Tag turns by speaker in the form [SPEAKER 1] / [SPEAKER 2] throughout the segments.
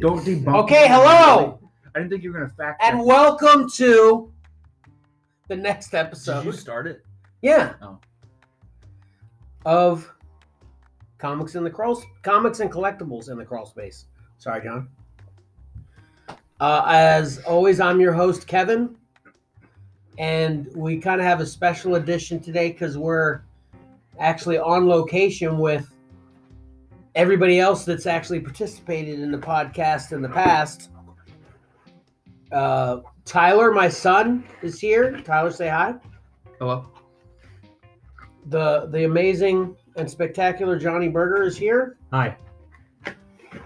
[SPEAKER 1] Don't debunk.
[SPEAKER 2] Okay,
[SPEAKER 1] me.
[SPEAKER 2] hello.
[SPEAKER 1] I didn't think you were gonna fact. check
[SPEAKER 2] And welcome to the next
[SPEAKER 1] Did you
[SPEAKER 2] episode.
[SPEAKER 1] start it?
[SPEAKER 2] Yeah.
[SPEAKER 1] Oh.
[SPEAKER 2] Of comics in the crawl, comics and collectibles in the crawl space. Sorry, John. Uh, as always, I'm your host, Kevin, and we kind of have a special edition today because we're actually on location with everybody else that's actually participated in the podcast in the past. Uh, Tyler, my son, is here. Tyler, say hi
[SPEAKER 1] Hello.
[SPEAKER 2] the the amazing and spectacular Johnny Berger is here.
[SPEAKER 3] Hi.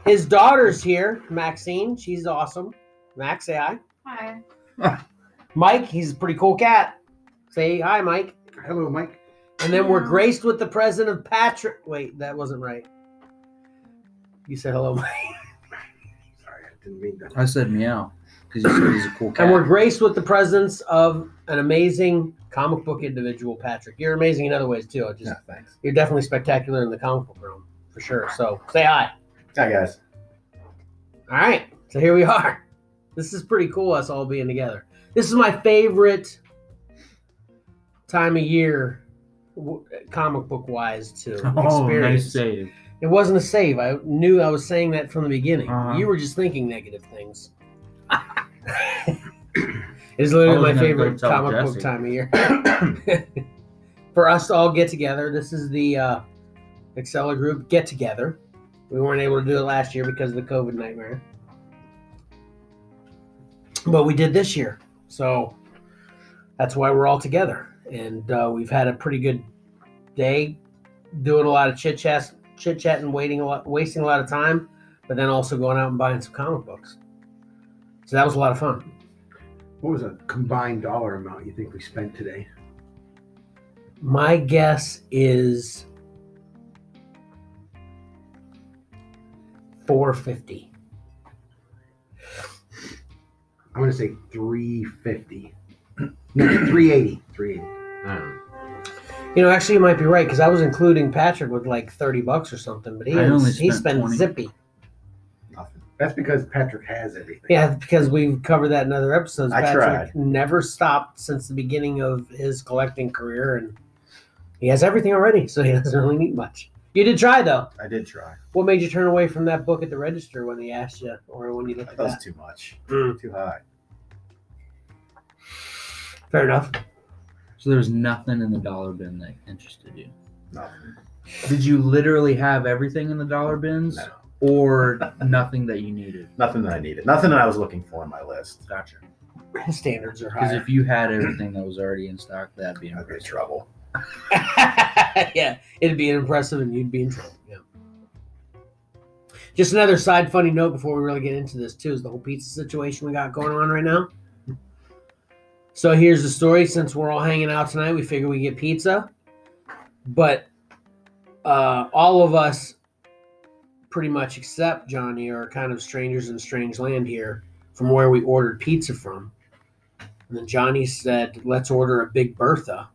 [SPEAKER 2] His daughter's here, Maxine. She's awesome. Max, say hi.
[SPEAKER 4] Hi.
[SPEAKER 2] Mike, he's a pretty cool cat. Say hi, Mike.
[SPEAKER 1] Hello, Mike.
[SPEAKER 2] And then we're graced with the present of Patrick. Wait, that wasn't right. You said hello, Mike.
[SPEAKER 1] Sorry, I didn't mean that. I said meow because you said he's a cool cat.
[SPEAKER 2] And we're graced with the presence of an amazing comic book individual, Patrick. You're amazing in other ways too. I Just,
[SPEAKER 5] Yeah, thanks.
[SPEAKER 2] You're definitely spectacular in the comic book realm, for sure. So say hi.
[SPEAKER 5] Hi guys.
[SPEAKER 2] All right, so here we are. This is pretty cool, us all being together. This is my favorite time of year, w- comic book wise, to
[SPEAKER 1] Oh,
[SPEAKER 2] experience.
[SPEAKER 1] nice save.
[SPEAKER 2] It wasn't a save. I knew I was saying that from the beginning.
[SPEAKER 1] Uh-huh.
[SPEAKER 2] You were just thinking negative things. it's literally
[SPEAKER 1] I was
[SPEAKER 2] my
[SPEAKER 1] gonna
[SPEAKER 2] favorite
[SPEAKER 1] go tell
[SPEAKER 2] comic book
[SPEAKER 1] Jesse.
[SPEAKER 2] time of year. For us to all get together, this is the uh, Excella group get together. We weren't able to do it last year because of the COVID nightmare, but we did this year, so that's why we're all together. And uh, we've had a pretty good day doing a lot of chit chat, chit chat, and waiting a lot, wasting a lot of time, but then also going out and buying some comic books. So that was a lot of fun.
[SPEAKER 3] What was a combined dollar amount you think we spent today?
[SPEAKER 2] My guess is four fifty.
[SPEAKER 3] I'm gonna say 350. No, 380. 380.
[SPEAKER 2] You know, actually, you might be right because I was including Patrick with like thirty bucks or something, but he
[SPEAKER 1] I only
[SPEAKER 2] he
[SPEAKER 1] spent
[SPEAKER 2] spent
[SPEAKER 1] 20.
[SPEAKER 2] zippy.
[SPEAKER 5] Nothing.
[SPEAKER 3] That's because Patrick has everything.
[SPEAKER 2] Yeah, because we've covered that in other episodes.
[SPEAKER 5] I
[SPEAKER 2] Patrick never stopped since the beginning of his collecting career, and he has everything already, so he doesn't really need much. You did try though.
[SPEAKER 5] I did try.
[SPEAKER 2] What made you turn away from that book at the register when he asked you, or when you looked
[SPEAKER 5] That
[SPEAKER 2] at
[SPEAKER 5] was
[SPEAKER 2] that?
[SPEAKER 5] too much.
[SPEAKER 2] Mm.
[SPEAKER 5] Too high.
[SPEAKER 2] Fair enough.
[SPEAKER 1] So there was nothing in the dollar bin that interested you.
[SPEAKER 5] Nothing.
[SPEAKER 1] Did you literally have everything in the dollar bins
[SPEAKER 5] No.
[SPEAKER 1] or nothing that you needed?
[SPEAKER 5] Nothing that I needed. Nothing that I was looking for in my list.
[SPEAKER 1] Gotcha.
[SPEAKER 2] His standards are
[SPEAKER 1] Because
[SPEAKER 2] high.
[SPEAKER 1] if you had everything that was already in stock, that'd be
[SPEAKER 5] I'd be in
[SPEAKER 1] impressive.
[SPEAKER 5] trouble.
[SPEAKER 2] yeah, it'd be impressive, and you'd be in trouble. Yeah. Just another side funny note before we really get into this too is the whole pizza situation we got going on right now. So here's the story. Since we're all hanging out tonight, we figure we get pizza, but uh, all of us, pretty much except Johnny, are kind of strangers in strange land here from where we ordered pizza from. And then Johnny said, "Let's order a Big Bertha."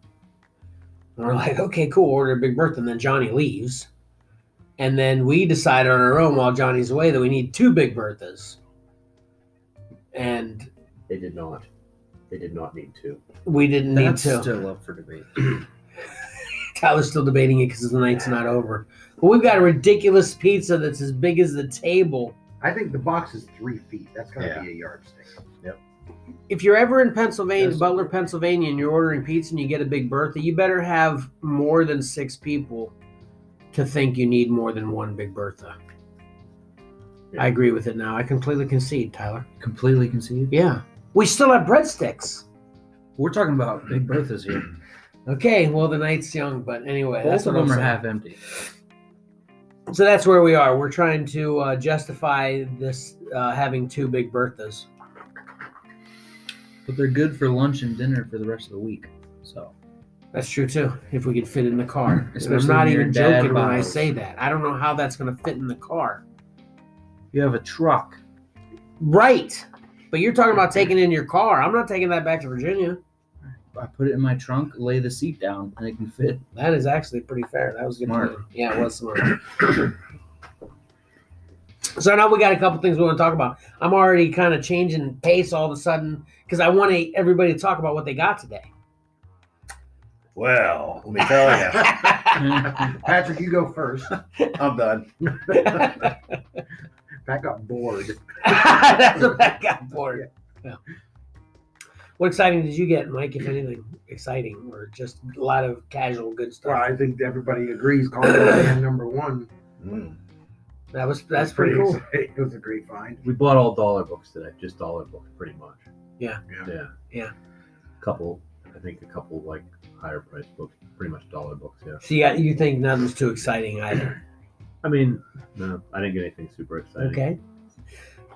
[SPEAKER 2] And we're like, okay, cool, order a Big Bertha. And then Johnny leaves. And then we decide on our own while Johnny's away that we need two Big Berthas. And
[SPEAKER 3] They did not. They did not need to.
[SPEAKER 2] we didn't
[SPEAKER 1] That's
[SPEAKER 2] need to.
[SPEAKER 1] still up for debate.
[SPEAKER 2] Tyler's still debating it because the night's not over. But we've got a ridiculous pizza that's as big as the table.
[SPEAKER 3] I think the box is three feet. That's gotta
[SPEAKER 5] Yeah.
[SPEAKER 3] be a yardstick.
[SPEAKER 2] If you're ever in Pennsylvania,
[SPEAKER 1] Yes.
[SPEAKER 2] Butler, Pennsylvania, and you're ordering pizza and you get a Big Bertha, you better have more than six people to think you need more than one Big Bertha.
[SPEAKER 5] Yeah.
[SPEAKER 2] I agree with it now. I completely concede, Tyler.
[SPEAKER 1] Completely conceived.
[SPEAKER 2] Yeah. We still have breadsticks.
[SPEAKER 1] We're talking about Big Bertha's here.
[SPEAKER 2] Okay, well the night's young, but anyway, that's
[SPEAKER 1] Both of
[SPEAKER 2] what I'm
[SPEAKER 1] them are
[SPEAKER 2] saying.
[SPEAKER 1] half empty.
[SPEAKER 2] So that's where we are. We're trying to uh, justify this uh, having two big Berthas.
[SPEAKER 1] But they're good for lunch and dinner for the rest of the week. So
[SPEAKER 2] That's true too. If we could fit in the car, And I'm
[SPEAKER 1] Especially
[SPEAKER 2] not
[SPEAKER 1] when your
[SPEAKER 2] even
[SPEAKER 1] dad
[SPEAKER 2] joking when I
[SPEAKER 1] buys.
[SPEAKER 2] say that. I don't know how that's going to fit in the car.
[SPEAKER 1] you have a truck.
[SPEAKER 2] Right, but you're talking about taking it in your car. I'm not taking that back to Virginia.
[SPEAKER 1] I put it in my trunk, lay the seat down, and it can fit.
[SPEAKER 2] That is actually pretty fair. That was good.
[SPEAKER 1] Smart.
[SPEAKER 2] plan. Yeah, it was smart. So now we got a couple things we want to talk about. I'm already kind of changing pace all of a sudden because I want to, everybody to talk about what they got today.
[SPEAKER 5] Well, let me tell you,
[SPEAKER 3] Patrick, you go first.
[SPEAKER 5] I'm done.
[SPEAKER 3] That got bored.
[SPEAKER 2] That's what I got for you. Yeah. What exciting did you get, Mike? If anything exciting, or just a lot of casual good stuff.
[SPEAKER 3] Well, I think everybody agrees. Congo Man number one.
[SPEAKER 5] Mm.
[SPEAKER 2] That was that's pretty, cool.
[SPEAKER 3] exciting. It was a great find.
[SPEAKER 4] We bought all dollar books today, just dollar books, pretty much.
[SPEAKER 2] Yeah.
[SPEAKER 4] Yeah.
[SPEAKER 3] Yeah.
[SPEAKER 2] Yeah.
[SPEAKER 4] Couple, I think a couple like higher priced books, pretty much dollar books. Yeah.
[SPEAKER 2] So you got, you think nothing's too exciting either?
[SPEAKER 4] I mean, no, I didn't get anything super exciting.
[SPEAKER 2] Okay.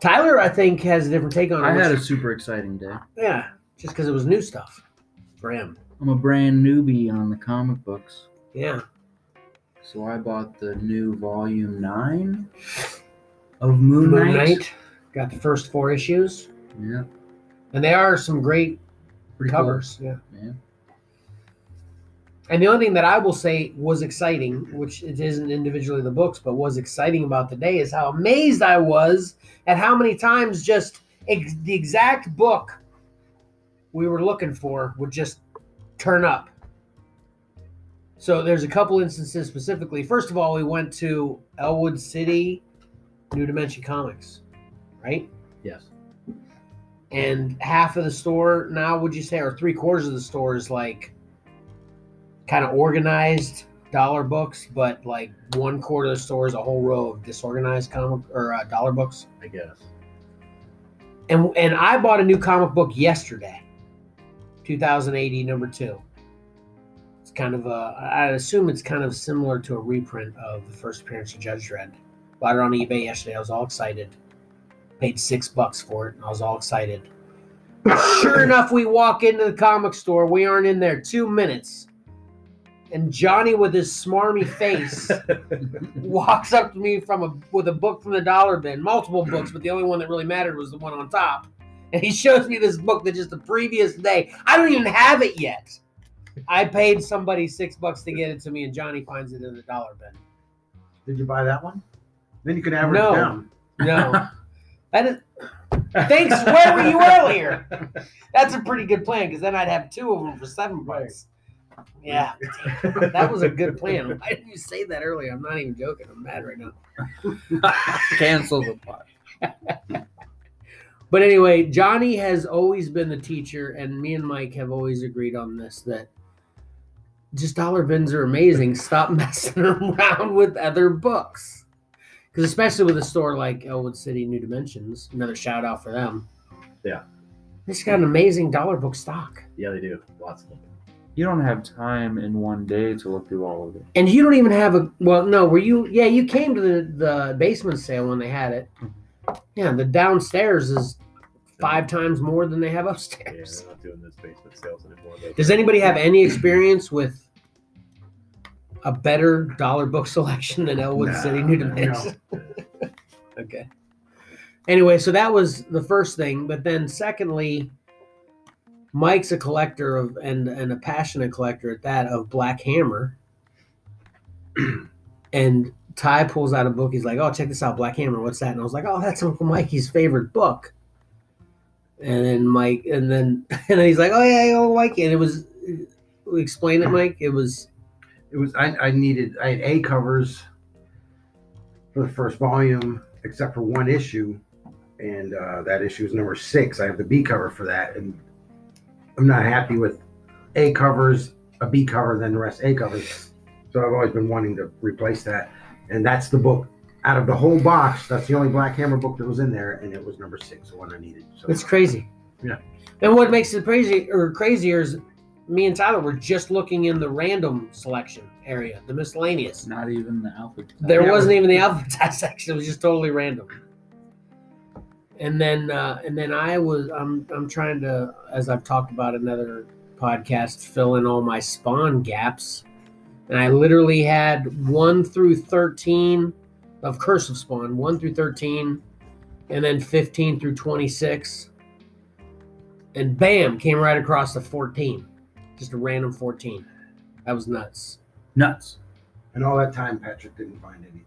[SPEAKER 2] Tyler, I think has a different take on it.
[SPEAKER 1] I had a super exciting day.
[SPEAKER 2] yeah, just because it was new stuff for him.
[SPEAKER 1] I'm a brand newbie on the comic books,
[SPEAKER 2] Yeah.
[SPEAKER 1] so I bought the new volume nine of Moon Knight.
[SPEAKER 2] Moon Knight got the first four issues,
[SPEAKER 1] Yeah,
[SPEAKER 2] and they are some great
[SPEAKER 1] pretty
[SPEAKER 2] covers. Yeah.
[SPEAKER 1] cool. Yeah.
[SPEAKER 2] And the only thing that I will say was exciting, which it isn't individually the books, but was exciting about the day is how amazed I was at how many times just ex- the exact book we were looking for would just turn up. So there's a couple instances specifically. First of all, we went to Elwood City, New Dimension Comics, right?
[SPEAKER 4] Yes.
[SPEAKER 2] and half of the store now would you say or three quarters of the store is like kind of organized dollar books but like one quarter of the store is a whole row of disorganized comic or uh, dollar books
[SPEAKER 4] I guess.
[SPEAKER 2] and and i bought a new comic book yesterday 2080 number two it's kind of a i assume it's kind of similar to a reprint of the first appearance of judge dredd bought it on ebay yesterday i was all excited paid six bucks for it and i was all excited sure enough we walk into the comic store we aren't in there two minutes and johnny with his smarmy face walks up to me from a with a book from the dollar bin, multiple books, but the only one that really mattered was the one on top. And he shows me this book that just the previous day. I don't even have it yet. I paid somebody six bucks to get it to me, and Johnny finds it in the dollar bin.
[SPEAKER 3] Did you buy that one? Then you can average
[SPEAKER 2] No.
[SPEAKER 3] down.
[SPEAKER 2] No. That is thanks. Where were you earlier? That's a pretty good plan because then I'd have two of them for seven bucks. Yeah, that was a good plan. Why didn't you say that earlier? I'm not even joking. I'm mad right now.
[SPEAKER 1] Cancel the pot.
[SPEAKER 2] But anyway, Johnny has always been the teacher, and me and Mike have always agreed on this that just dollar bins are amazing. Stop messing around with other books. Because especially with a store like Elwood City New Dimensions, another shout out for them.
[SPEAKER 4] Yeah.
[SPEAKER 2] This got an amazing dollar book stock.
[SPEAKER 4] Yeah, they do. Lots of them.
[SPEAKER 1] You don't have time in one day to look through all of it.
[SPEAKER 2] And you don't even have a well, no, were you yeah, you came to the, the basement sale when they had it.
[SPEAKER 4] Mm-hmm.
[SPEAKER 2] Yeah, the downstairs is five times more than they have
[SPEAKER 4] Yeah,
[SPEAKER 2] upstairs.
[SPEAKER 4] they're not doing this basement sales anymore. though.
[SPEAKER 2] Does anybody have any experience with a better dollar book selection than Elwood
[SPEAKER 5] Nah,
[SPEAKER 2] City New
[SPEAKER 5] no.
[SPEAKER 2] Dimensions? okay. Anyway, so that was the first thing, but then secondly, Mike's a collector of and and a passionate collector at that of Black Hammer. and Ty pulls out a book. He's like, "Oh, check this out, Black Hammer. What's that?" And I was like, "Oh, that's Uncle Mikey's favorite book." And then Mike, and then and then he's like, "Oh yeah, Uncle Mikey." And it was, explain it, Mike. It was
[SPEAKER 3] it was I, I needed I had A covers for the first volume, except for one issue, and uh, that issue is number six. I have the B cover for that, and I'm not happy with A covers, a B cover, then the rest A covers. So I've always been wanting to replace that, and that's the book out of the whole box. That's the only Black Hammer book that was in there, and it was number six, the one I needed. So
[SPEAKER 2] It's crazy.
[SPEAKER 3] Yeah.
[SPEAKER 2] And what makes it crazy or crazier is me and Tyler were just looking in the random selection area, the miscellaneous.
[SPEAKER 1] It's not even the alphabet.
[SPEAKER 2] There
[SPEAKER 3] Yeah,
[SPEAKER 2] wasn't even the alphabetized section; it was just totally random. And then, uh, and then I was I'm I'm trying to, as I've talked about in other podcasts, fill in all my spawn gaps, and I literally had one through thirteen of Curse of Spawn, one through thirteen, and then fifteen through twenty six, and bam, came right across the fourteen, just a random fourteen. That was nuts.
[SPEAKER 1] nuts.
[SPEAKER 3] And all that time, Patrick didn't find anything.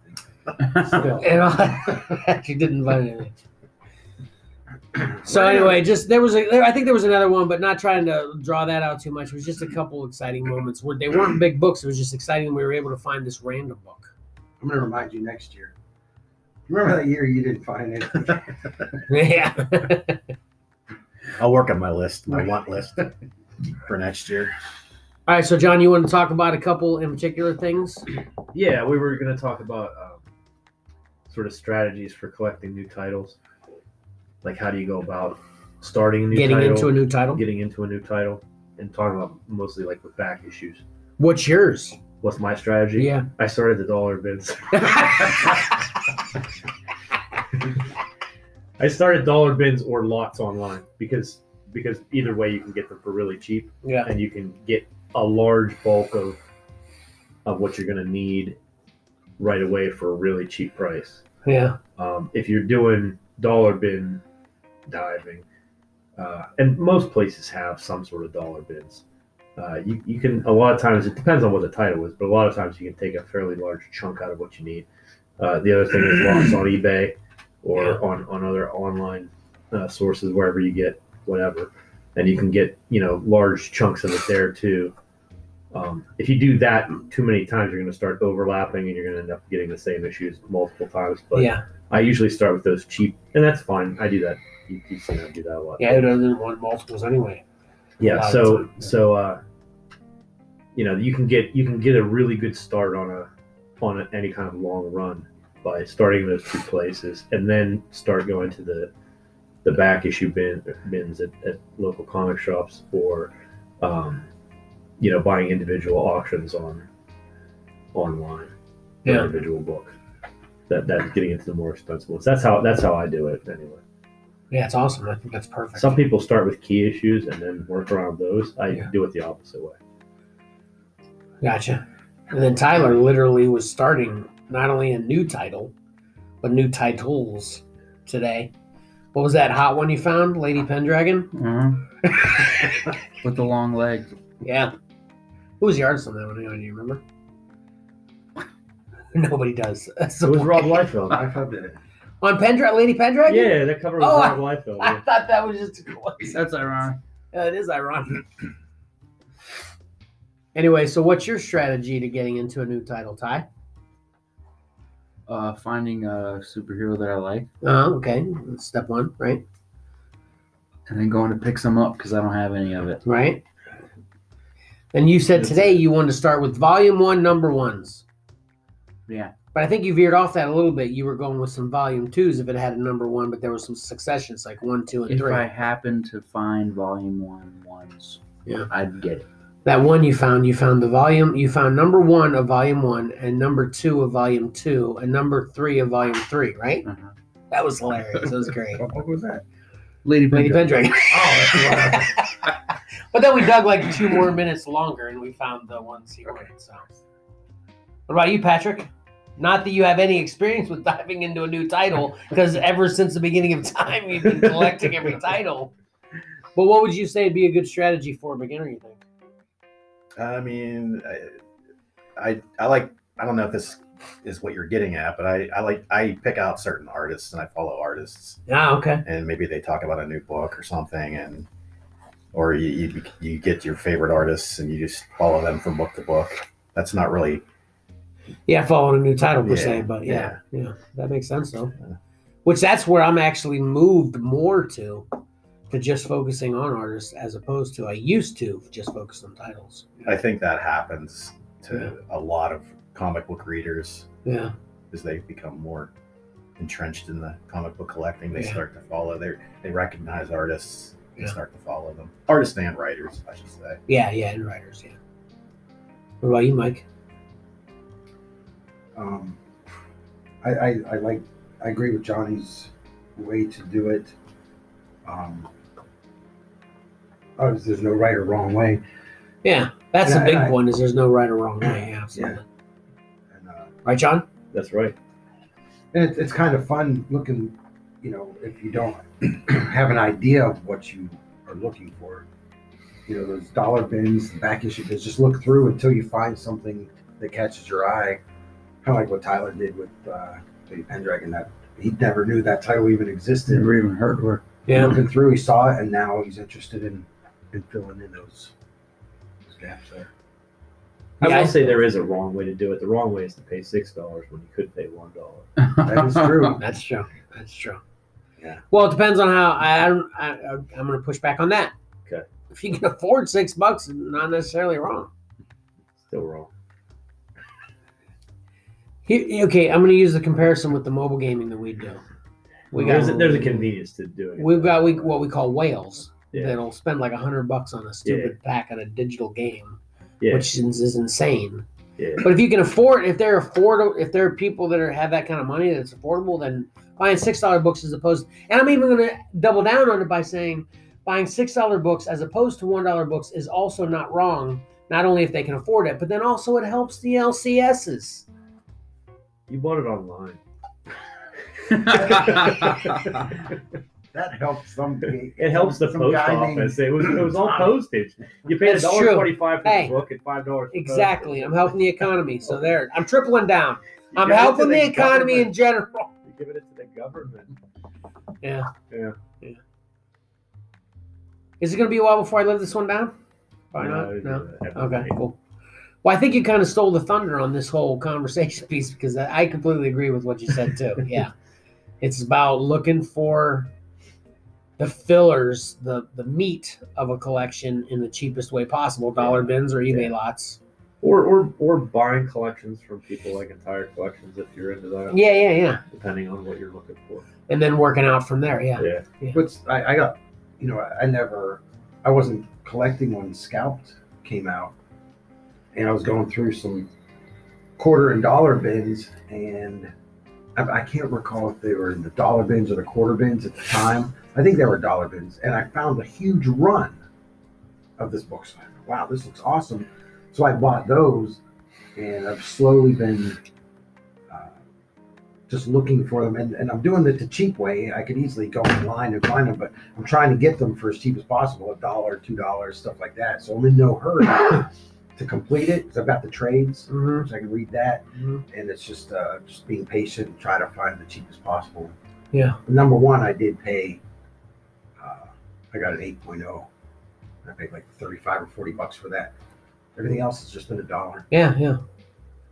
[SPEAKER 3] Still.
[SPEAKER 2] And I she didn't find anything. So anyway, just there was a there, I think there was another one, but not trying to draw that out too much. It was just a couple exciting moments where they weren't big books. It was just exciting we were able to find this random book.
[SPEAKER 3] I'm going to remind you next year. Remember that year you didn't find anything?
[SPEAKER 2] Yeah.
[SPEAKER 5] I'll work on my list, my want list for next year.
[SPEAKER 2] All right, so John, you want to talk about a couple in particular things?
[SPEAKER 4] Yeah, we were going to talk about um, sort of strategies for collecting new titles. Like, how do you go about starting a new
[SPEAKER 2] Getting
[SPEAKER 4] title,
[SPEAKER 2] into a new title.
[SPEAKER 4] getting into a new title, and talking about mostly like with back issues.
[SPEAKER 2] What's yours?
[SPEAKER 4] What's my strategy?
[SPEAKER 2] Yeah.
[SPEAKER 4] I started the dollar bids. I started dollar bins or lots online because because either way you can get them for really cheap
[SPEAKER 2] yeah.
[SPEAKER 4] and you can get a large bulk of of what you're going to need right away for a really cheap price.
[SPEAKER 2] Yeah.
[SPEAKER 4] Um, if you're doing dollar bin diving, uh, and most places have some sort of dollar bins, uh, you, you can, a lot of times, it depends on what the title is, but a lot of times you can take a fairly large chunk out of what you need. Uh, the other thing is lots on eBay or
[SPEAKER 2] Yeah.
[SPEAKER 4] on, on other online uh, sources, wherever you get whatever. And you can get, you know, large chunks of it there too. Um, if you do that too many times, you're going to start overlapping and you're going to end up getting the same issues multiple times. But
[SPEAKER 2] yeah.
[SPEAKER 4] I usually start with those cheap, and that's fine. I do that. You, you see, I do that a lot.
[SPEAKER 2] Yeah, who doesn't want multiples anyway? A lot
[SPEAKER 4] Yeah.
[SPEAKER 2] of
[SPEAKER 4] So,
[SPEAKER 2] time, yeah.
[SPEAKER 4] so uh, you know, you can get you can get a really good start on a on a, any kind of long run by starting those two places, and then start going to the the back issue bin, bins at, at local comic shops, or um, you know, buying individual auctions on online. for
[SPEAKER 2] Yeah.
[SPEAKER 4] Individual book. That that's getting into the more expensive ones. That's how that's how I do it anyway.
[SPEAKER 2] Yeah, it's awesome. I think that's perfect.
[SPEAKER 4] Some people start with key issues and then work around those. I
[SPEAKER 2] Yeah.
[SPEAKER 4] do it the opposite way.
[SPEAKER 2] Gotcha. And then Tyler literally was starting not only a new title, but new titles today. What was that hot one you found, Lady Pendragon?
[SPEAKER 1] Uh-huh. With the long legs.
[SPEAKER 2] Yeah. Who was the artist on that one? anyway? Do you remember? Nobody does. That's the
[SPEAKER 4] it was
[SPEAKER 2] point.
[SPEAKER 4] Rob Liefeld.
[SPEAKER 3] I thought that.
[SPEAKER 2] on Pendra- Lady Pendragon.
[SPEAKER 4] yeah, that cover was
[SPEAKER 2] Oh,
[SPEAKER 4] Rob Liefeld.
[SPEAKER 2] I
[SPEAKER 4] yeah.
[SPEAKER 2] thought that was just a coincidence.
[SPEAKER 1] That's ironic.
[SPEAKER 2] Yeah, it is ironic. anyway, so what's your strategy to getting into a new title, Ty?
[SPEAKER 1] Uh, finding a superhero that I like
[SPEAKER 2] Uh,
[SPEAKER 4] Uh-huh.
[SPEAKER 2] okay, that's step one, right?
[SPEAKER 1] and then going to pick some up because I don't have any of it.
[SPEAKER 2] Right. And you said today you wanted to start with volume one, number ones.
[SPEAKER 1] Yeah.
[SPEAKER 2] But I think you veered off that a little bit. You were going with some volume twos if it had a number one, but there was some successions like one, two, and
[SPEAKER 1] If
[SPEAKER 2] three.
[SPEAKER 1] I happen to find volume one ones,
[SPEAKER 2] Yeah.
[SPEAKER 1] I'd get it.
[SPEAKER 2] That one you found, you found the volume, you found number one of volume one, and number two of volume two, and number three of volume three, right?
[SPEAKER 1] Uh-huh.
[SPEAKER 2] That was hilarious. That was great.
[SPEAKER 3] What book was that?
[SPEAKER 1] Lady
[SPEAKER 2] Lady
[SPEAKER 1] Pendragon.
[SPEAKER 2] Pendragon.
[SPEAKER 3] Oh, that's the one.
[SPEAKER 2] But then we dug like two more minutes longer, and we found the ones he wanted. So, what about you, Patrick? Not that you have any experience with diving into a new title, because ever since the beginning of time, you've been collecting every title. But what would you say would be a good strategy for a beginner? You think?
[SPEAKER 5] I mean, I, I, I like. I don't know if this is what you're getting at, but I, I like. I pick out certain artists and I follow artists,
[SPEAKER 2] Yeah. Okay.
[SPEAKER 5] and maybe they talk about a new book or something, and or you you, you get your favorite artists and you just follow them from book to book. That's not really
[SPEAKER 2] Yeah, following a new title per se,
[SPEAKER 5] Yeah,
[SPEAKER 2] but yeah, yeah, that makes sense though. Which that's where I'm actually moved more to, to just focusing on artists as opposed to I used to just focus on titles.
[SPEAKER 5] I think that happens to a lot of comic book readers
[SPEAKER 2] Yeah,
[SPEAKER 5] as they become more entrenched in the comic book collecting. They
[SPEAKER 2] Yeah.
[SPEAKER 5] start to follow. They they recognize artists. They
[SPEAKER 2] Yeah.
[SPEAKER 5] start to follow them. Artists and writers, I should say.
[SPEAKER 2] yeah, yeah, and writers. Yeah. What about you, Mike?
[SPEAKER 3] Um, I, I, I like, I agree with Johnny's way to do it. Um, obviously, there's no right or wrong way.
[SPEAKER 2] Yeah, that's
[SPEAKER 3] Yeah,
[SPEAKER 2] the big
[SPEAKER 3] I-
[SPEAKER 2] one. Is there's no right or wrong way. Yeah, absolutely.
[SPEAKER 3] And, uh,
[SPEAKER 2] Right, John?
[SPEAKER 4] That's right.
[SPEAKER 3] and it's, it's kind of fun looking, you know, if you don't have an idea of what you are looking for. You know, those dollar bins, back issue bins, just look through until you find something that catches your eye, kind of like what Tyler did with uh, Lady Pendragon. That he never knew that title even existed.
[SPEAKER 1] Never even heard of her.
[SPEAKER 2] Yeah.
[SPEAKER 4] Mm-hmm.
[SPEAKER 3] Looking through, he saw it, and now he's interested in, in filling in those, those gaps there.
[SPEAKER 4] I
[SPEAKER 2] Yeah, I-
[SPEAKER 4] will say there is a wrong way to do it. The wrong way is to pay six dollars when you could pay one dollar.
[SPEAKER 3] That is true.
[SPEAKER 2] That's true. That's true.
[SPEAKER 3] Yeah.
[SPEAKER 2] Well, it depends on how I, I don't. I, I- I'm going to push back on that.
[SPEAKER 4] Okay.
[SPEAKER 2] If you can afford six bucks, it's not necessarily wrong.
[SPEAKER 4] Still wrong.
[SPEAKER 2] He, okay, I'm going to use the comparison with the mobile gaming that we do. We got
[SPEAKER 4] there's, a, there's a convenience to doing it.
[SPEAKER 2] we've got we what we call whales
[SPEAKER 4] Yeah.
[SPEAKER 2] that'll spend like a hundred bucks on a stupid pack on a digital game,
[SPEAKER 4] yeah,
[SPEAKER 2] which is, is insane.
[SPEAKER 4] yeah.
[SPEAKER 2] But if you can afford, if they're affordable, if there are people that are have that kind of money that's affordable, then buying six dollar books as opposed, and I'm even going to double down on it by saying buying six dollar books as opposed to one dollar books is also not wrong. Not only if they can afford it, but then also it helps the LCSs.
[SPEAKER 4] You bought it online.
[SPEAKER 3] That helps some.
[SPEAKER 4] It helps the
[SPEAKER 3] some
[SPEAKER 4] post
[SPEAKER 3] guy named-
[SPEAKER 4] office. It was it was all postage. You paid a
[SPEAKER 2] That's
[SPEAKER 4] dollar
[SPEAKER 2] true.
[SPEAKER 4] twenty five for
[SPEAKER 2] Hey.
[SPEAKER 4] the book and five dollars.
[SPEAKER 2] Exactly, I'm helping the economy. So there, I'm tripling down. I'm
[SPEAKER 4] give it to
[SPEAKER 2] helping
[SPEAKER 4] the
[SPEAKER 2] the economy in general.
[SPEAKER 4] You giving it to the government.
[SPEAKER 2] Yeah.
[SPEAKER 4] Yeah.
[SPEAKER 2] Is it going to be a while before I live this one down? Probably
[SPEAKER 4] No,
[SPEAKER 2] not. No.
[SPEAKER 4] everything.
[SPEAKER 2] Okay, cool. Well, I think you kind of stole the thunder on this whole conversation piece because I I completely agree with what you said too. yeah, it's about looking for the fillers, the the meat of a collection in the cheapest way possible, dollar bins or eBay
[SPEAKER 4] Yeah.
[SPEAKER 2] lots.
[SPEAKER 4] Or or or buying collections from people like entire collections if you're into that.
[SPEAKER 2] Yeah, yeah, yeah.
[SPEAKER 4] Depending on what you're looking for.
[SPEAKER 2] And then working out from there. Yeah.
[SPEAKER 4] Yeah.
[SPEAKER 3] What's I, I got, you know, I never, I wasn't collecting when Scalped came out, and I was going through some quarter and dollar bins, and I, I can't recall if they were in the dollar bins or the quarter bins at the time. I think they were dollar bins, and I found a huge run of this book. So I thought, wow, this looks awesome. So I bought those, and I've slowly been. uh, just looking for them and, and I'm doing it the cheap way. I could easily go online and find them, but I'm trying to get them for as cheap as possible, a dollar, two dollars, stuff like that. So I'm in no hurry to complete it. 'cause I've got the trades,
[SPEAKER 2] hmm
[SPEAKER 3] so I can read that.
[SPEAKER 4] Mm-hmm.
[SPEAKER 3] And it's just uh, just being patient and try to find the cheapest possible.
[SPEAKER 2] Yeah.
[SPEAKER 3] Number one, I did pay uh, I got an 8.0. I paid like 35 or 40 bucks for that. Everything else has just been a dollar.
[SPEAKER 2] Yeah, yeah.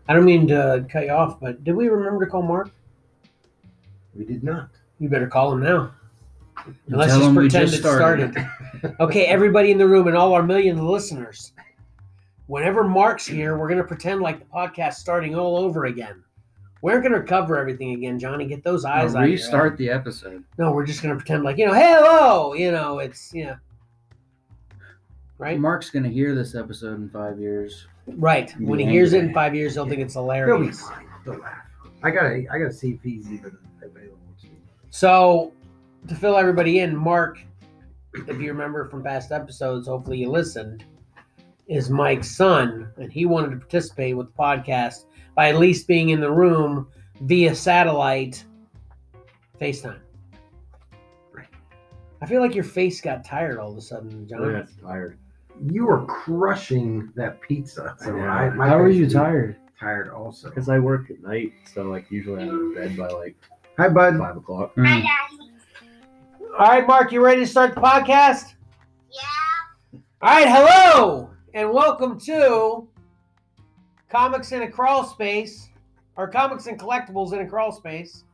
[SPEAKER 2] I don't mean to cut you off, but did we remember to call Mark?
[SPEAKER 3] We did not.
[SPEAKER 2] You better call him now.
[SPEAKER 1] And
[SPEAKER 2] Let's
[SPEAKER 1] tell
[SPEAKER 2] just
[SPEAKER 1] him we
[SPEAKER 2] pretend
[SPEAKER 1] just
[SPEAKER 2] it started. okay, everybody in the room and all our million listeners. Whenever Mark's here, we're gonna pretend like the podcast's starting all over again. We're gonna cover everything again, Johnny. Get those
[SPEAKER 1] Now
[SPEAKER 2] eyes out. of your
[SPEAKER 1] restart the episode.
[SPEAKER 2] head. No, we're just gonna pretend like you know, hello. You know, it's yeah. Right,
[SPEAKER 1] Mark's gonna hear this episode in five years.
[SPEAKER 2] right. When he
[SPEAKER 1] Yeah.
[SPEAKER 2] hears it in five years, he'll think it's
[SPEAKER 3] They'll be
[SPEAKER 2] hilarious.
[SPEAKER 3] fine. They'll laugh. I gotta, I gotta see if he's even available to me.
[SPEAKER 2] So, to fill everybody in, Mark, if you remember from past episodes, hopefully you listened, is Mike's son, and he wanted to participate with the podcast by at least being in the room via satellite FaceTime.
[SPEAKER 3] Right.
[SPEAKER 2] I feel like your face got tired all of a sudden, John.
[SPEAKER 4] Yeah, it's tired.
[SPEAKER 3] You were crushing that pizza. So
[SPEAKER 4] Yeah.
[SPEAKER 3] I, my
[SPEAKER 1] How are
[SPEAKER 3] face
[SPEAKER 1] you
[SPEAKER 3] was
[SPEAKER 1] tired?
[SPEAKER 3] Tired also.
[SPEAKER 4] Because I work at night, so like usually I'm in bed by like
[SPEAKER 3] Hi, bud.
[SPEAKER 4] five o'clock.
[SPEAKER 1] Mm.
[SPEAKER 2] All right, Mark, you ready to start the podcast? All right, hello, and welcome to Comics in a Crawl Space, or Comics and Collectibles in a Crawl Space.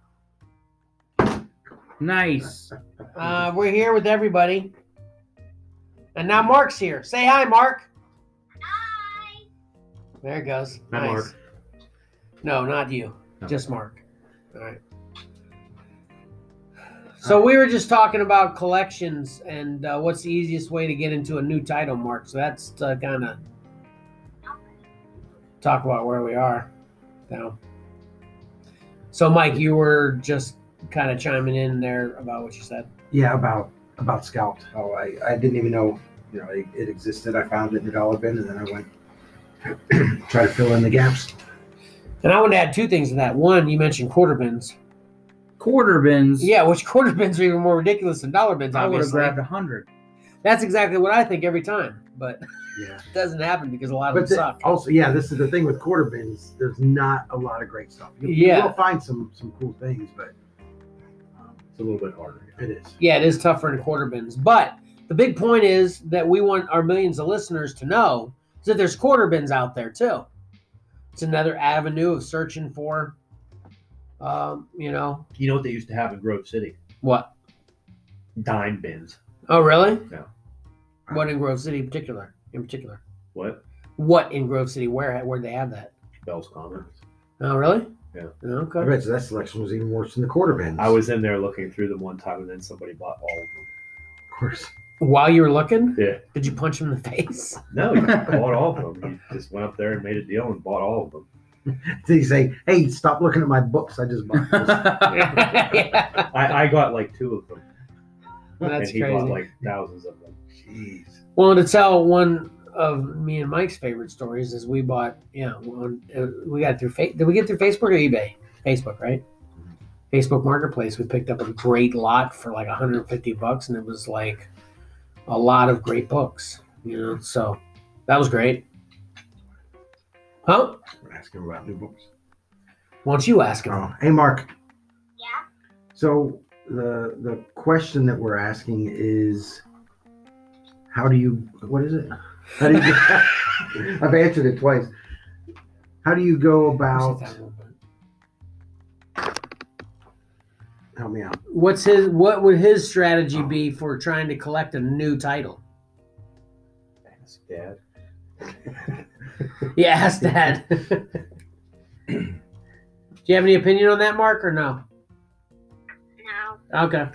[SPEAKER 1] Nice.
[SPEAKER 2] Uh, we're here with everybody. And now Mark's here. Say hi, Mark. There it goes.
[SPEAKER 4] Hi,
[SPEAKER 2] nice.
[SPEAKER 4] Mark.
[SPEAKER 2] No, not you.
[SPEAKER 4] No.
[SPEAKER 2] Just Mark. All right. So we were just talking about collections and uh, what's the easiest way to get into a new title, Mark. So that's uh, kind of talk about where we are now. So, Mike, you were just kind of chiming in there about what you said.
[SPEAKER 3] Yeah, about about scalped. How I, I didn't even know you know it, it existed. I found it in the dollar bin, and then I went try to fill in the gaps.
[SPEAKER 2] And I want to add two things to that. One, you mentioned quarter bins.
[SPEAKER 1] Quarter bins.
[SPEAKER 2] Yeah, which quarter bins are even more ridiculous than dollar bins,
[SPEAKER 1] I would have
[SPEAKER 2] obviously.
[SPEAKER 1] grabbed a hundred.
[SPEAKER 2] That's exactly what I think every time. But
[SPEAKER 3] Yeah.
[SPEAKER 2] doesn't happen because a lot of them
[SPEAKER 3] But the-
[SPEAKER 2] suck.
[SPEAKER 3] also, yeah, this is the thing with quarter bins. There's not a lot of great stuff. You,
[SPEAKER 2] Yeah.
[SPEAKER 3] you'll find some some cool things, but um,
[SPEAKER 4] It's a little bit harder.
[SPEAKER 3] it is.
[SPEAKER 2] Yeah, it is tougher in quarter bins. But the big point is that we want our millions of listeners to know is that there's quarter bins out there too. It's another avenue of searching for, um, you know,
[SPEAKER 4] You know what they used to have in Grove City?
[SPEAKER 2] what?
[SPEAKER 4] Dime bins.
[SPEAKER 2] Oh, really?
[SPEAKER 4] No.
[SPEAKER 2] What in Grove City in particular? In particular,
[SPEAKER 4] What?
[SPEAKER 2] what in Grove City? Where where they have that?
[SPEAKER 4] Bell's Commons.
[SPEAKER 2] Oh, really?
[SPEAKER 4] Yeah.
[SPEAKER 3] I
[SPEAKER 2] Okay.
[SPEAKER 3] bet you that selection was even worse than the quarter bins.
[SPEAKER 4] I was in there looking through them one time, and then somebody bought all of
[SPEAKER 3] of course.
[SPEAKER 2] While you were looking,
[SPEAKER 4] them. Yeah.
[SPEAKER 2] did you punch him in the face?
[SPEAKER 4] No, you bought all of them. You just went up there and made a deal and bought all of them.
[SPEAKER 3] Did he say, "Hey, stop looking at my books. I just bought this."
[SPEAKER 2] Yeah.
[SPEAKER 4] I, I got like two of them,
[SPEAKER 2] That's
[SPEAKER 4] and he
[SPEAKER 2] crazy.
[SPEAKER 4] bought like thousands of them.
[SPEAKER 3] Jeez.
[SPEAKER 2] Well, to tell one of me and Mike's favorite stories is we bought, you know, on, uh, we got through, Fa- did we get through Facebook or eBay? Facebook, right? Facebook Marketplace. We picked up a great lot for like 150 bucks, and it was like a lot of great books, you know. So that was great. Huh?
[SPEAKER 3] We're asking about new books.
[SPEAKER 2] Why don't you ask him?
[SPEAKER 3] Oh, hey, Mark.
[SPEAKER 6] Yeah.
[SPEAKER 3] So the the question that we're asking is, how do you? What is it? How do you? I've answered it twice. How do you go about? Help me out.
[SPEAKER 2] What's his? What would his strategy be for trying to collect a new title?
[SPEAKER 4] Ask Dad.
[SPEAKER 2] He asked that. Do you have any opinion on that, Mark, or no?
[SPEAKER 6] No.
[SPEAKER 2] Okay.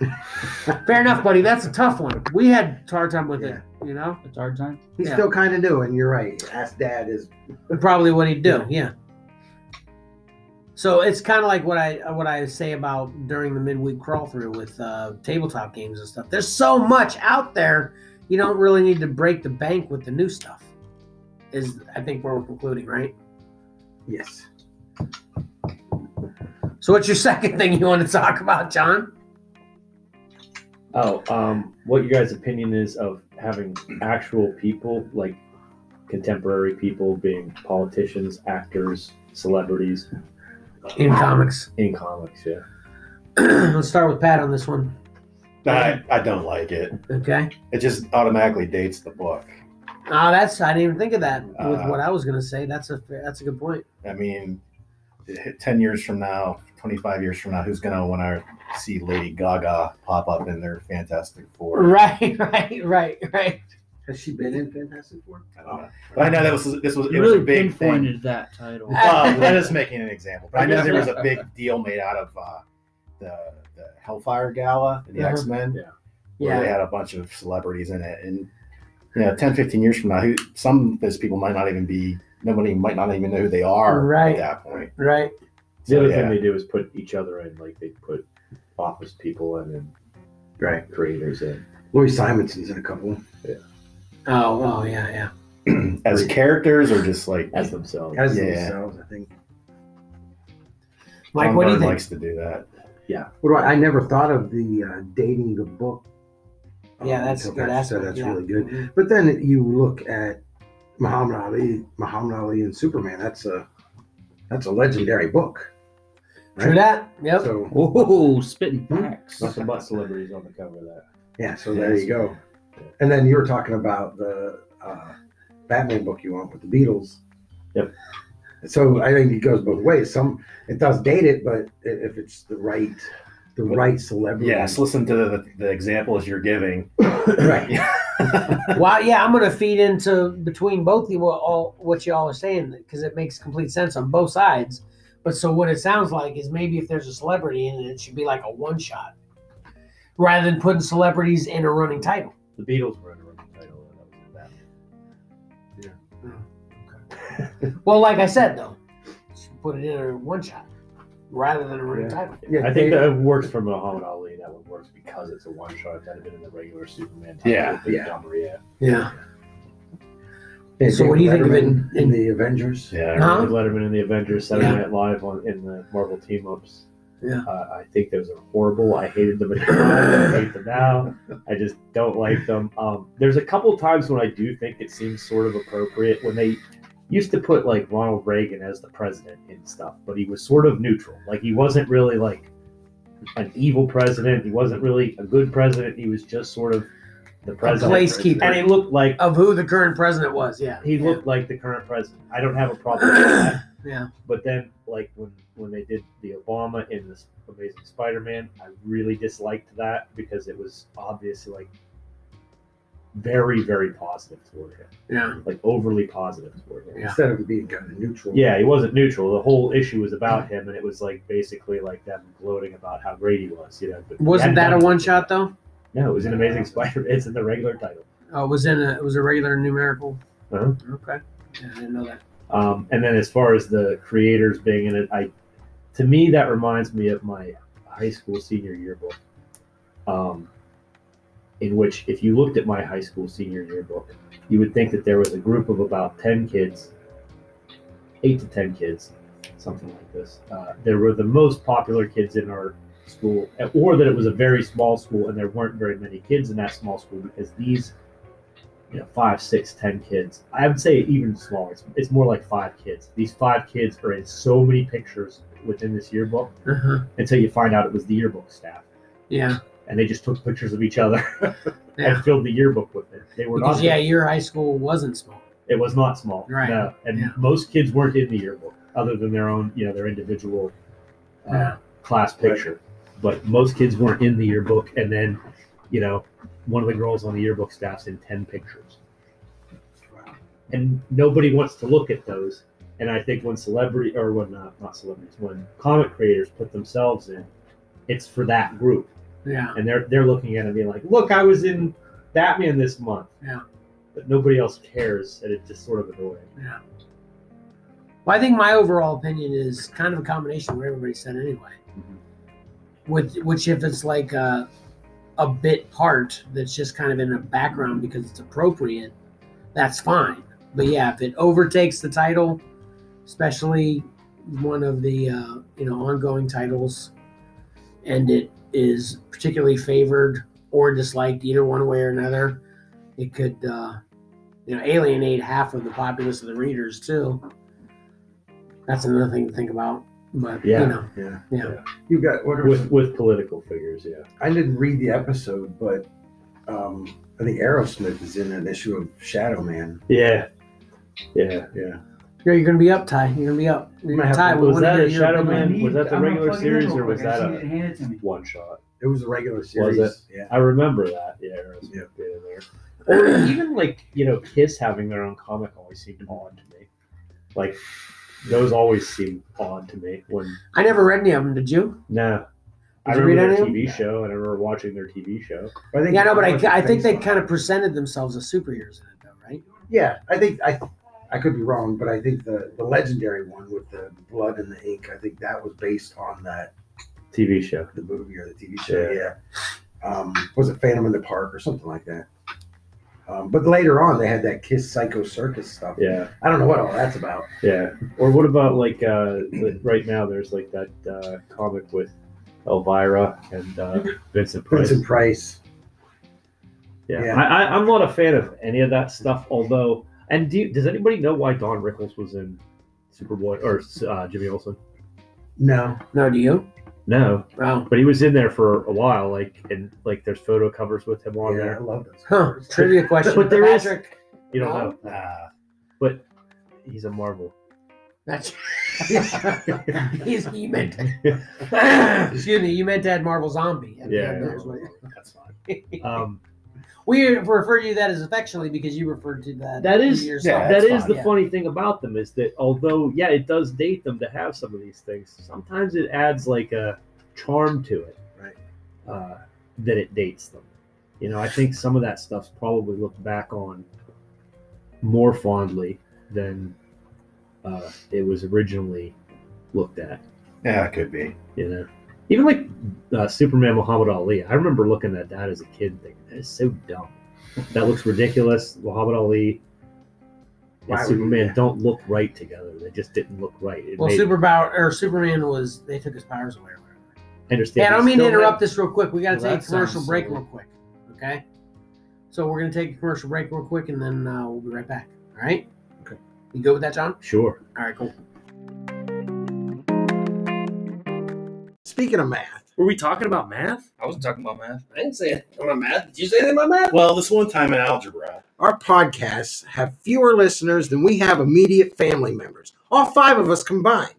[SPEAKER 2] Fair enough, buddy. That's a tough one. We had a hard time with it, you know?
[SPEAKER 1] It's hard time.
[SPEAKER 3] He's
[SPEAKER 2] Yeah.
[SPEAKER 3] still kind of new, and you're right. Ask Dad is
[SPEAKER 2] Probably what he'd do, yeah. So it's kind of like what I what I say about during the midweek crawl through with uh, tabletop games and stuff. There's so much out there, you don't really need to break the bank with the new stuff. Is I think where we're concluding, right?
[SPEAKER 3] yes.
[SPEAKER 2] So what's your second thing you want to talk about, John?
[SPEAKER 4] Oh, um, what your guys' opinion is of having actual people, like contemporary people, being politicians, actors, celebrities
[SPEAKER 2] In comics,
[SPEAKER 4] in comics? Yeah.
[SPEAKER 2] let's start with Pat on this one.
[SPEAKER 5] I, I don't like it.
[SPEAKER 2] Okay.
[SPEAKER 5] It just automatically dates the book.
[SPEAKER 2] Oh, that's I didn't even think of that with
[SPEAKER 5] Uh,
[SPEAKER 2] what I was gonna say. That's a that's a good point.
[SPEAKER 5] I mean, ten years from now, twenty-five years from now, who's gonna want to see Lady Gaga pop up in their Fantastic Four?
[SPEAKER 2] Right, right, right, right.
[SPEAKER 3] Has she been in Fantastic Four?
[SPEAKER 5] I don't know. But I know that was this was it
[SPEAKER 1] You
[SPEAKER 5] was a
[SPEAKER 1] really
[SPEAKER 5] big thing.
[SPEAKER 1] pinpointed that title.
[SPEAKER 5] Well, I'm just making an example, but I know there was a big deal made out of uh, the the Hellfire Gala and the
[SPEAKER 2] Uh-huh.
[SPEAKER 5] X Men.
[SPEAKER 4] Yeah.
[SPEAKER 5] where they had a bunch of celebrities in it, and you know, 10, 15 years from now, who some of those people might not even be. Nobody might not even know who they are
[SPEAKER 2] Right.
[SPEAKER 5] at that point.
[SPEAKER 2] Right.
[SPEAKER 4] The
[SPEAKER 5] So,
[SPEAKER 4] other
[SPEAKER 5] yeah.
[SPEAKER 4] thing they do is put each other in, like they put office people in and
[SPEAKER 3] Right.
[SPEAKER 4] creators in.
[SPEAKER 3] Louis Simonson's in a couple.
[SPEAKER 2] Oh, oh yeah, yeah.
[SPEAKER 5] as characters or just like
[SPEAKER 4] as themselves.
[SPEAKER 3] As
[SPEAKER 5] Yeah.
[SPEAKER 3] themselves, I think.
[SPEAKER 2] Mike,
[SPEAKER 5] Tom
[SPEAKER 2] what do you
[SPEAKER 5] Byrne
[SPEAKER 2] think?
[SPEAKER 5] likes to do that.
[SPEAKER 3] What do I? I never thought of the uh, dating the book. Um,
[SPEAKER 2] Yeah, that's a
[SPEAKER 3] until
[SPEAKER 2] good
[SPEAKER 3] Pat said
[SPEAKER 2] aspect,
[SPEAKER 3] That's
[SPEAKER 2] yeah. Mm-hmm.
[SPEAKER 3] really good. But then you look at Muhammad Ali, Muhammad Ali and Superman. That's a that's a legendary book.
[SPEAKER 2] True that. Yep.
[SPEAKER 3] So
[SPEAKER 1] Oh, spitting facts.
[SPEAKER 4] Nothing but celebrities on the cover of that.
[SPEAKER 3] yeah, so there you go. And then you were talking about the uh, Batman book you want with the Beatles.
[SPEAKER 4] Yep.
[SPEAKER 3] So I think it goes both ways. Some it does date it, but i- if it's the right the right celebrity,
[SPEAKER 5] Yes, listen to the, the examples you're giving.
[SPEAKER 3] right.
[SPEAKER 2] Well, yeah, I'm gonna feed into between both you what all what y'all are saying because it makes complete sense on both sides. But so what it sounds like is maybe if there's a celebrity in it, it should be like a one shot, rather than putting celebrities in a running title.
[SPEAKER 4] The Beatles were in a running title. and that was in that.
[SPEAKER 2] Well, like I said though, should put it in a one shot rather than a running
[SPEAKER 3] Yeah.
[SPEAKER 2] title.
[SPEAKER 3] Yeah,
[SPEAKER 4] I think
[SPEAKER 3] they-
[SPEAKER 4] that works for Muhammad Ali. That one works because it's a one shot. If that had been in the regular Superman, title,
[SPEAKER 5] Yeah,
[SPEAKER 4] it would've been
[SPEAKER 3] yeah.
[SPEAKER 4] dumber, yeah.
[SPEAKER 2] Yeah.
[SPEAKER 3] they
[SPEAKER 2] So
[SPEAKER 3] did
[SPEAKER 2] what do you think of it
[SPEAKER 3] Letterman
[SPEAKER 2] in-
[SPEAKER 3] in the Avengers?
[SPEAKER 5] Yeah.
[SPEAKER 2] Huh?
[SPEAKER 4] David Letterman in the Avengers Saturday
[SPEAKER 2] Yeah.
[SPEAKER 4] Night Live on in the Marvel team ups.
[SPEAKER 2] Yeah.
[SPEAKER 4] Uh, I think those are horrible. I hated them at the time. I hate them now. I just don't like them. Um, there's a couple times when I do think it seems sort of appropriate when they used to put like Ronald Reagan as the president and stuff, but he was sort of neutral. Like he wasn't really like an evil president. He wasn't really a good president. He was just sort of the president.
[SPEAKER 2] placekeeper.
[SPEAKER 4] And he looked like
[SPEAKER 2] of who the current president was. Yeah,
[SPEAKER 4] he looked like the current president. I don't have a problem with that.
[SPEAKER 2] Yeah.
[SPEAKER 4] But then, like when when they did the Obama in this Amazing Spider-Man, I really disliked that because it was obviously like very very positive toward him,
[SPEAKER 2] yeah,
[SPEAKER 4] like overly positive toward him.
[SPEAKER 3] instead of being kind of neutral.
[SPEAKER 4] Yeah, he wasn't neutral. The whole issue was about him, and it was like basically like them gloating about how great he was. You know, but he
[SPEAKER 2] Wasn't
[SPEAKER 4] hadn't
[SPEAKER 2] that a
[SPEAKER 4] done
[SPEAKER 2] one
[SPEAKER 4] anything.
[SPEAKER 2] shot though?
[SPEAKER 4] No, it was an Amazing Spider. It's in the regular title.
[SPEAKER 2] Oh, it was in a it was a regular numerical.
[SPEAKER 4] Uh-huh.
[SPEAKER 2] Okay, yeah, I didn't know that.
[SPEAKER 4] Um, and then as far as the creators being in it, I to me that reminds me of my high school senior yearbook. Um, in which, if you looked at my high school senior yearbook, you would think that there was a group of about ten kids, eight to ten kids, something like this. Uh, there were the most popular kids in our school, or that it was a very small school and there weren't very many kids in that small school because these you know, five, six, ten kids. I would say even smaller. It's, it's more like five kids. These five kids are in so many pictures within this yearbook
[SPEAKER 2] Uh-huh.
[SPEAKER 4] until you find out it was the yearbook staff.
[SPEAKER 2] Yeah,
[SPEAKER 4] And they just took pictures of each other
[SPEAKER 2] Yeah.
[SPEAKER 4] and filled the yearbook with it. They were
[SPEAKER 2] because
[SPEAKER 4] not.
[SPEAKER 2] yeah, your high school wasn't small.
[SPEAKER 4] It was not small.
[SPEAKER 2] Right.
[SPEAKER 4] No. And
[SPEAKER 2] Yeah.
[SPEAKER 4] most kids weren't in the yearbook other than their own, you know, their individual uh,
[SPEAKER 2] Yeah.
[SPEAKER 4] class picture. But most kids weren't in the yearbook. And then, you know, one of the girls on the yearbook staff's in 10 pictures. And nobody wants to look at those. And I think when celebrity or when not, not celebrities, when comic creators put themselves in, it's for that group
[SPEAKER 2] Yeah,
[SPEAKER 4] and they're they're looking at it and being like, "Look, I was in Batman this month."
[SPEAKER 2] Yeah.
[SPEAKER 4] But nobody else cares, and it's just sort of annoying.
[SPEAKER 2] yeah. Well, I think my overall opinion is kind of a combination of what everybody said anyway. With which, if it's like a, a bit part that's just kind of in the background because it's appropriate, that's fine. But yeah, if it overtakes the title, especially one of the uh, you know ongoing titles, and it is particularly favored or disliked either one way or another, it could uh, you know alienate half of the populace of the readers too. That's another thing to think about. But
[SPEAKER 4] Yeah,
[SPEAKER 2] you know,
[SPEAKER 4] yeah.
[SPEAKER 3] You got what? Was,
[SPEAKER 4] With with political figures, yeah.
[SPEAKER 3] I didn't read the episode, but um, I think Aerosmith is in an issue of Shadow Man.
[SPEAKER 4] Yeah. Yeah, yeah.
[SPEAKER 2] yeah, you're gonna be up, Ty. You're gonna be up. You're
[SPEAKER 3] might have
[SPEAKER 2] Ty,
[SPEAKER 3] to-
[SPEAKER 2] we
[SPEAKER 4] was
[SPEAKER 2] wanna
[SPEAKER 4] that
[SPEAKER 2] hear
[SPEAKER 4] a
[SPEAKER 2] your
[SPEAKER 4] Shadow
[SPEAKER 2] opinion.
[SPEAKER 4] Man?
[SPEAKER 1] I need-
[SPEAKER 4] was that the
[SPEAKER 1] I'm gonna
[SPEAKER 4] regular
[SPEAKER 1] plug it in
[SPEAKER 4] series
[SPEAKER 1] real
[SPEAKER 4] or was
[SPEAKER 1] quick. I
[SPEAKER 4] that
[SPEAKER 1] just
[SPEAKER 4] a-
[SPEAKER 1] need to hand it to me.
[SPEAKER 4] One shot.
[SPEAKER 3] It was a regular
[SPEAKER 4] Was
[SPEAKER 3] series.
[SPEAKER 4] it?
[SPEAKER 3] Yeah.
[SPEAKER 4] I remember that. Yeah. it was
[SPEAKER 3] Yeah.
[SPEAKER 4] good in there. Or even like you know, Kiss having their own comic always seemed odd to me. Like those always seem odd to me when
[SPEAKER 2] I never read any of them. Did you?
[SPEAKER 4] No. I
[SPEAKER 2] Did you
[SPEAKER 4] remember
[SPEAKER 2] read
[SPEAKER 4] their
[SPEAKER 2] any
[SPEAKER 4] TV show, and I remember watching their TV show.
[SPEAKER 3] I think
[SPEAKER 2] Yeah, no, but
[SPEAKER 3] that was the
[SPEAKER 2] I, I think they
[SPEAKER 3] baseline.
[SPEAKER 2] kind of presented themselves as superheroes in it, though, right?
[SPEAKER 3] Yeah, I think I, I could be wrong, but I think the the legendary one with the blood and the ink. I think that was based on that
[SPEAKER 4] TV show.
[SPEAKER 3] the movie or the TV show. Yeah. Um, was it Phantom in the Park or something like that? Um, but later on, they had that Kiss Psycho Circus stuff.
[SPEAKER 4] Yeah,
[SPEAKER 3] I don't know what all that's about.
[SPEAKER 4] yeah. Or what about like uh, the- right now? There's like that uh, comic with Elvira and uh, Vincent Price.
[SPEAKER 3] Vincent Price.
[SPEAKER 4] yeah,
[SPEAKER 3] yeah.
[SPEAKER 4] I, I, I'm not a fan of any of that stuff. Although, and do you, does anybody know why Don Rickles was in Superboy or uh, Jimmy Olsen?
[SPEAKER 3] No.
[SPEAKER 2] No, do you?
[SPEAKER 4] No,
[SPEAKER 2] Oh,
[SPEAKER 4] but he was in there for a while. Like, and like there's photo covers with him on
[SPEAKER 3] yeah, I
[SPEAKER 4] there.
[SPEAKER 3] love those.
[SPEAKER 2] huh? Trivia question.
[SPEAKER 4] But there is-
[SPEAKER 2] Patrick.
[SPEAKER 4] You don't
[SPEAKER 2] No.
[SPEAKER 4] know.
[SPEAKER 5] Nah.
[SPEAKER 4] But he's a Marvel.
[SPEAKER 2] That's. He's, you meant. excuse me. You meant to add Marvel Zombie. at the
[SPEAKER 4] Yeah,
[SPEAKER 2] end,
[SPEAKER 4] yeah,
[SPEAKER 2] that was what-
[SPEAKER 5] That's fine.
[SPEAKER 4] Um,
[SPEAKER 2] We refer to that as affectionately because you referred to that.
[SPEAKER 4] That is-
[SPEAKER 2] yourself.
[SPEAKER 5] yeah,
[SPEAKER 4] That
[SPEAKER 5] That's
[SPEAKER 4] is
[SPEAKER 5] fine,
[SPEAKER 4] the
[SPEAKER 2] yeah.
[SPEAKER 4] funny thing about them is that although yeah, it does date them to have some of these things. Sometimes it adds like a charm to it,
[SPEAKER 3] Right.
[SPEAKER 4] Uh, that it dates them. You know, I think some of that stuff's probably looked back on more fondly than uh, it was originally looked at.
[SPEAKER 5] Yeah, it could be.
[SPEAKER 4] You know, even like uh, Superman Muhammad Ali. I remember looking at that as a kid, thinking that is so dumb. That looks ridiculous. Muhammad Ali and
[SPEAKER 3] Why would you-
[SPEAKER 4] Superman don't look right together. They just didn't look right. It
[SPEAKER 2] Well,
[SPEAKER 4] made-
[SPEAKER 2] superpower or Superman was they took his powers away. or whatever.
[SPEAKER 4] I understand.
[SPEAKER 2] Hey, I don't
[SPEAKER 4] he's
[SPEAKER 2] mean to
[SPEAKER 4] still there.
[SPEAKER 2] interrupt this real quick. We got to
[SPEAKER 5] Well,
[SPEAKER 2] take a
[SPEAKER 5] that
[SPEAKER 2] commercial
[SPEAKER 5] sounds
[SPEAKER 2] break
[SPEAKER 5] silly.
[SPEAKER 2] real quick. Okay. So we're going to take a commercial break real quick and then uh, we'll be right back. All right.
[SPEAKER 5] Okay.
[SPEAKER 2] You good with that, John?
[SPEAKER 4] Sure.
[SPEAKER 2] All right, cool.
[SPEAKER 3] Speaking of math,
[SPEAKER 7] Were we talking about math?
[SPEAKER 8] I wasn't talking about math. I didn't say anything about math. Did you say anything about math?
[SPEAKER 5] Well, this one time in algebra,
[SPEAKER 3] our podcasts have fewer listeners than we have immediate family members, all five of us combined.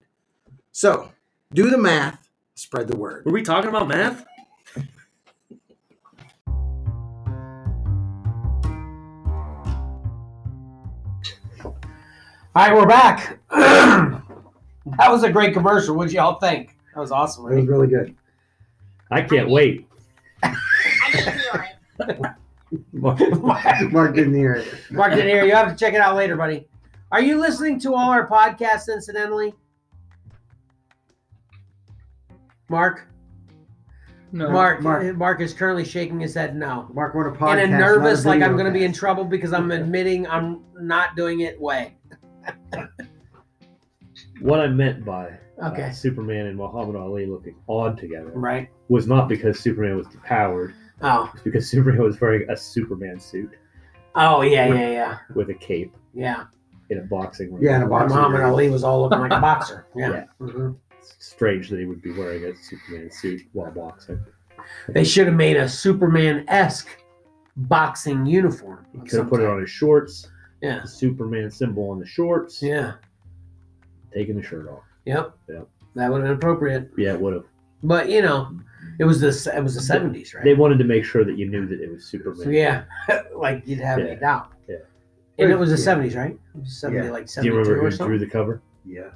[SPEAKER 3] So do the math, spread the word.
[SPEAKER 7] Were we talking about math?
[SPEAKER 2] All right, we're back. that was a great commercial. What'd y'all think? That was awesome,
[SPEAKER 3] It was
[SPEAKER 2] right?
[SPEAKER 3] really good.
[SPEAKER 4] I can't wait.
[SPEAKER 6] I didn't hear it.
[SPEAKER 3] Mark didn't hear it.
[SPEAKER 2] Mark didn't hear. You have to check it out later, buddy. Are you listening to all our podcasts incidentally? Mark?
[SPEAKER 8] No.
[SPEAKER 2] Mark, Mark
[SPEAKER 3] Mark.
[SPEAKER 2] is currently shaking his head no.
[SPEAKER 3] Mark wrote a
[SPEAKER 2] in
[SPEAKER 3] podcast.
[SPEAKER 2] a
[SPEAKER 3] not
[SPEAKER 2] nervous, like I'm going to be in
[SPEAKER 3] videocast.
[SPEAKER 2] trouble because I'm admitting I'm not doing it way.
[SPEAKER 4] What I meant by uh,
[SPEAKER 2] Okay.
[SPEAKER 4] Superman and Muhammad Ali looking odd together
[SPEAKER 2] Right.
[SPEAKER 4] was not because Superman was depowered.
[SPEAKER 2] Oh.
[SPEAKER 4] It's because Superman was wearing a Superman suit
[SPEAKER 2] Oh yeah, yeah, yeah,
[SPEAKER 4] with a cape
[SPEAKER 2] yeah.
[SPEAKER 4] in a boxing ring.
[SPEAKER 3] Yeah, in a
[SPEAKER 2] And
[SPEAKER 3] boxing
[SPEAKER 2] Muhammad
[SPEAKER 3] ring.
[SPEAKER 2] Ali was all looking like a boxer. Yeah.
[SPEAKER 4] Yeah.
[SPEAKER 2] Mhm.
[SPEAKER 4] It's strange that he would be wearing a Superman suit while boxing.
[SPEAKER 2] They should have made a Superman esque boxing uniform.
[SPEAKER 4] He
[SPEAKER 2] of
[SPEAKER 4] could have
[SPEAKER 2] some
[SPEAKER 4] put it
[SPEAKER 2] type.
[SPEAKER 4] on his shorts,
[SPEAKER 2] Yeah.
[SPEAKER 4] the Superman symbol on the shorts,
[SPEAKER 2] Yeah.
[SPEAKER 4] taking the shirt off.
[SPEAKER 2] Yep.
[SPEAKER 4] Yep.
[SPEAKER 2] That would have been appropriate.
[SPEAKER 4] Yeah, it would have.
[SPEAKER 2] But you know, it was the it was the seventies,
[SPEAKER 4] They
[SPEAKER 2] right?
[SPEAKER 4] wanted to make sure that you knew that it was Superman.
[SPEAKER 2] So yeah, like you'd have
[SPEAKER 4] Yeah.
[SPEAKER 2] a doubt.
[SPEAKER 4] Yeah.
[SPEAKER 2] And it was the
[SPEAKER 3] Yeah.
[SPEAKER 2] seventies, right? It was Seventy,
[SPEAKER 3] Yeah.
[SPEAKER 2] like
[SPEAKER 4] Do you
[SPEAKER 2] seventy-two
[SPEAKER 4] remember
[SPEAKER 2] or
[SPEAKER 4] who drew
[SPEAKER 2] something.
[SPEAKER 4] the cover?
[SPEAKER 3] Yeah.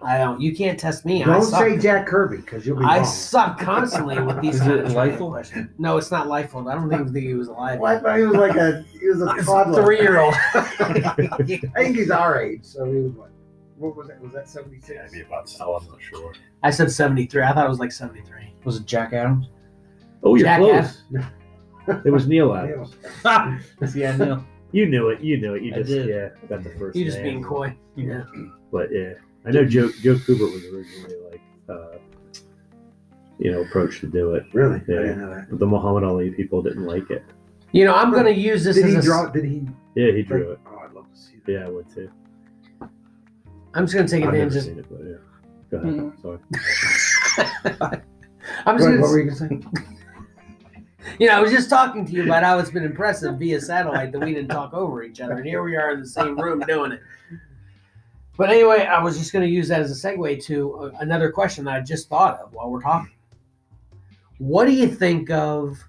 [SPEAKER 2] I don't. You can't test me. I
[SPEAKER 3] Don't
[SPEAKER 2] suck.
[SPEAKER 3] say Jack Kirby because you'll be
[SPEAKER 2] I
[SPEAKER 3] wrong.
[SPEAKER 2] suck constantly with these.
[SPEAKER 8] Is
[SPEAKER 2] kind
[SPEAKER 8] it
[SPEAKER 2] of trivia
[SPEAKER 8] Liefeld?
[SPEAKER 2] questions. No, it's not Liefeld. I don't even think he was alive.
[SPEAKER 3] Well, I thought he was like a he was a toddler.
[SPEAKER 2] Three year old.
[SPEAKER 3] I think he's our age, so he was what? What was that? Was that seventy
[SPEAKER 5] yeah, it'd
[SPEAKER 3] six?
[SPEAKER 5] be about
[SPEAKER 4] Oh, I'm not sure.
[SPEAKER 2] I said seventy three. I thought it was like seventy three.
[SPEAKER 8] Was it Jack Adams?
[SPEAKER 4] Oh, you're
[SPEAKER 2] Jackass.
[SPEAKER 4] close. It was Neil Adams.
[SPEAKER 8] yeah, no.
[SPEAKER 4] You knew it. You knew it. You
[SPEAKER 8] I
[SPEAKER 4] just
[SPEAKER 8] did.
[SPEAKER 4] yeah got the first.
[SPEAKER 2] You just
[SPEAKER 4] name.
[SPEAKER 2] being coy. Yeah.
[SPEAKER 4] But yeah, I know Joe Joe Kubert was originally like uh, you know approached to do it,
[SPEAKER 3] Really?
[SPEAKER 4] Yeah.
[SPEAKER 3] I didn't know that.
[SPEAKER 4] but the Muhammad Ali people didn't like it.
[SPEAKER 2] You know, I'm gonna use this
[SPEAKER 3] Did
[SPEAKER 2] as
[SPEAKER 3] he
[SPEAKER 2] a s-
[SPEAKER 3] draw? Did he?
[SPEAKER 4] Yeah, he drew it.
[SPEAKER 3] Oh, I'd love to see that.
[SPEAKER 4] Yeah, I would too.
[SPEAKER 2] I'm just gonna take
[SPEAKER 4] I've never
[SPEAKER 2] advantage. of-
[SPEAKER 4] seen it, but yeah. Go ahead.
[SPEAKER 2] Mm-hmm.
[SPEAKER 4] Sorry.
[SPEAKER 2] I'm
[SPEAKER 3] Go
[SPEAKER 2] just gonna
[SPEAKER 3] ahead, what were you gonna say?
[SPEAKER 2] You know, I was just talking to you about how it's been impressive via satellite that we didn't talk over each other, and here we are in the same room doing it. But anyway, I was just going to use that as a segue to uh, another question that I just thought of while we're talking. What do you think of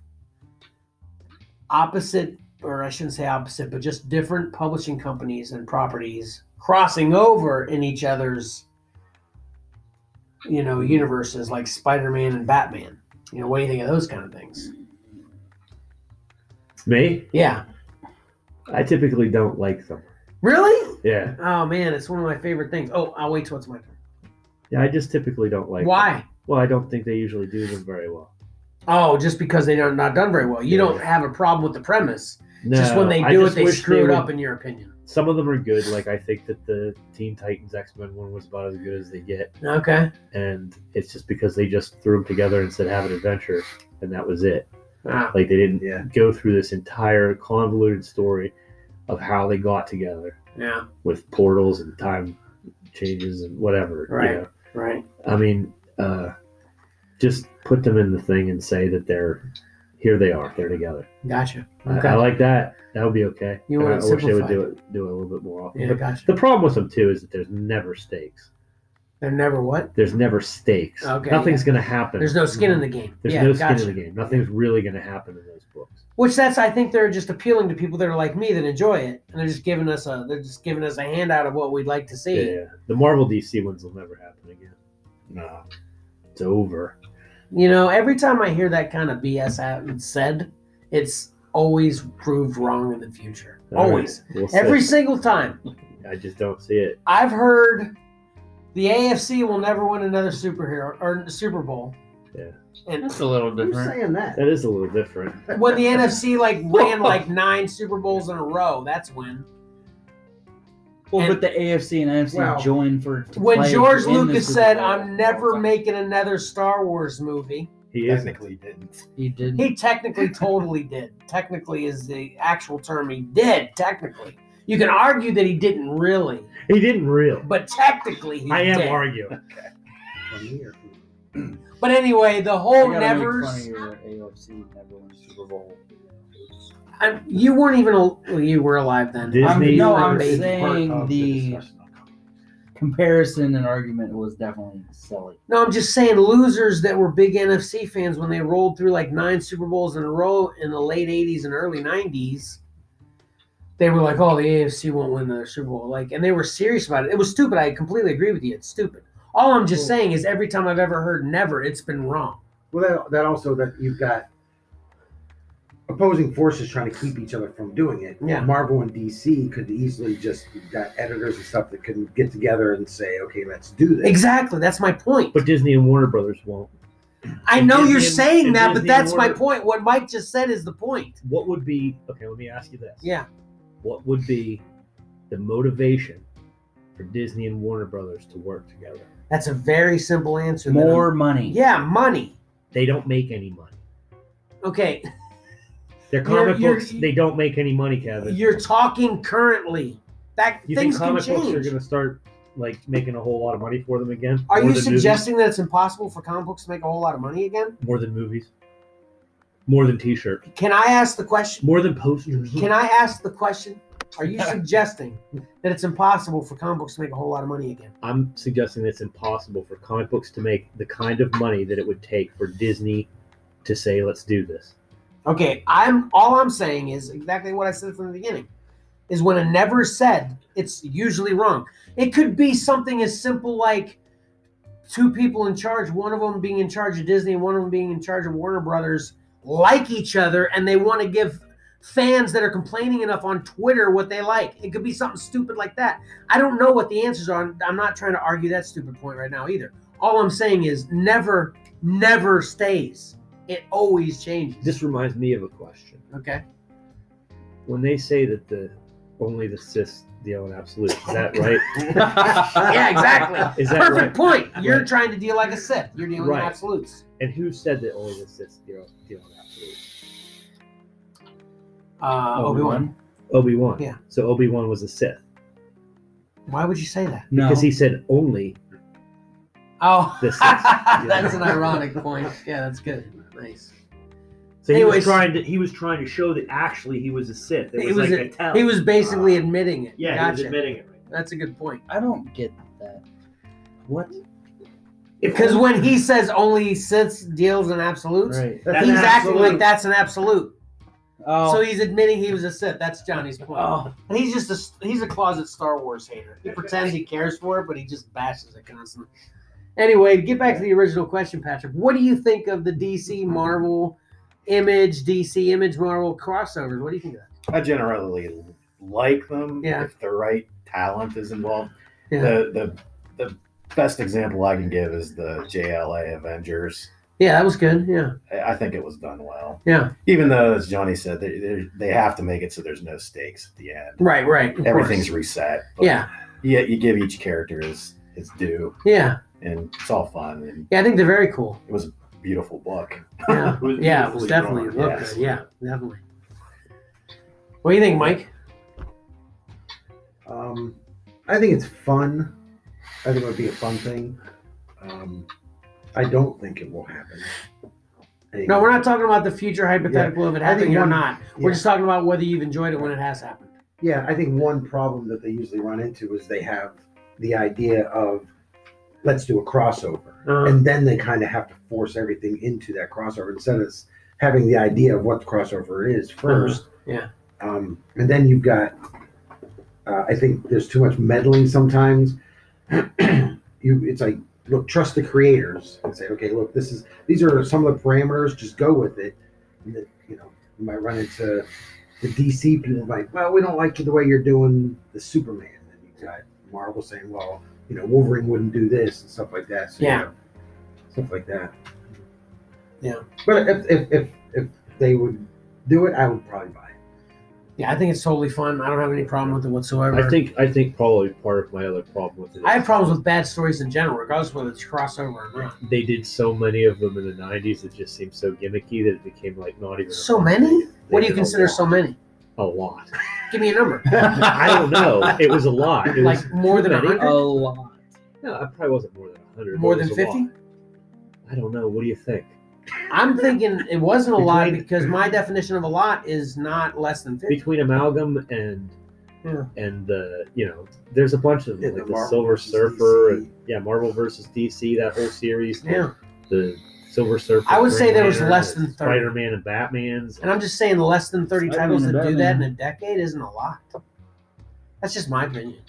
[SPEAKER 2] opposite, or I shouldn't say opposite, but just different publishing companies and properties crossing over in each other's, you know, universes like Spider-Man and Batman? You know, what do you think of those kind of things?
[SPEAKER 4] Me?
[SPEAKER 2] Yeah.
[SPEAKER 4] I typically don't like them.
[SPEAKER 2] Really?
[SPEAKER 4] Yeah,
[SPEAKER 2] Oh man, it's one of my favorite things. Oh, I'll wait till it's my turn.
[SPEAKER 4] yeah. I just typically don't like. Them.
[SPEAKER 2] Why?
[SPEAKER 4] Well, I don't think they usually do them very well.
[SPEAKER 2] Oh, just because they are not done very well. You don't
[SPEAKER 4] Yeah.
[SPEAKER 2] have a problem with the premise.
[SPEAKER 4] No,
[SPEAKER 2] just when they
[SPEAKER 4] I
[SPEAKER 2] do it,
[SPEAKER 4] just
[SPEAKER 2] they
[SPEAKER 4] wish
[SPEAKER 2] screw it
[SPEAKER 4] would-
[SPEAKER 2] up. In your opinion?
[SPEAKER 4] Some of them are good. Like I think that the Teen Titans X Men one was about as good as they get.
[SPEAKER 2] Okay.
[SPEAKER 4] and it's just because they just threw them together and said have an adventure and that was it
[SPEAKER 2] Ah,
[SPEAKER 4] like they didn't
[SPEAKER 3] Yeah.
[SPEAKER 4] go through this entire convoluted story of how they got together
[SPEAKER 2] yeah.
[SPEAKER 4] with portals and time changes and whatever you
[SPEAKER 2] Right.
[SPEAKER 4] know?
[SPEAKER 2] Right.
[SPEAKER 4] i mean uh, just put them in the thing and say that they're here they are they're together
[SPEAKER 2] Gotcha.
[SPEAKER 4] I-
[SPEAKER 2] Okay.
[SPEAKER 4] I, like that that would be okay
[SPEAKER 2] You
[SPEAKER 4] And
[SPEAKER 2] want
[SPEAKER 4] i
[SPEAKER 2] it
[SPEAKER 4] wish they would do
[SPEAKER 2] simplified.
[SPEAKER 4] it do it a little bit more often
[SPEAKER 2] yeah.
[SPEAKER 4] But
[SPEAKER 2] Gotcha.
[SPEAKER 4] the problem with them too is that there's never stakes
[SPEAKER 2] They're never what?
[SPEAKER 4] there's never stakes
[SPEAKER 2] Okay,
[SPEAKER 4] nothing's going to happen
[SPEAKER 2] There's no skin in the game.
[SPEAKER 4] There's
[SPEAKER 2] yeah.
[SPEAKER 4] no skin
[SPEAKER 2] gotcha.
[SPEAKER 4] in the game. Nothing's really going to happen in those books.
[SPEAKER 2] Which that's I think they're just appealing to people that are like me that enjoy it, and they're just giving us a they're just giving us a handout of what we'd like to
[SPEAKER 4] Yeah,
[SPEAKER 2] see.
[SPEAKER 4] the Marvel DC ones will never happen again.
[SPEAKER 5] no.
[SPEAKER 4] It's over.
[SPEAKER 2] You know, every time I hear that kind of BS out said, it's always proved wrong in the future.
[SPEAKER 4] All right,
[SPEAKER 2] always.
[SPEAKER 4] we'll see.
[SPEAKER 2] Every single time.
[SPEAKER 4] I just don't see it.
[SPEAKER 2] I've heard the AFC will never win another superhero or Super Bowl.
[SPEAKER 4] Yeah.
[SPEAKER 2] And
[SPEAKER 8] That's a little
[SPEAKER 3] Who's
[SPEAKER 8] different.
[SPEAKER 3] saying that?
[SPEAKER 4] That is a little different.
[SPEAKER 2] when the NFC like ran like nine Super Bowls in a row, that's when.
[SPEAKER 9] Well,
[SPEAKER 2] And-
[SPEAKER 9] but the AFC and NFC
[SPEAKER 3] Well,
[SPEAKER 9] joined for to
[SPEAKER 2] When
[SPEAKER 9] play
[SPEAKER 2] George
[SPEAKER 9] in the
[SPEAKER 2] Lucas
[SPEAKER 9] Super
[SPEAKER 2] said,
[SPEAKER 9] Bowl.
[SPEAKER 2] "I'm never making another Star Wars movie,"
[SPEAKER 4] He is
[SPEAKER 5] Technically, didn't.
[SPEAKER 9] he didn't."
[SPEAKER 2] he technically totally did. Technically is the actual term. He did technically. You can argue that he didn't really,
[SPEAKER 4] He didn't real.
[SPEAKER 2] but technically he
[SPEAKER 4] I am
[SPEAKER 2] did.
[SPEAKER 4] arguing.
[SPEAKER 3] From here.
[SPEAKER 2] But anyway, the
[SPEAKER 9] I
[SPEAKER 2] whole
[SPEAKER 9] gotta make fun
[SPEAKER 2] nevers.
[SPEAKER 9] of your AFC never won Super Bowl.
[SPEAKER 2] I, you weren't even al- well, you were alive then.
[SPEAKER 4] Disney
[SPEAKER 9] I'm, no, I'm
[SPEAKER 2] Disney.
[SPEAKER 9] saying the comparison and argument was definitely silly.
[SPEAKER 2] No, I'm just saying losers that were big NFC fans when they rolled through like nine Super Bowls in a row in the late 80s and early 90s. They were like, "Oh, the AFC won't win the Super Bowl." Like, and they were serious about it. It was stupid. I completely agree with you. It's stupid. All I'm just saying is every time I've ever heard never, it's been wrong.
[SPEAKER 3] Well, that, that also that you've got opposing forces trying to keep each other from doing it.
[SPEAKER 2] Yeah.
[SPEAKER 3] Marvel and DC could easily just you've got editors and stuff that could get together and say, okay, let's do this.
[SPEAKER 2] Exactly. That's my point.
[SPEAKER 4] But Disney and Warner Brothers won't.
[SPEAKER 2] I know
[SPEAKER 4] Disney
[SPEAKER 2] you're
[SPEAKER 4] and-
[SPEAKER 2] saying
[SPEAKER 4] and
[SPEAKER 2] that, but
[SPEAKER 4] Disney and
[SPEAKER 2] that's my
[SPEAKER 4] Warner-
[SPEAKER 2] point. What Mike just said is the point.
[SPEAKER 4] What would be okay? Let me ask you this.
[SPEAKER 2] Yeah.
[SPEAKER 4] What would be the motivation for Disney and Warner Brothers to work together?
[SPEAKER 2] That's a very simple answer. that I'm-
[SPEAKER 9] More money.
[SPEAKER 2] Yeah, money.
[SPEAKER 4] They don't make any money.
[SPEAKER 2] Okay,
[SPEAKER 4] Their
[SPEAKER 2] You're-
[SPEAKER 4] comic
[SPEAKER 2] you're-
[SPEAKER 4] books, they don't make any money, Kevin.
[SPEAKER 2] you're talking currently. That
[SPEAKER 4] you think
[SPEAKER 2] things can
[SPEAKER 4] comic books are
[SPEAKER 2] change.
[SPEAKER 4] going to start like making a whole lot of money for them again?
[SPEAKER 2] Are
[SPEAKER 4] More
[SPEAKER 2] you
[SPEAKER 4] than
[SPEAKER 2] suggesting that it's impossible for comic books to make a whole lot of money again?
[SPEAKER 4] movies? more than movies, more than T-shirts,
[SPEAKER 2] Can I ask the question?
[SPEAKER 4] more than posters?
[SPEAKER 2] Can I ask the question? Are you suggesting that it's impossible for comic books to make a whole lot of money again?
[SPEAKER 4] I'm suggesting it's impossible for comic books to make the kind of money that it would take for Disney to say, "Let's do this."
[SPEAKER 2] Okay, I'm all I'm saying is exactly what I said from the beginning. Is when a never said, it's usually wrong. It could be something as simple like two people in charge, one of them being in charge of Disney, one of them being in charge of Warner Brothers, like each other, and they want to give fans that are complaining enough on Twitter what they like. It could be something stupid like that. I don't know what the answers are. I'm not trying to argue that stupid point right now either. All I'm saying is never, never stays. It always changes.
[SPEAKER 4] This reminds me of a question.
[SPEAKER 2] Okay.
[SPEAKER 4] When they say that the only the cis deal in absolute, is that right?
[SPEAKER 2] Yeah, exactly.
[SPEAKER 4] Is that
[SPEAKER 2] Perfect point. You're
[SPEAKER 4] Right.
[SPEAKER 2] trying to deal like a Sith. You're dealing
[SPEAKER 4] Right.
[SPEAKER 2] in absolutes.
[SPEAKER 4] and who said that only the cis deal deal in absolute?
[SPEAKER 2] Uh,
[SPEAKER 4] Oh,
[SPEAKER 2] Obi Wan.
[SPEAKER 4] Obi Wan.
[SPEAKER 2] Yeah.
[SPEAKER 4] So Obi Wan was a Sith
[SPEAKER 2] Why would you say that?
[SPEAKER 9] No.
[SPEAKER 4] because he said only
[SPEAKER 2] Oh,
[SPEAKER 4] The Sith.
[SPEAKER 2] that's an ironic point. Yeah, that's good. Nice.
[SPEAKER 4] So he
[SPEAKER 2] Anyways.
[SPEAKER 4] was trying to he was trying to show that actually he was a Sith. It
[SPEAKER 2] He
[SPEAKER 4] was,
[SPEAKER 2] was
[SPEAKER 4] like
[SPEAKER 2] a-
[SPEAKER 4] a, tell.
[SPEAKER 2] He was basically admitting it.
[SPEAKER 4] Uh, yeah, he was
[SPEAKER 2] gotcha.
[SPEAKER 4] admitting it. Right
[SPEAKER 2] That's a good point.
[SPEAKER 9] I don't get that. What?
[SPEAKER 2] Because when he says only Sith deals in absolutes,
[SPEAKER 9] Right.
[SPEAKER 3] That's
[SPEAKER 2] he's
[SPEAKER 3] an
[SPEAKER 2] acting
[SPEAKER 3] absolute.
[SPEAKER 2] like that's an absolute.
[SPEAKER 9] Oh.
[SPEAKER 2] So he's admitting he was a Sith. That's Johnny's point.
[SPEAKER 9] oh.
[SPEAKER 2] And he's just a he's a closet Star Wars hater. He pretends he cares for it, but he just bashes it constantly. Anyway, to get back to the original question, Patrick. What do you think of the DC Marvel image, DC image Marvel crossovers? What do you think of that?
[SPEAKER 5] I generally like them
[SPEAKER 2] Yeah.
[SPEAKER 5] if the right talent is involved.
[SPEAKER 2] Yeah.
[SPEAKER 5] The the the best example I can give is the JLA Avengers.
[SPEAKER 2] Yeah, that was good. Yeah.
[SPEAKER 5] I I think it was done well,
[SPEAKER 2] Yeah.
[SPEAKER 5] even though, as Johnny said, they they they have to make it so there's no stakes at the end.
[SPEAKER 2] Right, right. of
[SPEAKER 5] Everything's
[SPEAKER 2] course.
[SPEAKER 5] reset. but
[SPEAKER 2] Yeah.
[SPEAKER 5] you, you give each character his his due,
[SPEAKER 2] Yeah.
[SPEAKER 5] and it's all fun and
[SPEAKER 2] Yeah, I think they're very cool.
[SPEAKER 5] it was a beautiful book.
[SPEAKER 2] Yeah.
[SPEAKER 4] It was
[SPEAKER 2] yeah, it was
[SPEAKER 4] beautifully
[SPEAKER 2] definitely it
[SPEAKER 4] drawn,
[SPEAKER 2] looked
[SPEAKER 5] yes.
[SPEAKER 2] good. Yeah, definitely. What do you think, Mike?
[SPEAKER 3] Um, I think it's fun. I think it would be a fun thing. Um, I don't think it will happen. I-
[SPEAKER 2] No, we're not talking about the future hypothetical of it
[SPEAKER 3] I think
[SPEAKER 2] happening or
[SPEAKER 3] one-
[SPEAKER 2] not. We're
[SPEAKER 3] yeah.
[SPEAKER 2] just talking about whether you've enjoyed it when it has happened.
[SPEAKER 3] Yeah, I think one problem that they usually run into is they have the idea of let's do a crossover. And then they kind of have to force everything into that crossover instead of s- having the idea of what the crossover is 1st
[SPEAKER 2] yeah.
[SPEAKER 3] Um, and then you've got, uh, I think there's too much meddling sometimes. you, it's like, look, trust the creators and say, okay, look, this is these are some of the parameters. Just go with it. And that, you know, you might run into the DC people like, well, we don't like the way you're doing the Superman. And you got Marvel saying, well, you know, Wolverine wouldn't do this and stuff like that. So, you
[SPEAKER 2] Yeah.
[SPEAKER 3] know, stuff like that.
[SPEAKER 2] Yeah.
[SPEAKER 3] But if if if, if they would do it, I would probably buy it.
[SPEAKER 2] Yeah, I think it's totally fun. I don't have any problem with it whatsoever.
[SPEAKER 4] I think I think probably part of my other problem with it.
[SPEAKER 2] I have
[SPEAKER 4] is
[SPEAKER 2] problems with bad stories in general, regardless of whether it's crossover or not.
[SPEAKER 4] They did so many of them in the '90s. It just seemed so gimmicky that it became like not even. a
[SPEAKER 2] So
[SPEAKER 4] fun
[SPEAKER 2] many?
[SPEAKER 4] thing.
[SPEAKER 2] What
[SPEAKER 4] They
[SPEAKER 2] do you
[SPEAKER 4] did a
[SPEAKER 2] consider
[SPEAKER 4] lot.
[SPEAKER 2] so many?
[SPEAKER 4] A lot.
[SPEAKER 2] Give me a number.
[SPEAKER 4] I don't know. It was a lot. It was
[SPEAKER 2] Like more than
[SPEAKER 4] too many.
[SPEAKER 2] 100?
[SPEAKER 9] A lot.
[SPEAKER 4] No, I probably wasn't more than 100.
[SPEAKER 2] More
[SPEAKER 4] but
[SPEAKER 2] than
[SPEAKER 4] it was a
[SPEAKER 2] 50?
[SPEAKER 4] lot. I don't know. What do you think?
[SPEAKER 2] I'm thinking it wasn't a lot
[SPEAKER 4] Between-
[SPEAKER 2] because my definition of a lot is not less than 50.
[SPEAKER 4] Between amalgam and
[SPEAKER 2] Yeah.
[SPEAKER 4] and the you know, there's a bunch of
[SPEAKER 3] Yeah,
[SPEAKER 4] them,
[SPEAKER 3] the
[SPEAKER 4] like the,
[SPEAKER 3] Marvel
[SPEAKER 4] Silver
[SPEAKER 3] versus
[SPEAKER 4] Surfer
[SPEAKER 3] DC.
[SPEAKER 4] and yeah, Marvel versus DC, that whole series. the-
[SPEAKER 2] Yeah.
[SPEAKER 4] The Silver Surfer.
[SPEAKER 2] I would say
[SPEAKER 4] Green
[SPEAKER 2] there was
[SPEAKER 4] Lantern,
[SPEAKER 2] less
[SPEAKER 4] the
[SPEAKER 2] than 30.
[SPEAKER 4] Spider-Man and Batman's.
[SPEAKER 2] And I'm just saying less than 30
[SPEAKER 9] Spider-Man
[SPEAKER 2] titles
[SPEAKER 9] and
[SPEAKER 2] that do that in
[SPEAKER 9] Batman.
[SPEAKER 2] a decade isn't a lot. That's just my opinion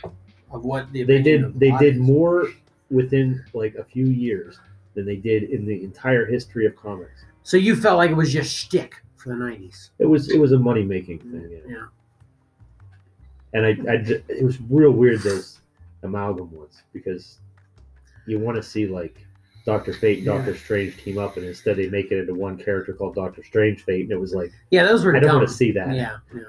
[SPEAKER 2] of what the
[SPEAKER 4] they
[SPEAKER 2] opinion of
[SPEAKER 4] did
[SPEAKER 2] a
[SPEAKER 4] they
[SPEAKER 2] lot
[SPEAKER 4] did
[SPEAKER 2] is.
[SPEAKER 4] more within like a few years than they did in the entire history of comics.
[SPEAKER 2] So you felt like it was just shtick for the 90s.
[SPEAKER 4] It was it was a money making thing. yeah.
[SPEAKER 2] Yeah.
[SPEAKER 4] and I, I ju- it was real weird those amalgam ones because you want to see like Doctor Fate and Doctor Strange team up, and instead they make it into one character called Doctor Strange Fate, and it was like
[SPEAKER 2] Yeah, those were
[SPEAKER 4] I don't
[SPEAKER 2] dumb.
[SPEAKER 4] want to see that.
[SPEAKER 2] Yeah, yeah.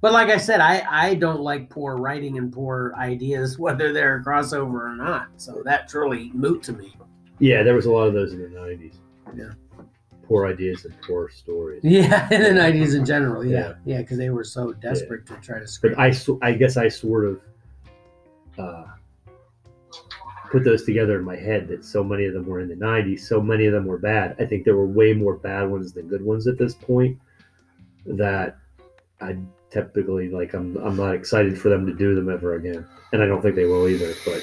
[SPEAKER 2] But like I said, I I don't like poor writing and poor ideas, whether they're a crossover or not. So that's really moot to me.
[SPEAKER 4] Yeah, there was a lot of those in the nineties.
[SPEAKER 2] Yeah.
[SPEAKER 4] poor ideas and poor stories.
[SPEAKER 2] Yeah, in the nineties in general. Yeah, yeah, because they were so desperate to try to scream.
[SPEAKER 4] But I so- I guess I sort of uh, put those together in my head that so many of them were in the nineties, so many of them were bad. I think there were way more bad ones than good ones at this point. That I typically like. I'm I'm not excited for them to do them ever again, and I don't think they will either. But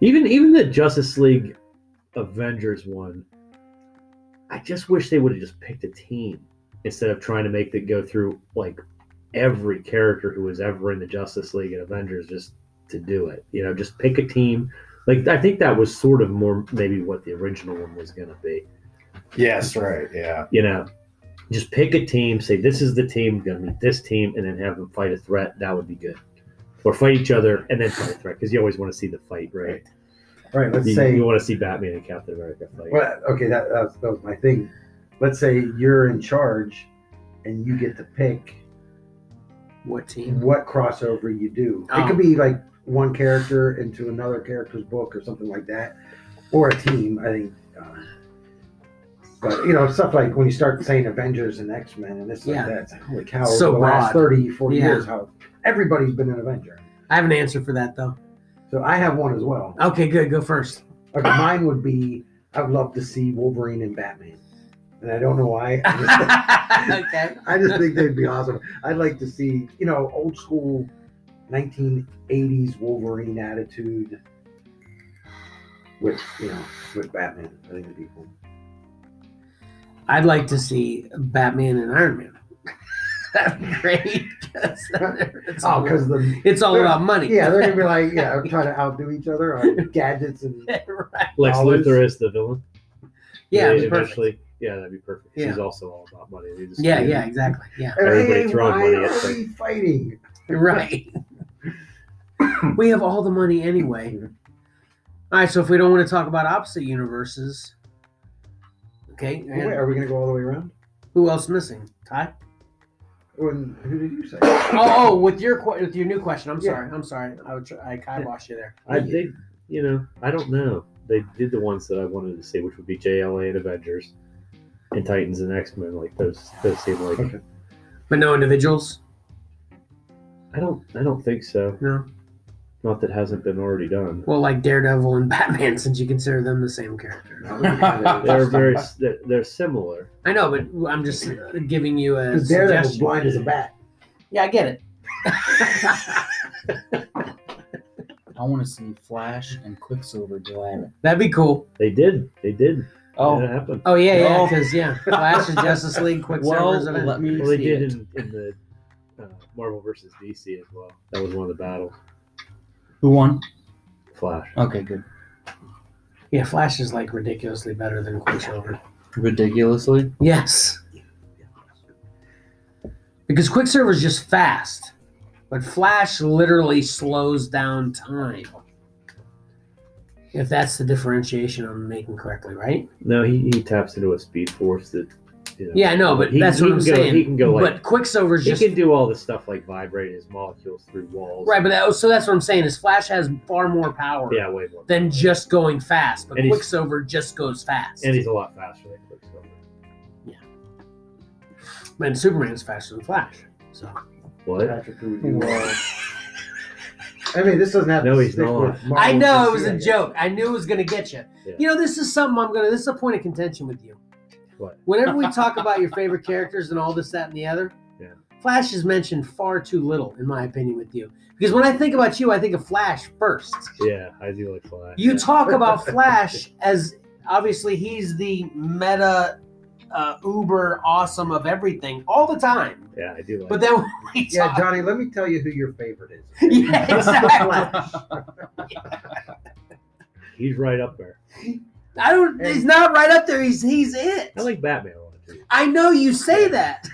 [SPEAKER 4] even even the Justice League Avengers one, I just wish they would have just picked a team instead of trying to make that go through like every character who was ever in the Justice League and Avengers just to do it. You know, just pick a team. Like I think that was sort of more maybe what the original one was gonna be.
[SPEAKER 5] Yes, right. Yeah.
[SPEAKER 4] You know, just pick a team, say this is the team, we're gonna meet this team, and then have them fight a threat. That would be good. Or fight each other and then fight a threat because you always want to see the fight, right?
[SPEAKER 3] All right, let's
[SPEAKER 4] You,
[SPEAKER 3] say.
[SPEAKER 4] you want to see Batman and Captain America fight.
[SPEAKER 3] Well, okay, that, that, was, that was my thing. Let's say you're in charge, and you get to pick
[SPEAKER 2] what team?
[SPEAKER 3] what crossover you do. It
[SPEAKER 2] Oh.
[SPEAKER 3] could be like one character into another character's book or something like that, or a team. I think. Um, but you know, stuff like when you start saying Avengers and X Men and this
[SPEAKER 2] Yeah.
[SPEAKER 3] like that, it's like, holy cow!
[SPEAKER 2] So
[SPEAKER 3] the last
[SPEAKER 2] broad.
[SPEAKER 3] 30, 40
[SPEAKER 2] Yeah.
[SPEAKER 3] years, how everybody's been an Avenger.
[SPEAKER 2] I have an answer for that though.
[SPEAKER 3] So I have one as well.
[SPEAKER 2] Okay, good. Go first.
[SPEAKER 3] Okay, mine would be I would love to see Wolverine and Batman, and I don't know why. I just-
[SPEAKER 2] okay.
[SPEAKER 3] I just think they'd be awesome. I'd like to see, you know, old school 1980s Wolverine attitude with, you know, with Batman. I think it'd be cool.
[SPEAKER 2] I'd like to see Batman and Iron Man. That'd be great. 'cause it's
[SPEAKER 3] Oh,
[SPEAKER 2] all,
[SPEAKER 3] because the
[SPEAKER 2] it's all
[SPEAKER 3] they're-
[SPEAKER 2] about money.
[SPEAKER 3] yeah, they're gonna be like, yeah, I'm trying to outdo each other on gadgets and
[SPEAKER 2] right.
[SPEAKER 4] Lex
[SPEAKER 3] Always.
[SPEAKER 4] Luthor is the villain.
[SPEAKER 2] Yeah,
[SPEAKER 4] They
[SPEAKER 2] it'd be perfect.
[SPEAKER 4] eventually. Yeah, that'd be perfect. He's
[SPEAKER 2] Yeah.
[SPEAKER 4] also all about money. They just-
[SPEAKER 2] Yeah, yeah, exactly. Yeah,
[SPEAKER 3] and,
[SPEAKER 4] Everybody
[SPEAKER 3] hey,
[SPEAKER 4] throwing
[SPEAKER 3] why
[SPEAKER 4] money at
[SPEAKER 3] are we fighting?
[SPEAKER 2] right. we have all the money anyway.
[SPEAKER 3] Mm-hmm.
[SPEAKER 2] All right, so if we don't want to talk about opposite universes, okay,
[SPEAKER 3] Wait,
[SPEAKER 2] and
[SPEAKER 3] are we gonna go all the way around?
[SPEAKER 2] who else missing? Ty?
[SPEAKER 3] When, who did you say?
[SPEAKER 2] Oh, oh, with your que- with your new question, I'm
[SPEAKER 3] Yeah.
[SPEAKER 2] sorry, I'm sorry, I would tr- I kiboshed you there.
[SPEAKER 4] I they, you know, I don't know. They did the ones that I wanted to see, which would be JLA and Avengers, and Titans and X Men. Like those, those seem like
[SPEAKER 3] Okay.
[SPEAKER 2] But no individuals.
[SPEAKER 4] I don't, I don't think so.
[SPEAKER 2] No.
[SPEAKER 4] Not that hasn't been already done.
[SPEAKER 2] Well, like Daredevil and Batman, since you consider them the same character.
[SPEAKER 4] They're very, s- they're, they're similar.
[SPEAKER 2] I know, but I'm just giving you a
[SPEAKER 3] Because Daredevil's
[SPEAKER 2] suggestion.
[SPEAKER 3] blind as a bat.
[SPEAKER 2] Yeah, I get it.
[SPEAKER 9] I want to see Flash and Quicksilver do it.
[SPEAKER 2] That'd be cool.
[SPEAKER 4] They did, they did.
[SPEAKER 9] Oh,
[SPEAKER 4] it happened.
[SPEAKER 2] Oh yeah, yeah,
[SPEAKER 9] No.
[SPEAKER 2] because yeah, Flash is Justice League,
[SPEAKER 9] well,
[SPEAKER 2] Quicksilver's well,
[SPEAKER 9] let me
[SPEAKER 4] Well, they
[SPEAKER 9] see
[SPEAKER 4] did
[SPEAKER 9] it.
[SPEAKER 4] in, in the uh, Marvel versus DC as well. That was one of the battles.
[SPEAKER 9] Who won?
[SPEAKER 4] Flash.
[SPEAKER 9] Okay, good.
[SPEAKER 2] Yeah, Flash is like ridiculously better than Quicksilver.
[SPEAKER 9] Ridiculously.
[SPEAKER 2] Yes. Because Quicksilver is just fast, but Flash literally slows down time. If that's the differentiation I'm making correctly, right?
[SPEAKER 4] No, he, he taps into a speed force that You know?
[SPEAKER 2] Yeah, I know, but
[SPEAKER 4] He-
[SPEAKER 2] that's
[SPEAKER 4] he
[SPEAKER 2] what
[SPEAKER 4] can
[SPEAKER 2] I'm
[SPEAKER 4] go-
[SPEAKER 2] saying.
[SPEAKER 4] He can go like
[SPEAKER 2] but Quicksilver's
[SPEAKER 4] he
[SPEAKER 2] just
[SPEAKER 4] can do all the stuff like vibrating his molecules through walls.
[SPEAKER 2] right. But that, oh, so that's what I'm saying is Flash has far more power
[SPEAKER 4] Yeah, way more.
[SPEAKER 2] than just going fast. But
[SPEAKER 4] And he's-
[SPEAKER 2] Quicksilver just goes fast.
[SPEAKER 4] and he's a lot faster than Quicksilver.
[SPEAKER 2] Man, Superman's faster than Flash. So
[SPEAKER 4] What?
[SPEAKER 3] I mean, this doesn't have.
[SPEAKER 4] No,
[SPEAKER 3] to
[SPEAKER 4] he's
[SPEAKER 3] stick
[SPEAKER 4] not.
[SPEAKER 3] with Marvel
[SPEAKER 2] I know it
[SPEAKER 3] and
[SPEAKER 2] was
[SPEAKER 3] DC,
[SPEAKER 2] a
[SPEAKER 3] I guess.
[SPEAKER 2] joke. I knew it was gonna get you.
[SPEAKER 4] Yeah.
[SPEAKER 2] You know, this is something I'm gonna. This is a point of contention with you.
[SPEAKER 4] What?
[SPEAKER 2] Whenever we talk about your favorite characters and all this, that, and the other,
[SPEAKER 4] Yeah.
[SPEAKER 2] Flash is mentioned far too little, in my opinion, with you. Because when I think about you, I think of Flash first.
[SPEAKER 4] Yeah, I do like Flash.
[SPEAKER 2] You talk about Flash as obviously he's the meta, uh, uber awesome of everything all the time.
[SPEAKER 4] yeah, I do like.
[SPEAKER 2] But then when we
[SPEAKER 3] Yeah,
[SPEAKER 2] talk-
[SPEAKER 3] Johnny, let me tell you who your favorite is.
[SPEAKER 2] yeah, exactly.
[SPEAKER 4] he's right up there.
[SPEAKER 2] I don't. He's not right up there. He's he's it.
[SPEAKER 4] I like Batman a lot too.
[SPEAKER 2] I know you say that.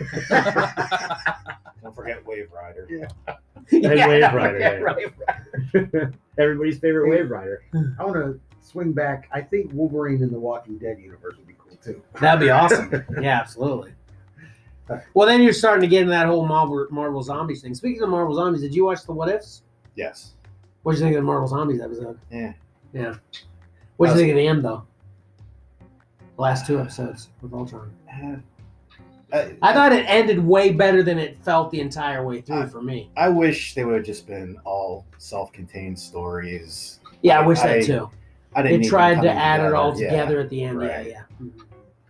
[SPEAKER 5] Don't forget Wave Rider.
[SPEAKER 2] Yeah,
[SPEAKER 4] Wave
[SPEAKER 2] yeah,
[SPEAKER 4] Rider,
[SPEAKER 2] yeah,
[SPEAKER 4] yeah.
[SPEAKER 2] right.
[SPEAKER 4] Everybody's favorite Wave Rider.
[SPEAKER 3] I want to swing back. I think Wolverine in the Walking Dead universe would be cool too.
[SPEAKER 2] That'd be awesome. Yeah, absolutely. Well, then you're starting to get into that whole Marvel, Marvel Zombies thing. Speaking of Marvel Zombies, did you watch the What Ifs?
[SPEAKER 5] Yes.
[SPEAKER 2] What would you think of the Marvel Zombies episode?
[SPEAKER 5] Yeah.
[SPEAKER 2] Yeah. What would
[SPEAKER 5] That
[SPEAKER 2] you think of the end, though? The last two episodes with Ultron.
[SPEAKER 5] I,
[SPEAKER 2] I thought it ended way better than it felt the entire way through for me.
[SPEAKER 5] I wish they would have just been all self-contained stories.
[SPEAKER 2] Yeah, I wish that
[SPEAKER 5] I-
[SPEAKER 2] too.
[SPEAKER 5] I didn't.
[SPEAKER 2] They
[SPEAKER 5] need them
[SPEAKER 2] tried to
[SPEAKER 5] coming
[SPEAKER 2] add it all
[SPEAKER 5] Yeah.
[SPEAKER 2] together at the end.
[SPEAKER 5] right.
[SPEAKER 2] Yeah, yeah. Mhm.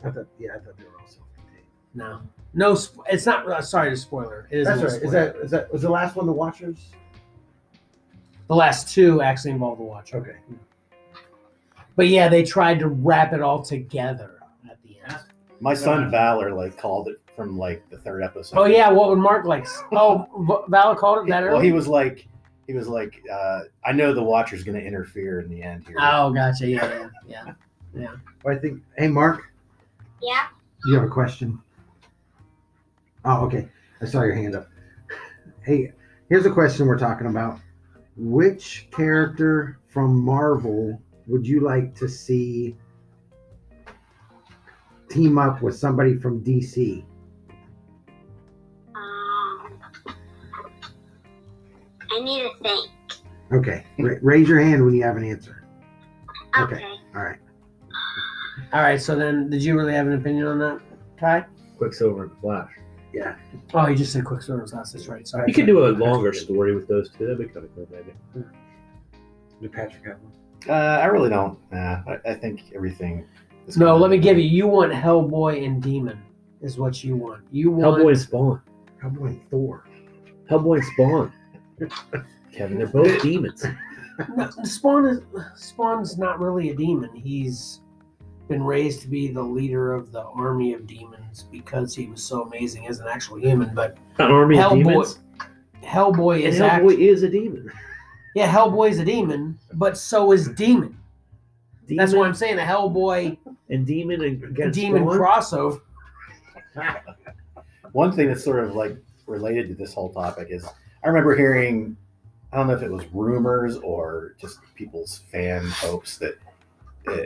[SPEAKER 3] I thought, yeah, I thought they were all self-contained.
[SPEAKER 2] No, no. sp- It's not. Uh, sorry to spoiler. It is. a
[SPEAKER 3] That's
[SPEAKER 2] little
[SPEAKER 3] right. Is
[SPEAKER 2] spoiler.
[SPEAKER 3] that is that was the last one? The Watchers.
[SPEAKER 2] The last two actually involve the Watcher.
[SPEAKER 3] Okay.
[SPEAKER 2] But yeah, they tried to wrap it all together at the end.
[SPEAKER 5] My son Valor like called it from like the third episode.
[SPEAKER 2] Oh yeah, what would Mark like? Oh, V- Val called it that
[SPEAKER 5] Well,
[SPEAKER 2] early.
[SPEAKER 5] he was like, he was like, uh, I know the Watcher's going to interfere in the end here.
[SPEAKER 2] Oh, gotcha. Yeah, yeah, yeah.
[SPEAKER 3] Well, I think. Hey, Mark,
[SPEAKER 6] Yeah.
[SPEAKER 3] do you have a question? Oh, okay. I saw your hand up. Hey, here's a question we're talking about. Which character from Marvel would you like to see team up with somebody from DC?
[SPEAKER 6] Um, I need to think.
[SPEAKER 3] Okay, ra- raise your hand when you have an answer. Okay.
[SPEAKER 6] Okay.
[SPEAKER 3] All right.
[SPEAKER 2] All right. So then, did you really have an opinion on that, Ty?
[SPEAKER 4] Quicksilver and Flash.
[SPEAKER 3] Yeah.
[SPEAKER 2] Oh, you just said Quicksilver was last. That's right. Sorry.
[SPEAKER 4] You could do a longer story with those two. That'd be kind of cool, maybe.
[SPEAKER 3] Did Patrick have one?
[SPEAKER 5] Uh, I really don't. Nah, I, I think everything. Is
[SPEAKER 2] No,
[SPEAKER 5] kinda-
[SPEAKER 2] let me give you. You want Hellboy and Demon is what you want. You want
[SPEAKER 4] Hellboy and Spawn.
[SPEAKER 3] Hellboy and Thor.
[SPEAKER 4] Hellboy and Spawn. Kevin, they're both demons.
[SPEAKER 2] No, Spawn is Spawn's not really a demon. He's been raised to be the leader of the army of demons because he was so amazing as an actual human. But
[SPEAKER 4] An army of
[SPEAKER 2] Hellboy
[SPEAKER 4] demons.
[SPEAKER 2] Hellboy
[SPEAKER 4] And
[SPEAKER 2] is
[SPEAKER 4] Hellboy
[SPEAKER 2] act-
[SPEAKER 4] is a demon.
[SPEAKER 2] yeah, Hellboy's a demon, but so is Demon.
[SPEAKER 4] demon
[SPEAKER 2] That's why I'm saying the Hellboy
[SPEAKER 4] and demon and against
[SPEAKER 2] Demon
[SPEAKER 4] Spawn.
[SPEAKER 2] crossover.
[SPEAKER 5] One thing that's sort of like related to this whole topic is I remember hearing, I don't know if it was rumors or just people's fan hopes that uh,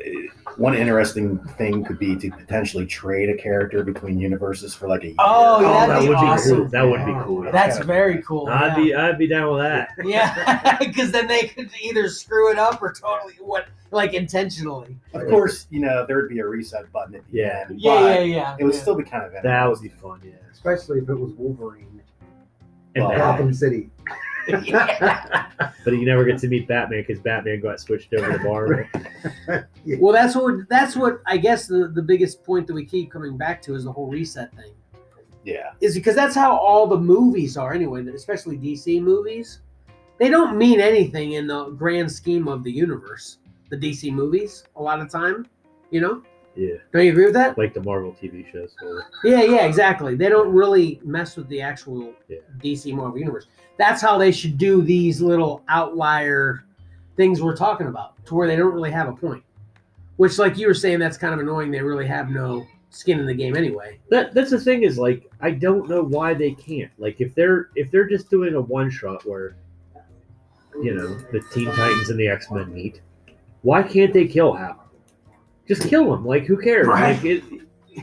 [SPEAKER 5] one interesting thing could be to potentially trade a character between universes for like a year.
[SPEAKER 2] Oh,
[SPEAKER 4] Oh,
[SPEAKER 2] that'd
[SPEAKER 4] that
[SPEAKER 2] be
[SPEAKER 4] would be
[SPEAKER 2] awesome.
[SPEAKER 4] cool. That would be cool.
[SPEAKER 2] That's very cool. yeah.
[SPEAKER 4] I'd be I'd be down with that.
[SPEAKER 2] Yeah, because then they could either screw it up or totally what like intentionally.
[SPEAKER 5] Of course, you know there would be a reset button at the
[SPEAKER 4] Yeah.
[SPEAKER 5] end.
[SPEAKER 2] Yeah,
[SPEAKER 5] but
[SPEAKER 2] yeah, yeah.
[SPEAKER 5] It would
[SPEAKER 2] yeah.
[SPEAKER 5] still be kind of
[SPEAKER 4] That would be fun, yeah.
[SPEAKER 3] Especially if it was Wolverine.
[SPEAKER 4] And
[SPEAKER 5] Well,
[SPEAKER 4] Batman.
[SPEAKER 3] Gotham City.
[SPEAKER 4] But you never get to meet Batman because Batman got switched over to Marvel.
[SPEAKER 2] Well, that's what that's what I guess the, the biggest point that we keep coming back to is the whole reset thing.
[SPEAKER 5] yeah.
[SPEAKER 2] Is because that's how all the movies are anyway, especially DC movies. They don't mean anything in the grand scheme of the universe. The DC movies, a lot of time, you know.
[SPEAKER 4] Yeah,
[SPEAKER 2] Don't you agree with that?
[SPEAKER 4] like the Marvel TV shows. so-
[SPEAKER 2] Yeah, yeah, exactly. They don't really mess with the actual
[SPEAKER 4] Yeah.
[SPEAKER 2] DC Marvel universe. That's how they should do these little outlier things we're talking about, to where they don't really have a point. Which, like you were saying, that's kind of annoying. They really have no skin in the game anyway.
[SPEAKER 4] That that's the thing is like I don't know why they can't. Like if they're if they're just doing a one shot where you know the Teen Titans and the X Men meet, why can't they kill Hal? Just kill him. Like who cares?
[SPEAKER 2] Right.
[SPEAKER 4] Like it,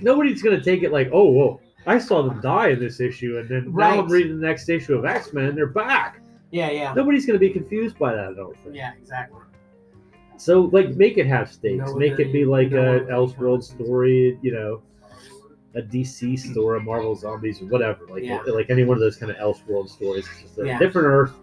[SPEAKER 4] nobody's gonna take it like, oh, whoa, I saw them die in this issue, and then now I'm
[SPEAKER 2] Right.
[SPEAKER 4] reading the next issue of X Men, they're back.
[SPEAKER 2] Yeah, yeah,
[SPEAKER 4] Nobody's gonna be confused by that, I don't think.
[SPEAKER 2] yeah, exactly.
[SPEAKER 4] So like, make it have stakes.
[SPEAKER 2] No
[SPEAKER 4] make it be
[SPEAKER 2] other-
[SPEAKER 4] like
[SPEAKER 2] no
[SPEAKER 4] a
[SPEAKER 2] other
[SPEAKER 4] Elseworld
[SPEAKER 2] references.
[SPEAKER 4] story, you know, a DC story, a Marvel Zombies, whatever. Like
[SPEAKER 2] Yeah.
[SPEAKER 4] like any one of those kind of Elseworld stories. It's just a
[SPEAKER 2] Yeah.
[SPEAKER 4] different Earth,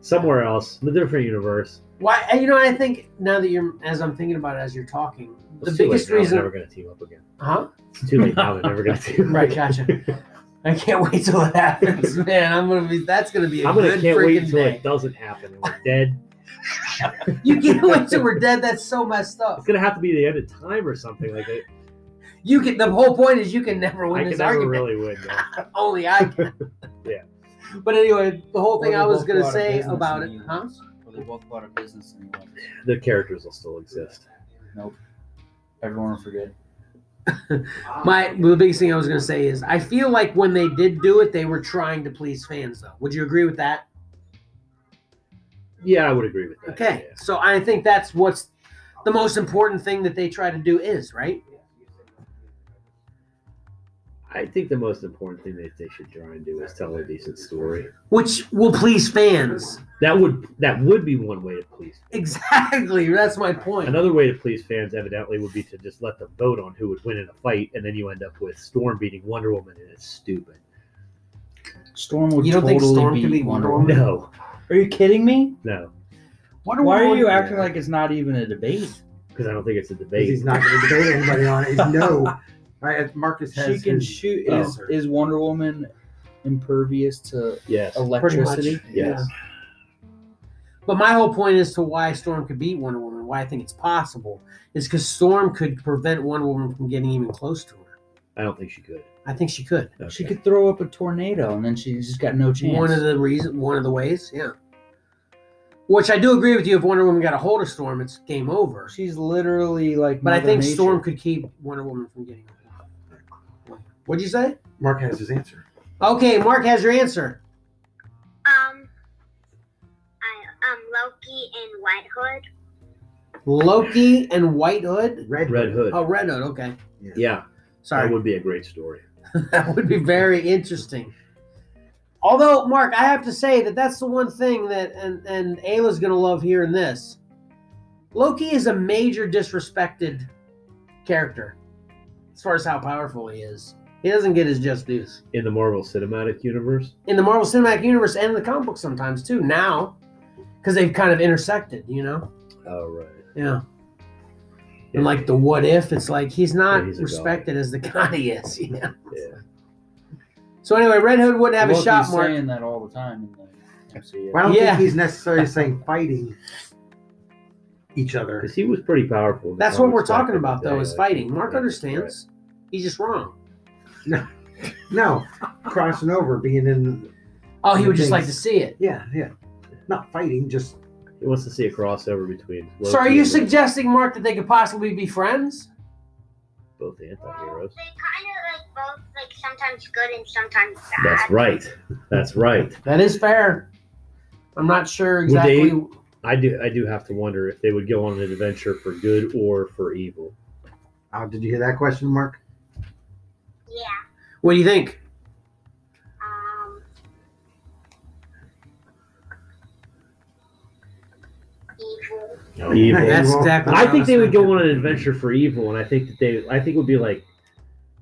[SPEAKER 4] somewhere else, in a different universe.
[SPEAKER 2] Why? and You know, I think now that you're, as I'm thinking about it, as you're talking, the
[SPEAKER 4] It's too
[SPEAKER 2] biggest
[SPEAKER 4] late now, They're
[SPEAKER 2] reason,
[SPEAKER 4] never gonna team up again.
[SPEAKER 2] huh?
[SPEAKER 4] It's too late now. They're never gonna team up.
[SPEAKER 2] Right, gotcha. I can't wait till it happens, man. I'm gonna be. That's gonna be a
[SPEAKER 4] I'm gonna
[SPEAKER 2] good
[SPEAKER 4] can't wait
[SPEAKER 2] freaking
[SPEAKER 4] until
[SPEAKER 2] day.
[SPEAKER 4] it doesn't happen. and We're dead.
[SPEAKER 2] You can't wait till we're dead. That's so messed up.
[SPEAKER 4] It's gonna have to be the end of time or something. Like that.
[SPEAKER 2] You can. The whole point is you can never win
[SPEAKER 4] I can
[SPEAKER 2] this
[SPEAKER 4] never
[SPEAKER 2] argument.
[SPEAKER 4] really win. though.
[SPEAKER 2] Only I can.
[SPEAKER 4] Yeah.
[SPEAKER 2] But anyway, the whole thing
[SPEAKER 9] Or
[SPEAKER 2] I
[SPEAKER 9] they
[SPEAKER 2] was
[SPEAKER 9] both
[SPEAKER 2] gonna
[SPEAKER 9] bought a
[SPEAKER 2] say
[SPEAKER 9] business
[SPEAKER 2] about it,
[SPEAKER 9] and he
[SPEAKER 2] huh?
[SPEAKER 9] wants- Or they both bought a business and he wants-
[SPEAKER 4] The characters will still exist.
[SPEAKER 9] Nope. Everyone will forget.
[SPEAKER 2] My the biggest thing I was gonna say is I feel like when they did do it, they were trying to please fans, though. Would you agree with that?
[SPEAKER 4] Yeah, I would agree with that.
[SPEAKER 2] Okay,
[SPEAKER 4] yeah.
[SPEAKER 2] so I think that's what's the most important thing that they try to do is right.
[SPEAKER 4] I think the most important thing that they should try and do is tell a decent story.
[SPEAKER 2] Which will please fans.
[SPEAKER 4] That would that would be one way to please.
[SPEAKER 2] Exactly. That's my point.
[SPEAKER 4] Another way to please fans, evidently, would be to just let them vote on who would win in a fight, and then you end up with Storm beating Wonder Woman, and it's stupid.
[SPEAKER 9] Storm would
[SPEAKER 2] You don't
[SPEAKER 9] totally
[SPEAKER 2] think Storm
[SPEAKER 9] beat
[SPEAKER 2] can beat Wonder Woman?
[SPEAKER 4] No,
[SPEAKER 9] Are you kidding me?
[SPEAKER 4] no,
[SPEAKER 9] Why are you acting
[SPEAKER 4] Yeah.
[SPEAKER 9] like it's not even a debate?
[SPEAKER 4] because I don't think it's a debate.
[SPEAKER 3] He's not going to debate anybody on it. He's no. I, Marcus
[SPEAKER 9] She
[SPEAKER 3] has.
[SPEAKER 9] can
[SPEAKER 3] his-
[SPEAKER 9] shoot.
[SPEAKER 3] Oh.
[SPEAKER 9] Is, is Wonder Woman impervious to
[SPEAKER 4] yes,
[SPEAKER 9] electricity?
[SPEAKER 4] yes.
[SPEAKER 2] But my whole point as to why Storm could beat Wonder Woman, why I think it's possible, is because Storm could prevent Wonder Woman from getting even close to her.
[SPEAKER 4] I don't think she could.
[SPEAKER 2] I think she could.
[SPEAKER 9] She
[SPEAKER 4] Okay.
[SPEAKER 9] could throw up a tornado and then she's just got no chance.
[SPEAKER 2] One of the reason, one of the ways, yeah. Which I do agree with you. If Wonder Woman got a hold of Storm, it's game over.
[SPEAKER 9] She's literally like.
[SPEAKER 2] But I
[SPEAKER 9] Mother
[SPEAKER 2] think
[SPEAKER 9] Nature.
[SPEAKER 2] Storm could keep Wonder Woman from getting. What'd you say?
[SPEAKER 3] Mark has his answer.
[SPEAKER 2] Okay, Mark has your answer.
[SPEAKER 6] Um, I, um, Loki and White Hood.
[SPEAKER 2] Loki and White Hood.
[SPEAKER 3] Red.
[SPEAKER 4] Red Hood.
[SPEAKER 2] Oh, Red Hood. Okay,
[SPEAKER 4] Yeah,
[SPEAKER 2] sorry.
[SPEAKER 4] that would be a great story.
[SPEAKER 2] that would be very interesting. Although, Mark, I have to say that that's the one thing that and and Ayla's gonna love hearing this. Loki is a major disrespected character as far as how powerful he is. He doesn't get his just dues
[SPEAKER 4] in the Marvel Cinematic Universe.
[SPEAKER 2] in the Marvel Cinematic Universe and in the comic book sometimes too now, because they've kind of intersected. You know,
[SPEAKER 4] Oh right.
[SPEAKER 2] yeah. And like the what if, it's like he's not
[SPEAKER 4] Yeah, he's a god.
[SPEAKER 2] respected as the god he is. Yeah.
[SPEAKER 4] Yeah.
[SPEAKER 2] So anyway, Red Hood wouldn't have
[SPEAKER 9] Loki's
[SPEAKER 2] a shot, Mark.
[SPEAKER 9] saying that all the time in the MCU.
[SPEAKER 3] Well, I don't
[SPEAKER 2] Yeah.
[SPEAKER 3] think he's necessarily saying fighting each other.
[SPEAKER 4] Because he was pretty powerful. in the
[SPEAKER 2] That's what we're
[SPEAKER 4] comics back
[SPEAKER 2] talking
[SPEAKER 4] in the
[SPEAKER 2] about,
[SPEAKER 4] day,
[SPEAKER 2] though, is
[SPEAKER 4] like,
[SPEAKER 2] fighting. Mark
[SPEAKER 4] right,
[SPEAKER 2] understands. He's just wrong.
[SPEAKER 3] No, crossing over, being in.
[SPEAKER 2] Oh, he
[SPEAKER 3] He
[SPEAKER 2] would just like
[SPEAKER 3] thinks-
[SPEAKER 2] to see it.
[SPEAKER 3] Yeah, yeah. Not fighting, just
[SPEAKER 4] right. He wants to see a crossover between. Loki
[SPEAKER 2] so, are you
[SPEAKER 4] and
[SPEAKER 2] suggesting, Mark, that they could possibly be friends?
[SPEAKER 4] both the anti-heroes?
[SPEAKER 6] They kind of like both, like sometimes good and sometimes bad.
[SPEAKER 4] That's right. That's right.
[SPEAKER 2] That is fair. I'm not sure
[SPEAKER 4] Would they-
[SPEAKER 2] exactly.
[SPEAKER 4] I do. I do have to wonder if they would go on an adventure for good or for evil.
[SPEAKER 3] Oh, did you hear that question, Mark?
[SPEAKER 6] Yeah.
[SPEAKER 2] What do you think?
[SPEAKER 6] Um. Evil.
[SPEAKER 4] Evil.
[SPEAKER 2] That's
[SPEAKER 3] Well,
[SPEAKER 2] exactly. what
[SPEAKER 4] I think
[SPEAKER 2] was
[SPEAKER 4] they would
[SPEAKER 2] thinking.
[SPEAKER 4] go on an adventure for evil, and I think that they. I think it would be like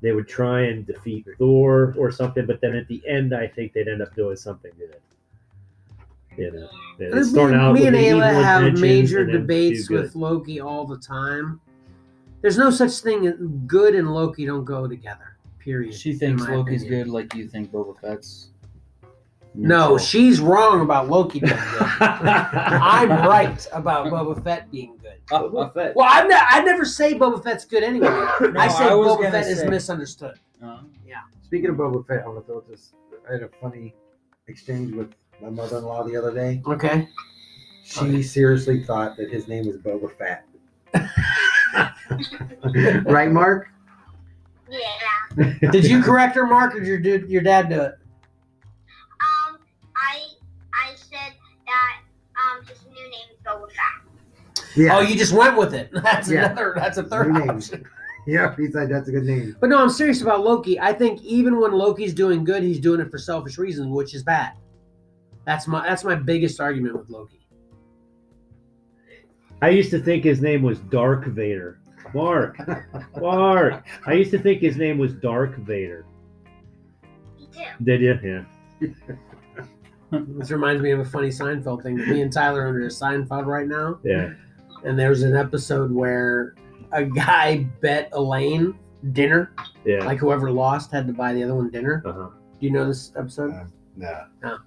[SPEAKER 4] they would try and defeat Thor or something, but then at the end, I think they'd end up doing something good. You know,
[SPEAKER 2] I mean,
[SPEAKER 4] they'd start out
[SPEAKER 2] Uh, me
[SPEAKER 4] with
[SPEAKER 2] and
[SPEAKER 4] the
[SPEAKER 2] Ayla
[SPEAKER 4] evil
[SPEAKER 2] have
[SPEAKER 4] intentions
[SPEAKER 2] major
[SPEAKER 4] and then do
[SPEAKER 2] debates
[SPEAKER 4] good.
[SPEAKER 2] with Loki all the time. There's no such thing as good and Loki don't go together. Period.
[SPEAKER 9] She thinks
[SPEAKER 2] in my
[SPEAKER 9] Loki's
[SPEAKER 2] opinion.
[SPEAKER 9] good, like you think Boba Fett's.
[SPEAKER 2] No,
[SPEAKER 9] neutral.
[SPEAKER 2] she's wrong about Loki being good. I'm right about Boba Fett being good.
[SPEAKER 9] Boba Fett.
[SPEAKER 2] Well, I'm not, I never say Boba Fett's good anyway.
[SPEAKER 9] No,
[SPEAKER 2] uh, I say
[SPEAKER 9] I was
[SPEAKER 2] Boba
[SPEAKER 9] gonna
[SPEAKER 2] Fett is
[SPEAKER 9] say-
[SPEAKER 2] misunderstood.
[SPEAKER 9] Uh,
[SPEAKER 3] Speaking of Boba Fett, I want to throw this. I had a funny exchange with my mother-in-law the other day.
[SPEAKER 2] Okay.
[SPEAKER 3] She
[SPEAKER 2] Oh,
[SPEAKER 3] seriously thought that his name was Boba Fett. right, Mark?
[SPEAKER 6] Yeah.
[SPEAKER 2] Did you correct her, Mark, or did your, did your dad do it?
[SPEAKER 6] Um. I I said that um his new name is Boba Fett.
[SPEAKER 3] Yeah.
[SPEAKER 2] Oh, you just went with it. That's
[SPEAKER 3] Yeah.
[SPEAKER 2] another. That's a third
[SPEAKER 3] New name.
[SPEAKER 2] option.
[SPEAKER 3] Yeah, Pete's Eye, that's a good name.
[SPEAKER 2] But no, I'm serious about Loki. I think even when Loki's doing good, he's doing it for selfish reasons, which is bad. That's my that's my biggest argument with Loki.
[SPEAKER 4] I used to think his name was Dark Vader. Mark, Mark. I used to think his name was Dark Vader.
[SPEAKER 6] Me too.
[SPEAKER 4] Did you? Yeah.
[SPEAKER 2] This reminds me of a funny Seinfeld thing. Me and Tyler are under a Seinfeld right now,
[SPEAKER 4] Yeah.
[SPEAKER 2] and there's an episode where a guy bet Elaine dinner,
[SPEAKER 4] Yeah.
[SPEAKER 2] like whoever lost had to buy the other one dinner.
[SPEAKER 4] uh-huh.
[SPEAKER 2] Do you know this episode?
[SPEAKER 5] No,
[SPEAKER 2] Uh,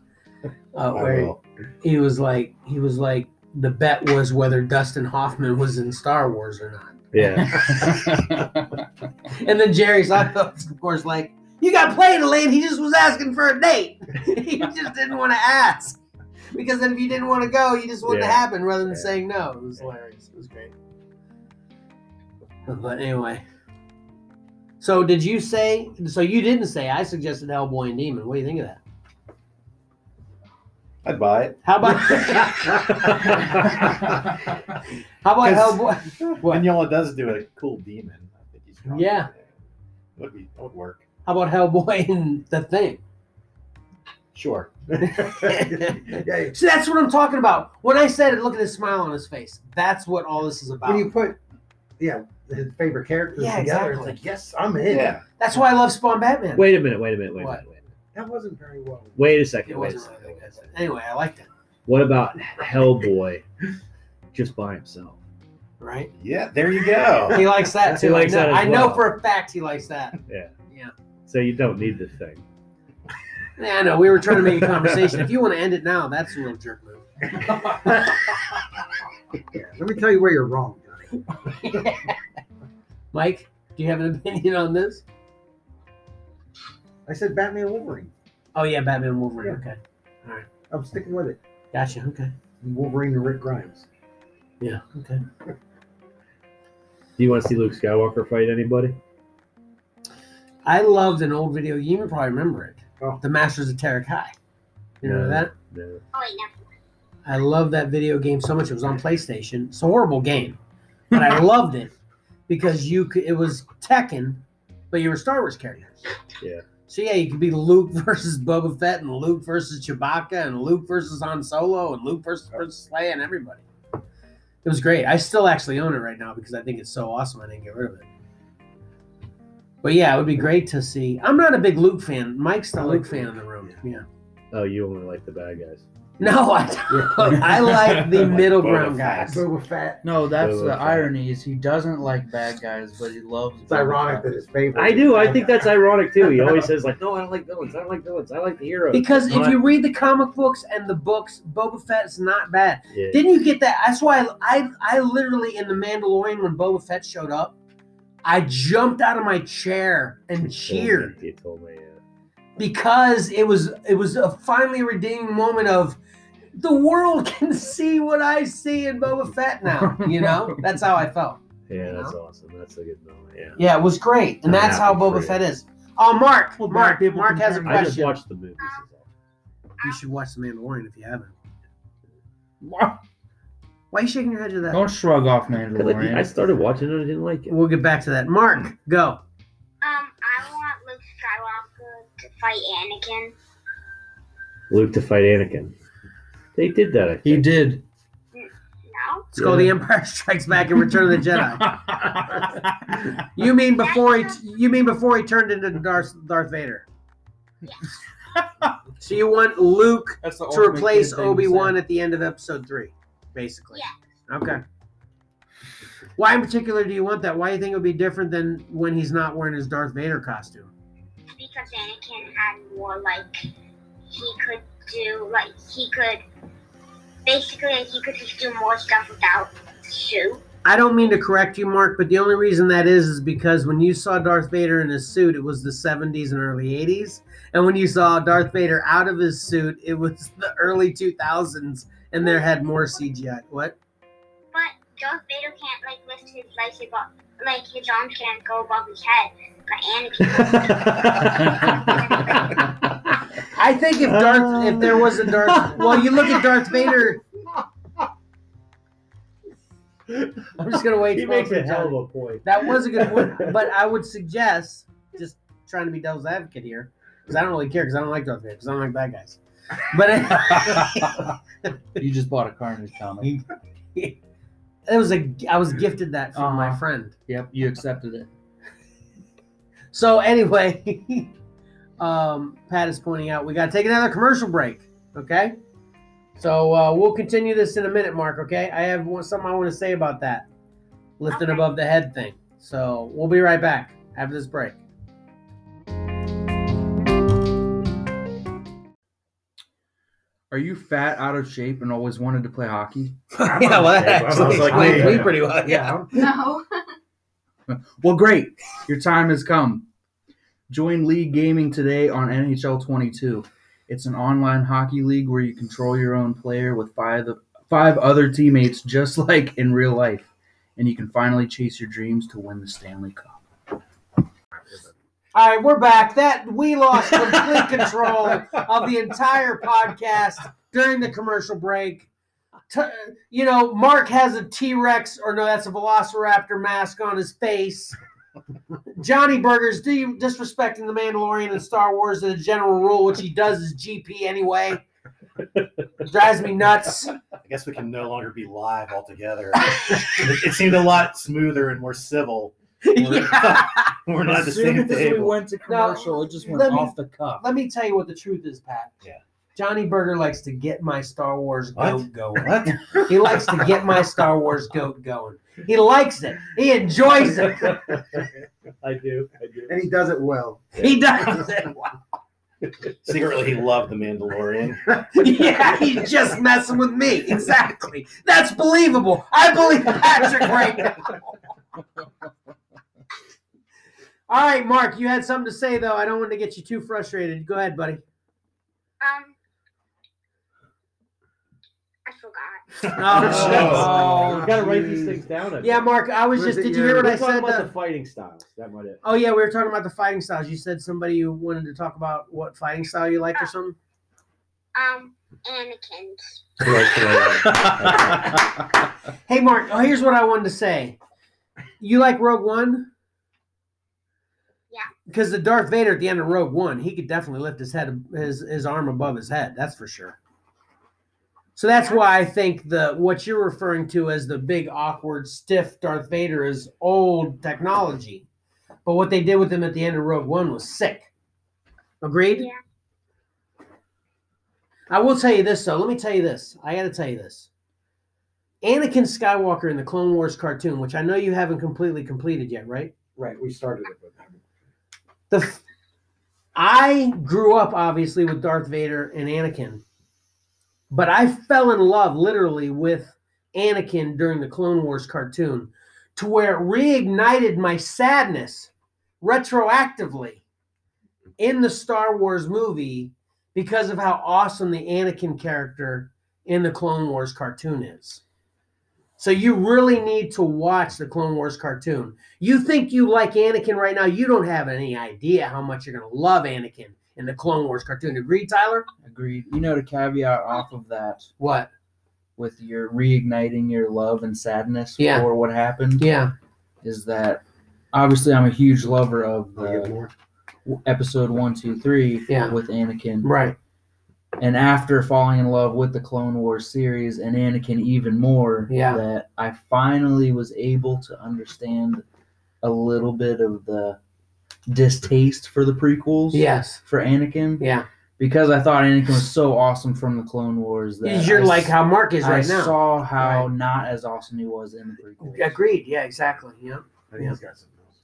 [SPEAKER 4] Oh,
[SPEAKER 5] I
[SPEAKER 2] where
[SPEAKER 5] will.
[SPEAKER 2] he was like, he was like, the bet was whether Dustin Hoffman was in Star Wars or not.
[SPEAKER 4] Yeah.
[SPEAKER 2] And then Jerry Seinfeld's, of course, like, you got played, Elaine. He just was asking for a date. he just didn't want to ask. Because then if you didn't want to go, you just wouldn't
[SPEAKER 4] Yeah.
[SPEAKER 2] happen rather than
[SPEAKER 4] Yeah.
[SPEAKER 2] saying no. It was hilarious. It was great. But anyway. So did you say, so you didn't say, I suggested Hellboy and Demon. What do you think of that?
[SPEAKER 5] I'd buy it.
[SPEAKER 2] How about, how about Hellboy? What?
[SPEAKER 5] Mignola does do a cool demon. I think he's strong.
[SPEAKER 2] Yeah.
[SPEAKER 5] Would be that would work.
[SPEAKER 2] How about Hellboy and the thing?
[SPEAKER 5] Sure.
[SPEAKER 3] Yeah,
[SPEAKER 2] See, that's what I'm talking about. When I said it, look at his smile on his face. That's what all this is about.
[SPEAKER 3] when you put, yeah, his favorite characters
[SPEAKER 2] Yeah,
[SPEAKER 3] together,
[SPEAKER 2] exactly.
[SPEAKER 3] it's like, yes, I'm in.
[SPEAKER 5] Yeah.
[SPEAKER 2] That's why I love Spawn Batman.
[SPEAKER 4] Wait a minute. Wait a minute. Wait a
[SPEAKER 2] What?
[SPEAKER 4] minute. Wait a minute.
[SPEAKER 3] That wasn't very well.
[SPEAKER 4] Wait a second.
[SPEAKER 2] it
[SPEAKER 4] Wait a
[SPEAKER 2] wasn't.
[SPEAKER 4] second.
[SPEAKER 2] really good. Anyway, I liked it.
[SPEAKER 4] What about Hellboy just by himself?
[SPEAKER 2] Right?
[SPEAKER 5] Yeah. There you go.
[SPEAKER 2] He likes that too.
[SPEAKER 4] Oh. He likes
[SPEAKER 2] I, know,
[SPEAKER 4] that as
[SPEAKER 2] I know
[SPEAKER 4] well.
[SPEAKER 2] for a fact he likes that.
[SPEAKER 4] So you don't need the thing.
[SPEAKER 2] Yeah, I know. We were trying to make a conversation. If you want to end it now, that's a real jerk move.
[SPEAKER 3] Yeah, let me tell you where you're wrong. Johnny.
[SPEAKER 2] Mike, do you have an opinion on this?
[SPEAKER 3] I said Batman Wolverine.
[SPEAKER 2] Oh yeah, Batman Wolverine. Okay,
[SPEAKER 3] I'm sticking with it.
[SPEAKER 2] gotcha. Okay.
[SPEAKER 3] Wolverine to Rick Grimes.
[SPEAKER 2] Yeah. Okay.
[SPEAKER 4] Do you want to see Luke Skywalker fight anybody?
[SPEAKER 2] I loved an old video. You even probably remember it.
[SPEAKER 3] Oh.
[SPEAKER 2] The Masters of Terra Kai. You know
[SPEAKER 4] Yeah.
[SPEAKER 2] that?
[SPEAKER 4] No.
[SPEAKER 6] Oh, wait, never.
[SPEAKER 2] I love that video game so much. It was on PlayStation. It's a horrible game, but I loved it because you could, it was Tekken, but you were Star Wars characters.
[SPEAKER 4] Yeah.
[SPEAKER 2] So yeah, you could be Luke versus Boba Fett, and Luke versus Chewbacca, and Luke versus Han Solo, and Luke versus Princess Leia, and everybody. It was great. I still actually own it right now because I think it's so awesome. I didn't get rid of it. But yeah, it would be great to see. I'm not a big Luke fan. Mike's the Luke fan in the room. Yeah.
[SPEAKER 4] Oh, you only like the bad guys.
[SPEAKER 2] No, I don't. I like the middle ground guys.
[SPEAKER 3] Boba Fett.
[SPEAKER 9] no, that's
[SPEAKER 4] Boba
[SPEAKER 9] the
[SPEAKER 4] Fett.
[SPEAKER 9] irony is he doesn't like bad guys, but he loves.
[SPEAKER 3] It's ironic that his favorite.
[SPEAKER 4] I do. I think that's ironic too. He always says like, "No, I don't like villains. I don't like villains. I like the heroes."
[SPEAKER 2] Because if
[SPEAKER 4] Not-
[SPEAKER 2] you read the comic books and the books, Boba Fett's not bad.
[SPEAKER 4] yeah,
[SPEAKER 2] Didn't you get that? That's why I, I, I literally in the Mandalorian when Boba Fett showed up, I jumped out of my chair and cheered
[SPEAKER 4] He told me. yeah.
[SPEAKER 2] because it was it was a finally redeeming moment of the world can see what I see in Boba Fett now. You know, that's how I felt.
[SPEAKER 4] Yeah, that's awesome. That's a good moment. Yeah.
[SPEAKER 2] Yeah, it was great, and
[SPEAKER 4] I'm
[SPEAKER 2] that's how
[SPEAKER 4] happy for
[SPEAKER 2] Boba
[SPEAKER 4] you.
[SPEAKER 2] Fett is. Oh, Mark,
[SPEAKER 9] Well,
[SPEAKER 2] Mark,
[SPEAKER 9] people
[SPEAKER 2] Mark
[SPEAKER 9] can
[SPEAKER 2] has a
[SPEAKER 9] turn
[SPEAKER 4] I just
[SPEAKER 2] question.
[SPEAKER 4] watched the movies. is all.
[SPEAKER 2] You should watch The Mandalorian if you haven't.
[SPEAKER 9] that.
[SPEAKER 2] Why are you shaking your head to that?
[SPEAKER 9] Don't shrug off
[SPEAKER 4] 'Cause I I
[SPEAKER 9] Mandalorian.
[SPEAKER 4] started watching it. and I didn't like it.
[SPEAKER 2] We'll get back to that. Mark, go.
[SPEAKER 6] Um, I want Luke Skywalker to fight Anakin.
[SPEAKER 4] Luke to fight Anakin. They did that. I think.
[SPEAKER 9] He did.
[SPEAKER 6] No?
[SPEAKER 2] It's called The Empire Strikes Back and Return of the Jedi. You mean before he? You mean before he turned into Darth Darth Vader? so you want Luke
[SPEAKER 9] That's the
[SPEAKER 2] to replace Obi Wan at the end of Episode Three, basically? Okay. Why in particular do you want that? Why do you think it would be different than when he's not wearing his Darth Vader costume?
[SPEAKER 6] Because Anakin had more, like, he could do, like, he could, basically, he could just do more stuff without suit.
[SPEAKER 2] I don't mean to correct you, Mark, but the only reason that is is because when you saw Darth Vader in his suit, it was the 70s and early 80s. And when you saw Darth Vader out of his suit, it was the early 2000s, and there had more CGI. What?
[SPEAKER 6] But Darth Vader can't, like, lift his legs above, like, his arms can't go above his head. But Anakin.
[SPEAKER 2] I think if Darth, if there was a Darth, well, you look at Darth Vader. I'm just gonna wait.
[SPEAKER 4] He
[SPEAKER 2] till
[SPEAKER 4] makes
[SPEAKER 2] after
[SPEAKER 4] a hell of
[SPEAKER 2] Johnny-
[SPEAKER 4] a point.
[SPEAKER 2] That was a good one, but I would suggest just trying to be devil's advocate here because I don't really care because I don't like Darth Vader because I don't like bad guys. But it,
[SPEAKER 9] You just bought a Carnage comic.
[SPEAKER 2] it was a I was gifted that from my
[SPEAKER 9] Uh-huh.
[SPEAKER 2] friend.
[SPEAKER 9] Yep, you accepted it.
[SPEAKER 2] So anyway, um, Pat is pointing out we got to take another commercial break. Okay, so uh, we'll continue this in a minute, Mark. Okay, I have one, something I want to say about that lifting
[SPEAKER 6] Okay.
[SPEAKER 2] above the head thing. So we'll be right back after this break.
[SPEAKER 9] Are you fat, out of shape, and always wanted to play hockey?
[SPEAKER 3] I'm
[SPEAKER 2] yeah,
[SPEAKER 3] on
[SPEAKER 2] well,
[SPEAKER 3] the
[SPEAKER 2] that
[SPEAKER 3] same. I'm
[SPEAKER 2] actually
[SPEAKER 3] on the
[SPEAKER 2] explains
[SPEAKER 3] same.
[SPEAKER 2] me pretty well. Yeah.
[SPEAKER 10] No.
[SPEAKER 9] Well, great. Your time has come. Join League Gaming today on NHL 22. It's an online hockey league where you control your own player with five, five other teammates, just like in real life. And you can finally chase your dreams to win the Stanley Cup.
[SPEAKER 2] All right, we're back. That we lost complete control of the entire podcast during the commercial break. T- you know, Mark has a T Rex, or no, that's a Velociraptor mask on his face. Johnny Burgers de- disrespecting the Mandalorian and Star Wars as a general rule, which he does as GP anyway. Drives me nuts.
[SPEAKER 5] I guess we can no longer be live altogether. it, it seemed a lot smoother and more civil. We're, we're not at the same table.
[SPEAKER 9] went to
[SPEAKER 2] commercial,
[SPEAKER 9] it just
[SPEAKER 2] went let me- off
[SPEAKER 9] the cuff.
[SPEAKER 2] Let me tell you what the truth is, Pat.
[SPEAKER 5] Yeah.
[SPEAKER 2] Johnny Burger likes to get my Star Wars goat
[SPEAKER 5] What?
[SPEAKER 2] going.
[SPEAKER 5] What?
[SPEAKER 2] He likes to get my Star Wars goat going. He likes it. He enjoys it.
[SPEAKER 4] I do. I do.
[SPEAKER 3] And he does it well.
[SPEAKER 2] He does it.
[SPEAKER 5] Secretly, he loved the Mandalorian.
[SPEAKER 2] Yeah, he's just messing with me. Exactly. That's believable. I believe Patrick right now. All right, Mark, you had something to say though. I don't want to get you too frustrated. Go ahead, buddy.
[SPEAKER 6] Um, I forgot.
[SPEAKER 2] Oh.
[SPEAKER 4] we gotta write these things down. I
[SPEAKER 2] Yeah,
[SPEAKER 4] think.
[SPEAKER 2] Mark, I was
[SPEAKER 3] Was
[SPEAKER 2] just.
[SPEAKER 3] it
[SPEAKER 2] Did you
[SPEAKER 3] your-
[SPEAKER 2] hear what
[SPEAKER 4] We're
[SPEAKER 2] I
[SPEAKER 4] talking
[SPEAKER 2] said?
[SPEAKER 4] about
[SPEAKER 2] though?
[SPEAKER 4] the fighting styles. That might have.
[SPEAKER 2] Oh yeah, we were talking about the fighting styles. You said somebody you wanted to talk about what fighting style you liked or something.
[SPEAKER 6] Um, Anakin's.
[SPEAKER 2] Hey, Mark. Oh, here's what I wanted to say. You like Rogue One?
[SPEAKER 6] Yeah.
[SPEAKER 2] Because the Darth Vader at the end of Rogue One, he could definitely lift his head, his his arm above his head. That's for sure. So that's why I think the what you're referring to as the big awkward stiff Darth Vader is old technology, but what they did with him at the end of Rogue One was sick. Agreed.
[SPEAKER 6] Yeah.
[SPEAKER 2] I will tell you this though. Let me tell you this. I got to tell you this. Anakin Skywalker in the Clone Wars cartoon, which I know you haven't completely completed yet, right?
[SPEAKER 3] Right, we started it with him.
[SPEAKER 2] The f- I grew up obviously with Darth Vader and Anakin, but I fell in love literally with Anakin during the Clone Wars cartoon, to where it reignited my sadness retroactively in the Star Wars movie because of how awesome the Anakin character in the Clone Wars cartoon is. So you really need to watch the Clone Wars cartoon. You think you like Anakin right now. You don't have any idea how much you're going to love Anakin in the Clone Wars cartoon. Agree, Tyler?
[SPEAKER 9] Agreed. You know, to caveat off of that,
[SPEAKER 2] What?
[SPEAKER 9] with your reigniting your love and sadness
[SPEAKER 2] Yeah.
[SPEAKER 9] for what happened,
[SPEAKER 2] Yeah.
[SPEAKER 9] is that obviously I'm a huge lover of
[SPEAKER 3] We'll get
[SPEAKER 9] the
[SPEAKER 3] more.
[SPEAKER 9] episode one, two, three
[SPEAKER 2] Yeah.
[SPEAKER 9] with Anakin.
[SPEAKER 2] Right.
[SPEAKER 9] And after falling in love with the Clone Wars series and Anakin even more,
[SPEAKER 2] Yeah.
[SPEAKER 9] that I finally was able to understand a little bit of the distaste for the prequels
[SPEAKER 2] Yes.
[SPEAKER 9] for Anakin
[SPEAKER 2] Yeah.
[SPEAKER 9] because I thought Anakin was so awesome from the Clone Wars that
[SPEAKER 2] You're
[SPEAKER 9] I
[SPEAKER 2] like
[SPEAKER 9] s-
[SPEAKER 2] how Mark is right
[SPEAKER 9] I
[SPEAKER 2] now.
[SPEAKER 9] saw how not as awesome he was in the prequels.
[SPEAKER 2] Agreed. Yeah, exactly. Yeah.
[SPEAKER 3] I think he's got something else.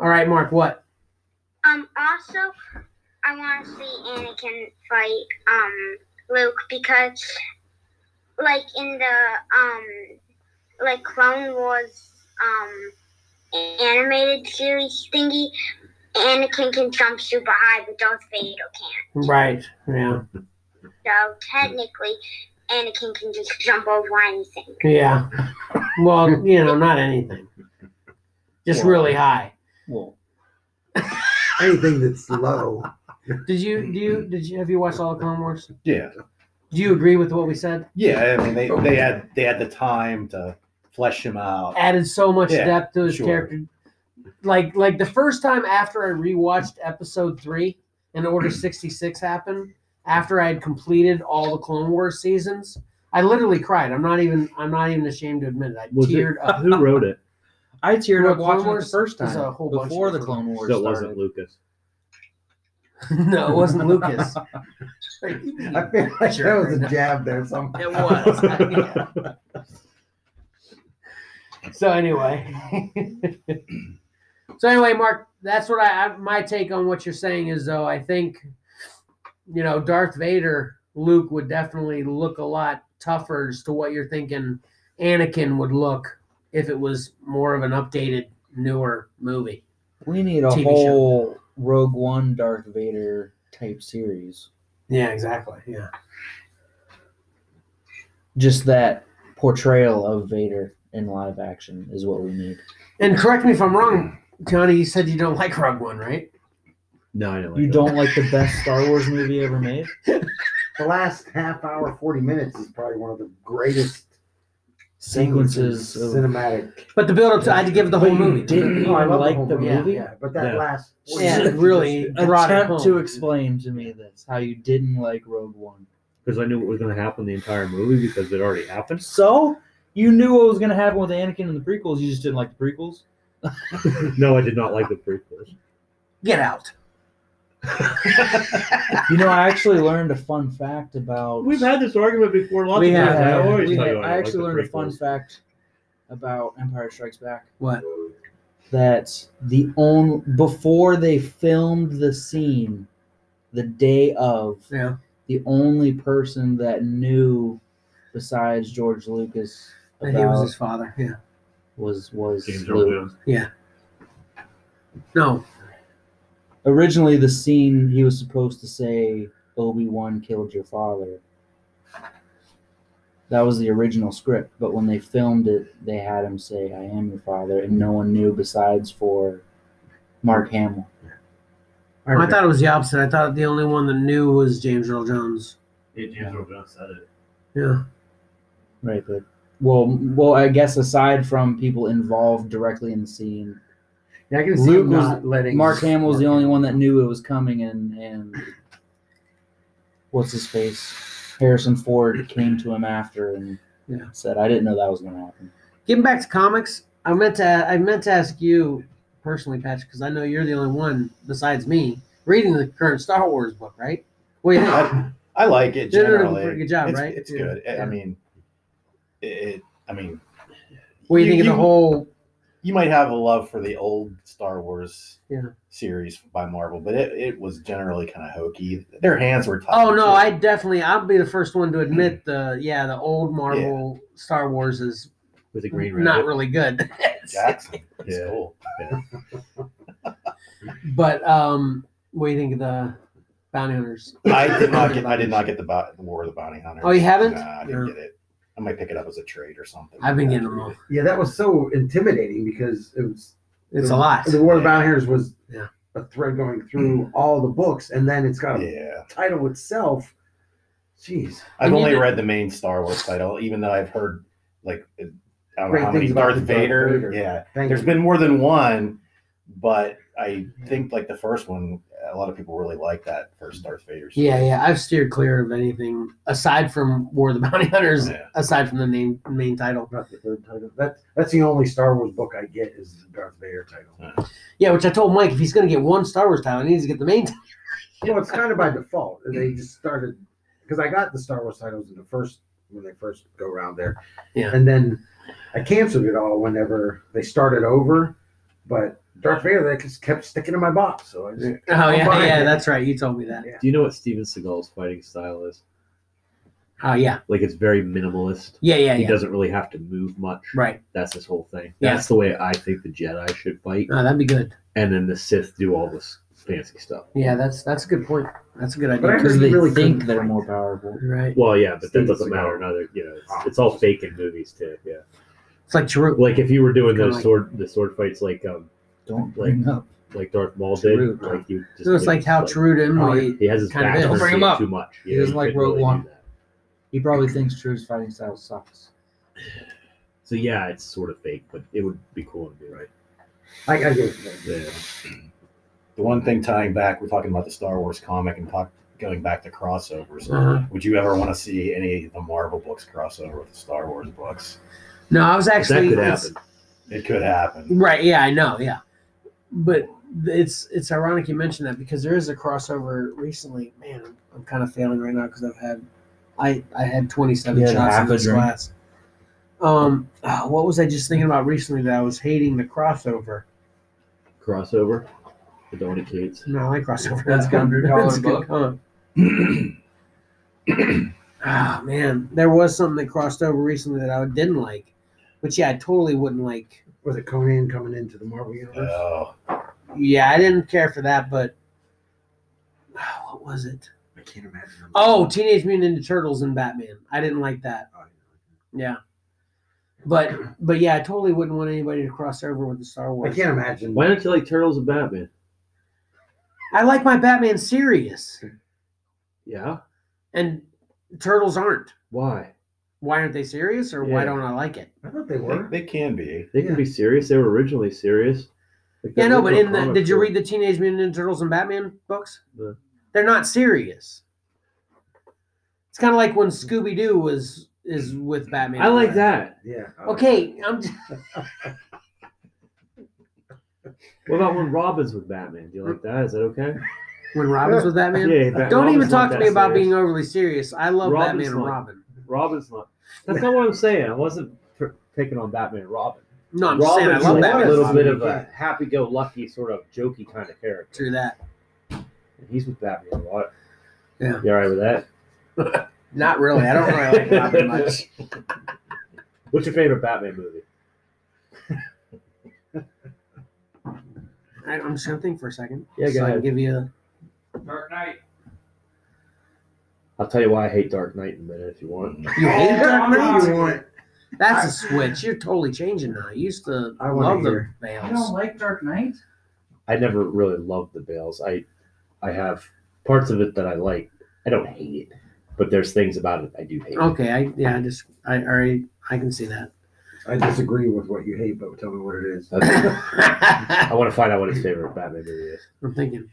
[SPEAKER 2] All right, Mark, what?
[SPEAKER 6] Um, also, I want to see Anakin fight um Luke because, like in the um, like Clone Wars um animated series thingy, Anakin can jump super high, but Darth Vader can't.
[SPEAKER 2] Right. Yeah.
[SPEAKER 6] So technically, Anakin can just jump over anything.
[SPEAKER 2] Yeah. Well, you know, not anything. Just
[SPEAKER 9] Well-
[SPEAKER 2] really high.
[SPEAKER 9] Well,
[SPEAKER 3] Anything that's low.
[SPEAKER 2] Did you do you did you have you watched all the Clone Wars?
[SPEAKER 5] Yeah,
[SPEAKER 2] Do you agree with what we said? Oh.
[SPEAKER 5] yeah. I mean, they, they had they had the time to flesh him out.
[SPEAKER 2] added so much
[SPEAKER 5] Yeah,
[SPEAKER 2] depth to his
[SPEAKER 5] sure.
[SPEAKER 2] character. Like like the first time after I rewatched episode three and Order sixty six happened, after I had completed all the Clone Wars seasons, I literally cried. I'm not even I'm not even ashamed to admit it. I
[SPEAKER 4] Was it-
[SPEAKER 2] teared up.
[SPEAKER 4] Who wrote it?
[SPEAKER 9] I teared
[SPEAKER 2] Well,
[SPEAKER 9] up
[SPEAKER 2] Clone
[SPEAKER 9] watching it
[SPEAKER 2] Wars
[SPEAKER 9] the first
[SPEAKER 2] is a
[SPEAKER 9] time
[SPEAKER 2] whole bunch
[SPEAKER 9] before
[SPEAKER 2] of
[SPEAKER 9] the Clone Wars
[SPEAKER 4] So it wasn't
[SPEAKER 9] started.
[SPEAKER 4] Lucas.
[SPEAKER 2] no, it wasn't Lucas.
[SPEAKER 3] I feel like that was a jab there. Something.
[SPEAKER 2] It was. yeah. So anyway, so anyway, Mark, that's what I, I my take on what you're saying is though I think, you know, Darth Vader, Luke would definitely look a lot tougher as to what you're thinking. Anakin would look if it was more of an updated, newer movie.
[SPEAKER 9] We need a
[SPEAKER 2] TV show.
[SPEAKER 9] whole Rogue One Darth Vader type series.
[SPEAKER 2] Yeah, exactly. Yeah,
[SPEAKER 9] Just that portrayal of Vader in live action is what we need.
[SPEAKER 2] and correct me if I'm wrong, Tony. You said you don't like Rogue One, right?
[SPEAKER 4] No, I don't.
[SPEAKER 9] You
[SPEAKER 4] like that.
[SPEAKER 9] don't like the best Star Wars movie ever made?
[SPEAKER 3] The last half hour, forty minutes is probably one of the greatest
[SPEAKER 9] Sequences
[SPEAKER 3] things
[SPEAKER 9] of
[SPEAKER 3] in cinematic.
[SPEAKER 2] But the build up, to, I had to give the whole
[SPEAKER 9] But you
[SPEAKER 2] movie.
[SPEAKER 9] didn't
[SPEAKER 3] No, I
[SPEAKER 9] even
[SPEAKER 3] love
[SPEAKER 9] like
[SPEAKER 3] whole
[SPEAKER 9] the
[SPEAKER 3] movie.
[SPEAKER 9] movie?
[SPEAKER 3] Yeah, but that
[SPEAKER 4] Yeah.
[SPEAKER 3] last.
[SPEAKER 2] Yeah, it really brought it home.
[SPEAKER 9] Attempt to explain to me this how you didn't like Rogue One.
[SPEAKER 4] because I knew what was going to happen the entire movie because it already happened.
[SPEAKER 9] So you knew what was going to happen with Anakin in the prequels. You just didn't like the prequels.
[SPEAKER 4] no, I did not like the prequels.
[SPEAKER 2] Get out.
[SPEAKER 9] You know, I actually learned a fun fact about.
[SPEAKER 4] We've had this argument before lots
[SPEAKER 9] We
[SPEAKER 4] of times.
[SPEAKER 9] had- uh,
[SPEAKER 4] I always
[SPEAKER 9] we
[SPEAKER 4] tell
[SPEAKER 9] had-
[SPEAKER 4] you I,
[SPEAKER 9] I actually learned a fun
[SPEAKER 4] fun.
[SPEAKER 9] fact about Empire Strikes Back.
[SPEAKER 2] What?
[SPEAKER 9] That the own before they filmed the scene, the day of,
[SPEAKER 2] Yeah.
[SPEAKER 9] the only person that knew, besides George Lucas,
[SPEAKER 2] That
[SPEAKER 9] about
[SPEAKER 2] he was his father. Yeah.
[SPEAKER 9] was was
[SPEAKER 4] James Earl
[SPEAKER 9] Luke.
[SPEAKER 4] Jones.
[SPEAKER 2] No.
[SPEAKER 9] originally the scene he was supposed to say obi-wan killed your father that was the original script but when they filmed it they had him say i am your father and no one knew besides for mark hamill
[SPEAKER 2] Oh, I thought it was the opposite. I thought the only one that knew was James Earl Jones.
[SPEAKER 4] Yeah, James Earl Jones said it.
[SPEAKER 2] Yeah.
[SPEAKER 9] right but well well i guess aside from people involved directly in the scene
[SPEAKER 3] Yeah, I can see
[SPEAKER 9] Luke
[SPEAKER 3] him
[SPEAKER 9] was-
[SPEAKER 3] not letting
[SPEAKER 9] mark hamill was the only one that knew it was coming and and what's his face harrison ford came to him after and
[SPEAKER 2] Yeah.
[SPEAKER 9] said i didn't know that was going to happen
[SPEAKER 2] Getting back to comics, I meant to I meant to ask you personally, Patrick, because I know you're the only one besides me reading the current Star Wars book, right? Well, yeah.
[SPEAKER 5] I, I like it
[SPEAKER 2] They did a
[SPEAKER 5] generally.
[SPEAKER 2] pretty good job,
[SPEAKER 5] it's,
[SPEAKER 2] right?
[SPEAKER 5] It's
[SPEAKER 2] Yeah.
[SPEAKER 5] good. I-
[SPEAKER 2] Yeah.
[SPEAKER 5] I mean, it, it. I mean,
[SPEAKER 2] What do you,
[SPEAKER 5] You-
[SPEAKER 2] think of the
[SPEAKER 5] you-
[SPEAKER 2] whole?
[SPEAKER 5] you might have a love for the old Star Wars
[SPEAKER 2] Yeah.
[SPEAKER 5] series by Marvel, but it, it was generally kind of hokey. Their hands were tied.
[SPEAKER 2] Oh no,
[SPEAKER 5] too.
[SPEAKER 2] I definitely I'll be the first one to admit the yeah the old Marvel Star Wars is
[SPEAKER 4] With a green rabbit.
[SPEAKER 2] not really good.
[SPEAKER 5] Jackson. He's
[SPEAKER 4] Yeah.
[SPEAKER 5] cool.
[SPEAKER 2] but um, what do you think of the Bounty Hunters?
[SPEAKER 5] I did not get. I did not get the, bo- the War of the Bounty Hunters.
[SPEAKER 2] Oh, you haven't?
[SPEAKER 5] Nah, I didn't
[SPEAKER 2] Yeah.
[SPEAKER 5] get it. I might pick it up as a trade or something.
[SPEAKER 2] I've been getting them all.
[SPEAKER 3] Yeah, that was so intimidating because it was.
[SPEAKER 2] It's a lot.
[SPEAKER 3] The War of the Bounty Hunters was
[SPEAKER 2] Yeah.
[SPEAKER 3] a thread going through all the books, and then it's got a
[SPEAKER 5] Yeah,
[SPEAKER 3] title itself. Jeez.
[SPEAKER 5] I've
[SPEAKER 2] And you
[SPEAKER 5] only
[SPEAKER 2] did-
[SPEAKER 5] read the main Star Wars title, even though I've heard like I don't know
[SPEAKER 3] Great
[SPEAKER 5] how many
[SPEAKER 3] things about
[SPEAKER 5] Darth
[SPEAKER 3] the Darth
[SPEAKER 5] Vader.
[SPEAKER 3] Vader.
[SPEAKER 5] Yeah,
[SPEAKER 3] Thank
[SPEAKER 5] there's
[SPEAKER 3] you.
[SPEAKER 5] been more than one, but I think like the first one, a lot of people really like that first Darth Vader. story.
[SPEAKER 2] Yeah, yeah. I've steered clear of anything aside from War of the Bounty Hunters,
[SPEAKER 5] Yeah.
[SPEAKER 2] aside from the name main title.
[SPEAKER 3] Not the third title. That, that's the only Star Wars book I get is the Darth Vader title.
[SPEAKER 2] Yeah, which I told Mike if he's going to get one Star Wars title, he needs to get the main title.
[SPEAKER 3] Well, it's kind of by default. They just started because I got the Star Wars titles in the first when they first go around there,
[SPEAKER 2] Yeah.
[SPEAKER 3] and then I canceled it all whenever they started over. But Darth Vader, they just kept sticking in my box, so I just,
[SPEAKER 2] Oh yeah,
[SPEAKER 3] fine.
[SPEAKER 2] yeah. That's right. You told me that.
[SPEAKER 3] yeah.
[SPEAKER 4] Do you know what Steven Seagal's fighting style is?
[SPEAKER 2] Oh yeah,
[SPEAKER 4] Like it's very minimalist.
[SPEAKER 2] yeah, yeah,
[SPEAKER 4] He
[SPEAKER 2] yeah.
[SPEAKER 4] doesn't really have to move much.
[SPEAKER 2] Right.
[SPEAKER 4] That's his whole thing.
[SPEAKER 2] Yeah.
[SPEAKER 4] That's the way I think the Jedi should fight,
[SPEAKER 2] Oh, that'd be good.
[SPEAKER 4] and then the Sith do all this fancy stuff.
[SPEAKER 2] Yeah, that's that's a good point. That's a good
[SPEAKER 3] But
[SPEAKER 2] idea.
[SPEAKER 3] I heard
[SPEAKER 9] because
[SPEAKER 3] he
[SPEAKER 9] they
[SPEAKER 3] really
[SPEAKER 9] think
[SPEAKER 3] couldn't
[SPEAKER 9] they're
[SPEAKER 3] fight.
[SPEAKER 9] more powerful.
[SPEAKER 2] Right.
[SPEAKER 4] Well, yeah, but that
[SPEAKER 3] Steven
[SPEAKER 4] doesn't
[SPEAKER 3] Seagal. Ah.
[SPEAKER 4] matter. Another, you know, it's, it's all fake in movies too. Yeah,
[SPEAKER 2] It's like Giroux.
[SPEAKER 4] like if you were doing
[SPEAKER 2] Kinda
[SPEAKER 4] those
[SPEAKER 2] like-
[SPEAKER 4] sword, the sword fights, like um,
[SPEAKER 9] Don't bring up.
[SPEAKER 4] like Darth Maul did,
[SPEAKER 9] True.
[SPEAKER 4] like you just.
[SPEAKER 2] So it's like how Giroux to
[SPEAKER 3] Oh,
[SPEAKER 2] emulate.
[SPEAKER 4] He has his
[SPEAKER 2] Kinda
[SPEAKER 4] back.
[SPEAKER 2] is.
[SPEAKER 4] to
[SPEAKER 2] Don't
[SPEAKER 4] the
[SPEAKER 9] bring him
[SPEAKER 4] scene
[SPEAKER 9] up.
[SPEAKER 4] Too much.
[SPEAKER 9] He doesn't like
[SPEAKER 4] couldn't
[SPEAKER 9] Rogue
[SPEAKER 4] do
[SPEAKER 9] One.
[SPEAKER 4] that.
[SPEAKER 9] He probably thinks True's fighting style sucks.
[SPEAKER 4] So yeah, it's sort of fake, but it would be cool to do right.
[SPEAKER 3] I, I get
[SPEAKER 5] the the one thing tying back, we're talking about the Star Wars comic and talk, going back to crossovers.
[SPEAKER 2] Uh-huh.
[SPEAKER 5] Would you ever want to see any of the Marvel books crossover with the Star Wars books?
[SPEAKER 2] No, I was actually
[SPEAKER 4] that could
[SPEAKER 2] it's-
[SPEAKER 4] happen.
[SPEAKER 5] It could happen.
[SPEAKER 2] Right. Yeah, I know. Yeah, but it's it's ironic you mentioned that because there is a crossover recently. Man, I'm, I'm kind of failing right now because I've had I I had 27
[SPEAKER 9] You had
[SPEAKER 2] shots
[SPEAKER 9] half
[SPEAKER 2] in
[SPEAKER 9] a
[SPEAKER 2] this
[SPEAKER 9] drink?
[SPEAKER 2] class. Um, ah, what was I just thinking about recently that I was hating the crossover?
[SPEAKER 4] Crossover. The Donny Cates.
[SPEAKER 2] No, I like crossover.
[SPEAKER 9] That's
[SPEAKER 2] good.
[SPEAKER 9] $100
[SPEAKER 2] That's good. huh? ah man, there was something that crossed over recently that I didn't like, but yeah, I totally wouldn't like.
[SPEAKER 3] was it Conan coming into the Marvel universe?
[SPEAKER 5] Oh,
[SPEAKER 2] Yeah, I didn't care for that, but what was it?
[SPEAKER 3] I can't imagine.
[SPEAKER 2] Oh, Teenage Mutant Ninja Turtles and Batman. I didn't like that. Yeah, but but yeah, I totally wouldn't want anybody to cross over with the Star
[SPEAKER 3] I
[SPEAKER 2] Wars.
[SPEAKER 3] can't imagine.
[SPEAKER 4] Why don't you like Turtles and Batman?
[SPEAKER 2] I like my Batman serious,
[SPEAKER 4] Yeah.
[SPEAKER 2] and Turtles aren't.
[SPEAKER 4] Why?
[SPEAKER 2] Why aren't they serious, or why
[SPEAKER 4] Yeah.
[SPEAKER 2] don't I like it?
[SPEAKER 3] I thought they
[SPEAKER 5] they,
[SPEAKER 3] were.
[SPEAKER 5] they can be.
[SPEAKER 4] They can
[SPEAKER 3] Yeah.
[SPEAKER 4] be serious. They were originally serious. Like,
[SPEAKER 2] Yeah, no, but in
[SPEAKER 4] original
[SPEAKER 2] the
[SPEAKER 4] comics
[SPEAKER 2] did you
[SPEAKER 4] were-
[SPEAKER 2] read the Teenage Mutant Ninja Turtles and Batman books?
[SPEAKER 4] The-
[SPEAKER 2] They're not serious. It's kind of like when Scooby Doo was is with Batman.
[SPEAKER 4] I like that.
[SPEAKER 3] Yeah.
[SPEAKER 2] Okay, I'm just,
[SPEAKER 4] What about when Robin's with Batman? Do you like that? Is that okay?
[SPEAKER 2] when Robin's with Batman.
[SPEAKER 4] Yeah, Bat-
[SPEAKER 2] Don't even
[SPEAKER 4] Robin's not
[SPEAKER 2] talk to
[SPEAKER 4] that
[SPEAKER 2] me about
[SPEAKER 4] serious.
[SPEAKER 2] being overly serious. I love
[SPEAKER 4] Robin's
[SPEAKER 2] Batman and
[SPEAKER 4] not-
[SPEAKER 2] Robin.
[SPEAKER 4] Robin's not. That's not what I'm saying. I wasn't pr- picking on Batman and Robin.
[SPEAKER 2] No, I'm just saying I
[SPEAKER 4] Robin's
[SPEAKER 2] love
[SPEAKER 4] like
[SPEAKER 2] Batman.
[SPEAKER 4] a
[SPEAKER 2] and
[SPEAKER 4] little
[SPEAKER 2] Robin.
[SPEAKER 4] bit of a happy-go-lucky sort of jokey kind of character.
[SPEAKER 2] True that.
[SPEAKER 4] And he's with Batman a lot.
[SPEAKER 2] Yeah.
[SPEAKER 4] You all right with that?
[SPEAKER 2] Not really. I don't really like Robin much.
[SPEAKER 4] What's your favorite Batman movie?
[SPEAKER 2] I, I'm just gonna think for a second.
[SPEAKER 4] Yeah, go
[SPEAKER 2] so I can
[SPEAKER 4] ahead.
[SPEAKER 2] give you. A,
[SPEAKER 9] Dark Knight.
[SPEAKER 4] I'll tell you why I hate Dark Knight in a minute if you want.
[SPEAKER 2] you hate Dark
[SPEAKER 3] Whatever you
[SPEAKER 2] Knight?
[SPEAKER 3] want.
[SPEAKER 2] That's a switch. You're totally changing now. You used to
[SPEAKER 3] I wanna
[SPEAKER 2] love the
[SPEAKER 3] hear.
[SPEAKER 9] I don't
[SPEAKER 2] veils.
[SPEAKER 9] like Dark Knight.
[SPEAKER 4] I never really loved the Bales. I I have parts of it that I like. I don't hate it, but there's things about it I do hate.
[SPEAKER 2] Okay, I yeah, I just I already I can see that.
[SPEAKER 3] I disagree with what you hate, but tell me what it is.
[SPEAKER 4] That's- I want to find out what his favorite Batman movie is.
[SPEAKER 2] I'm thinking.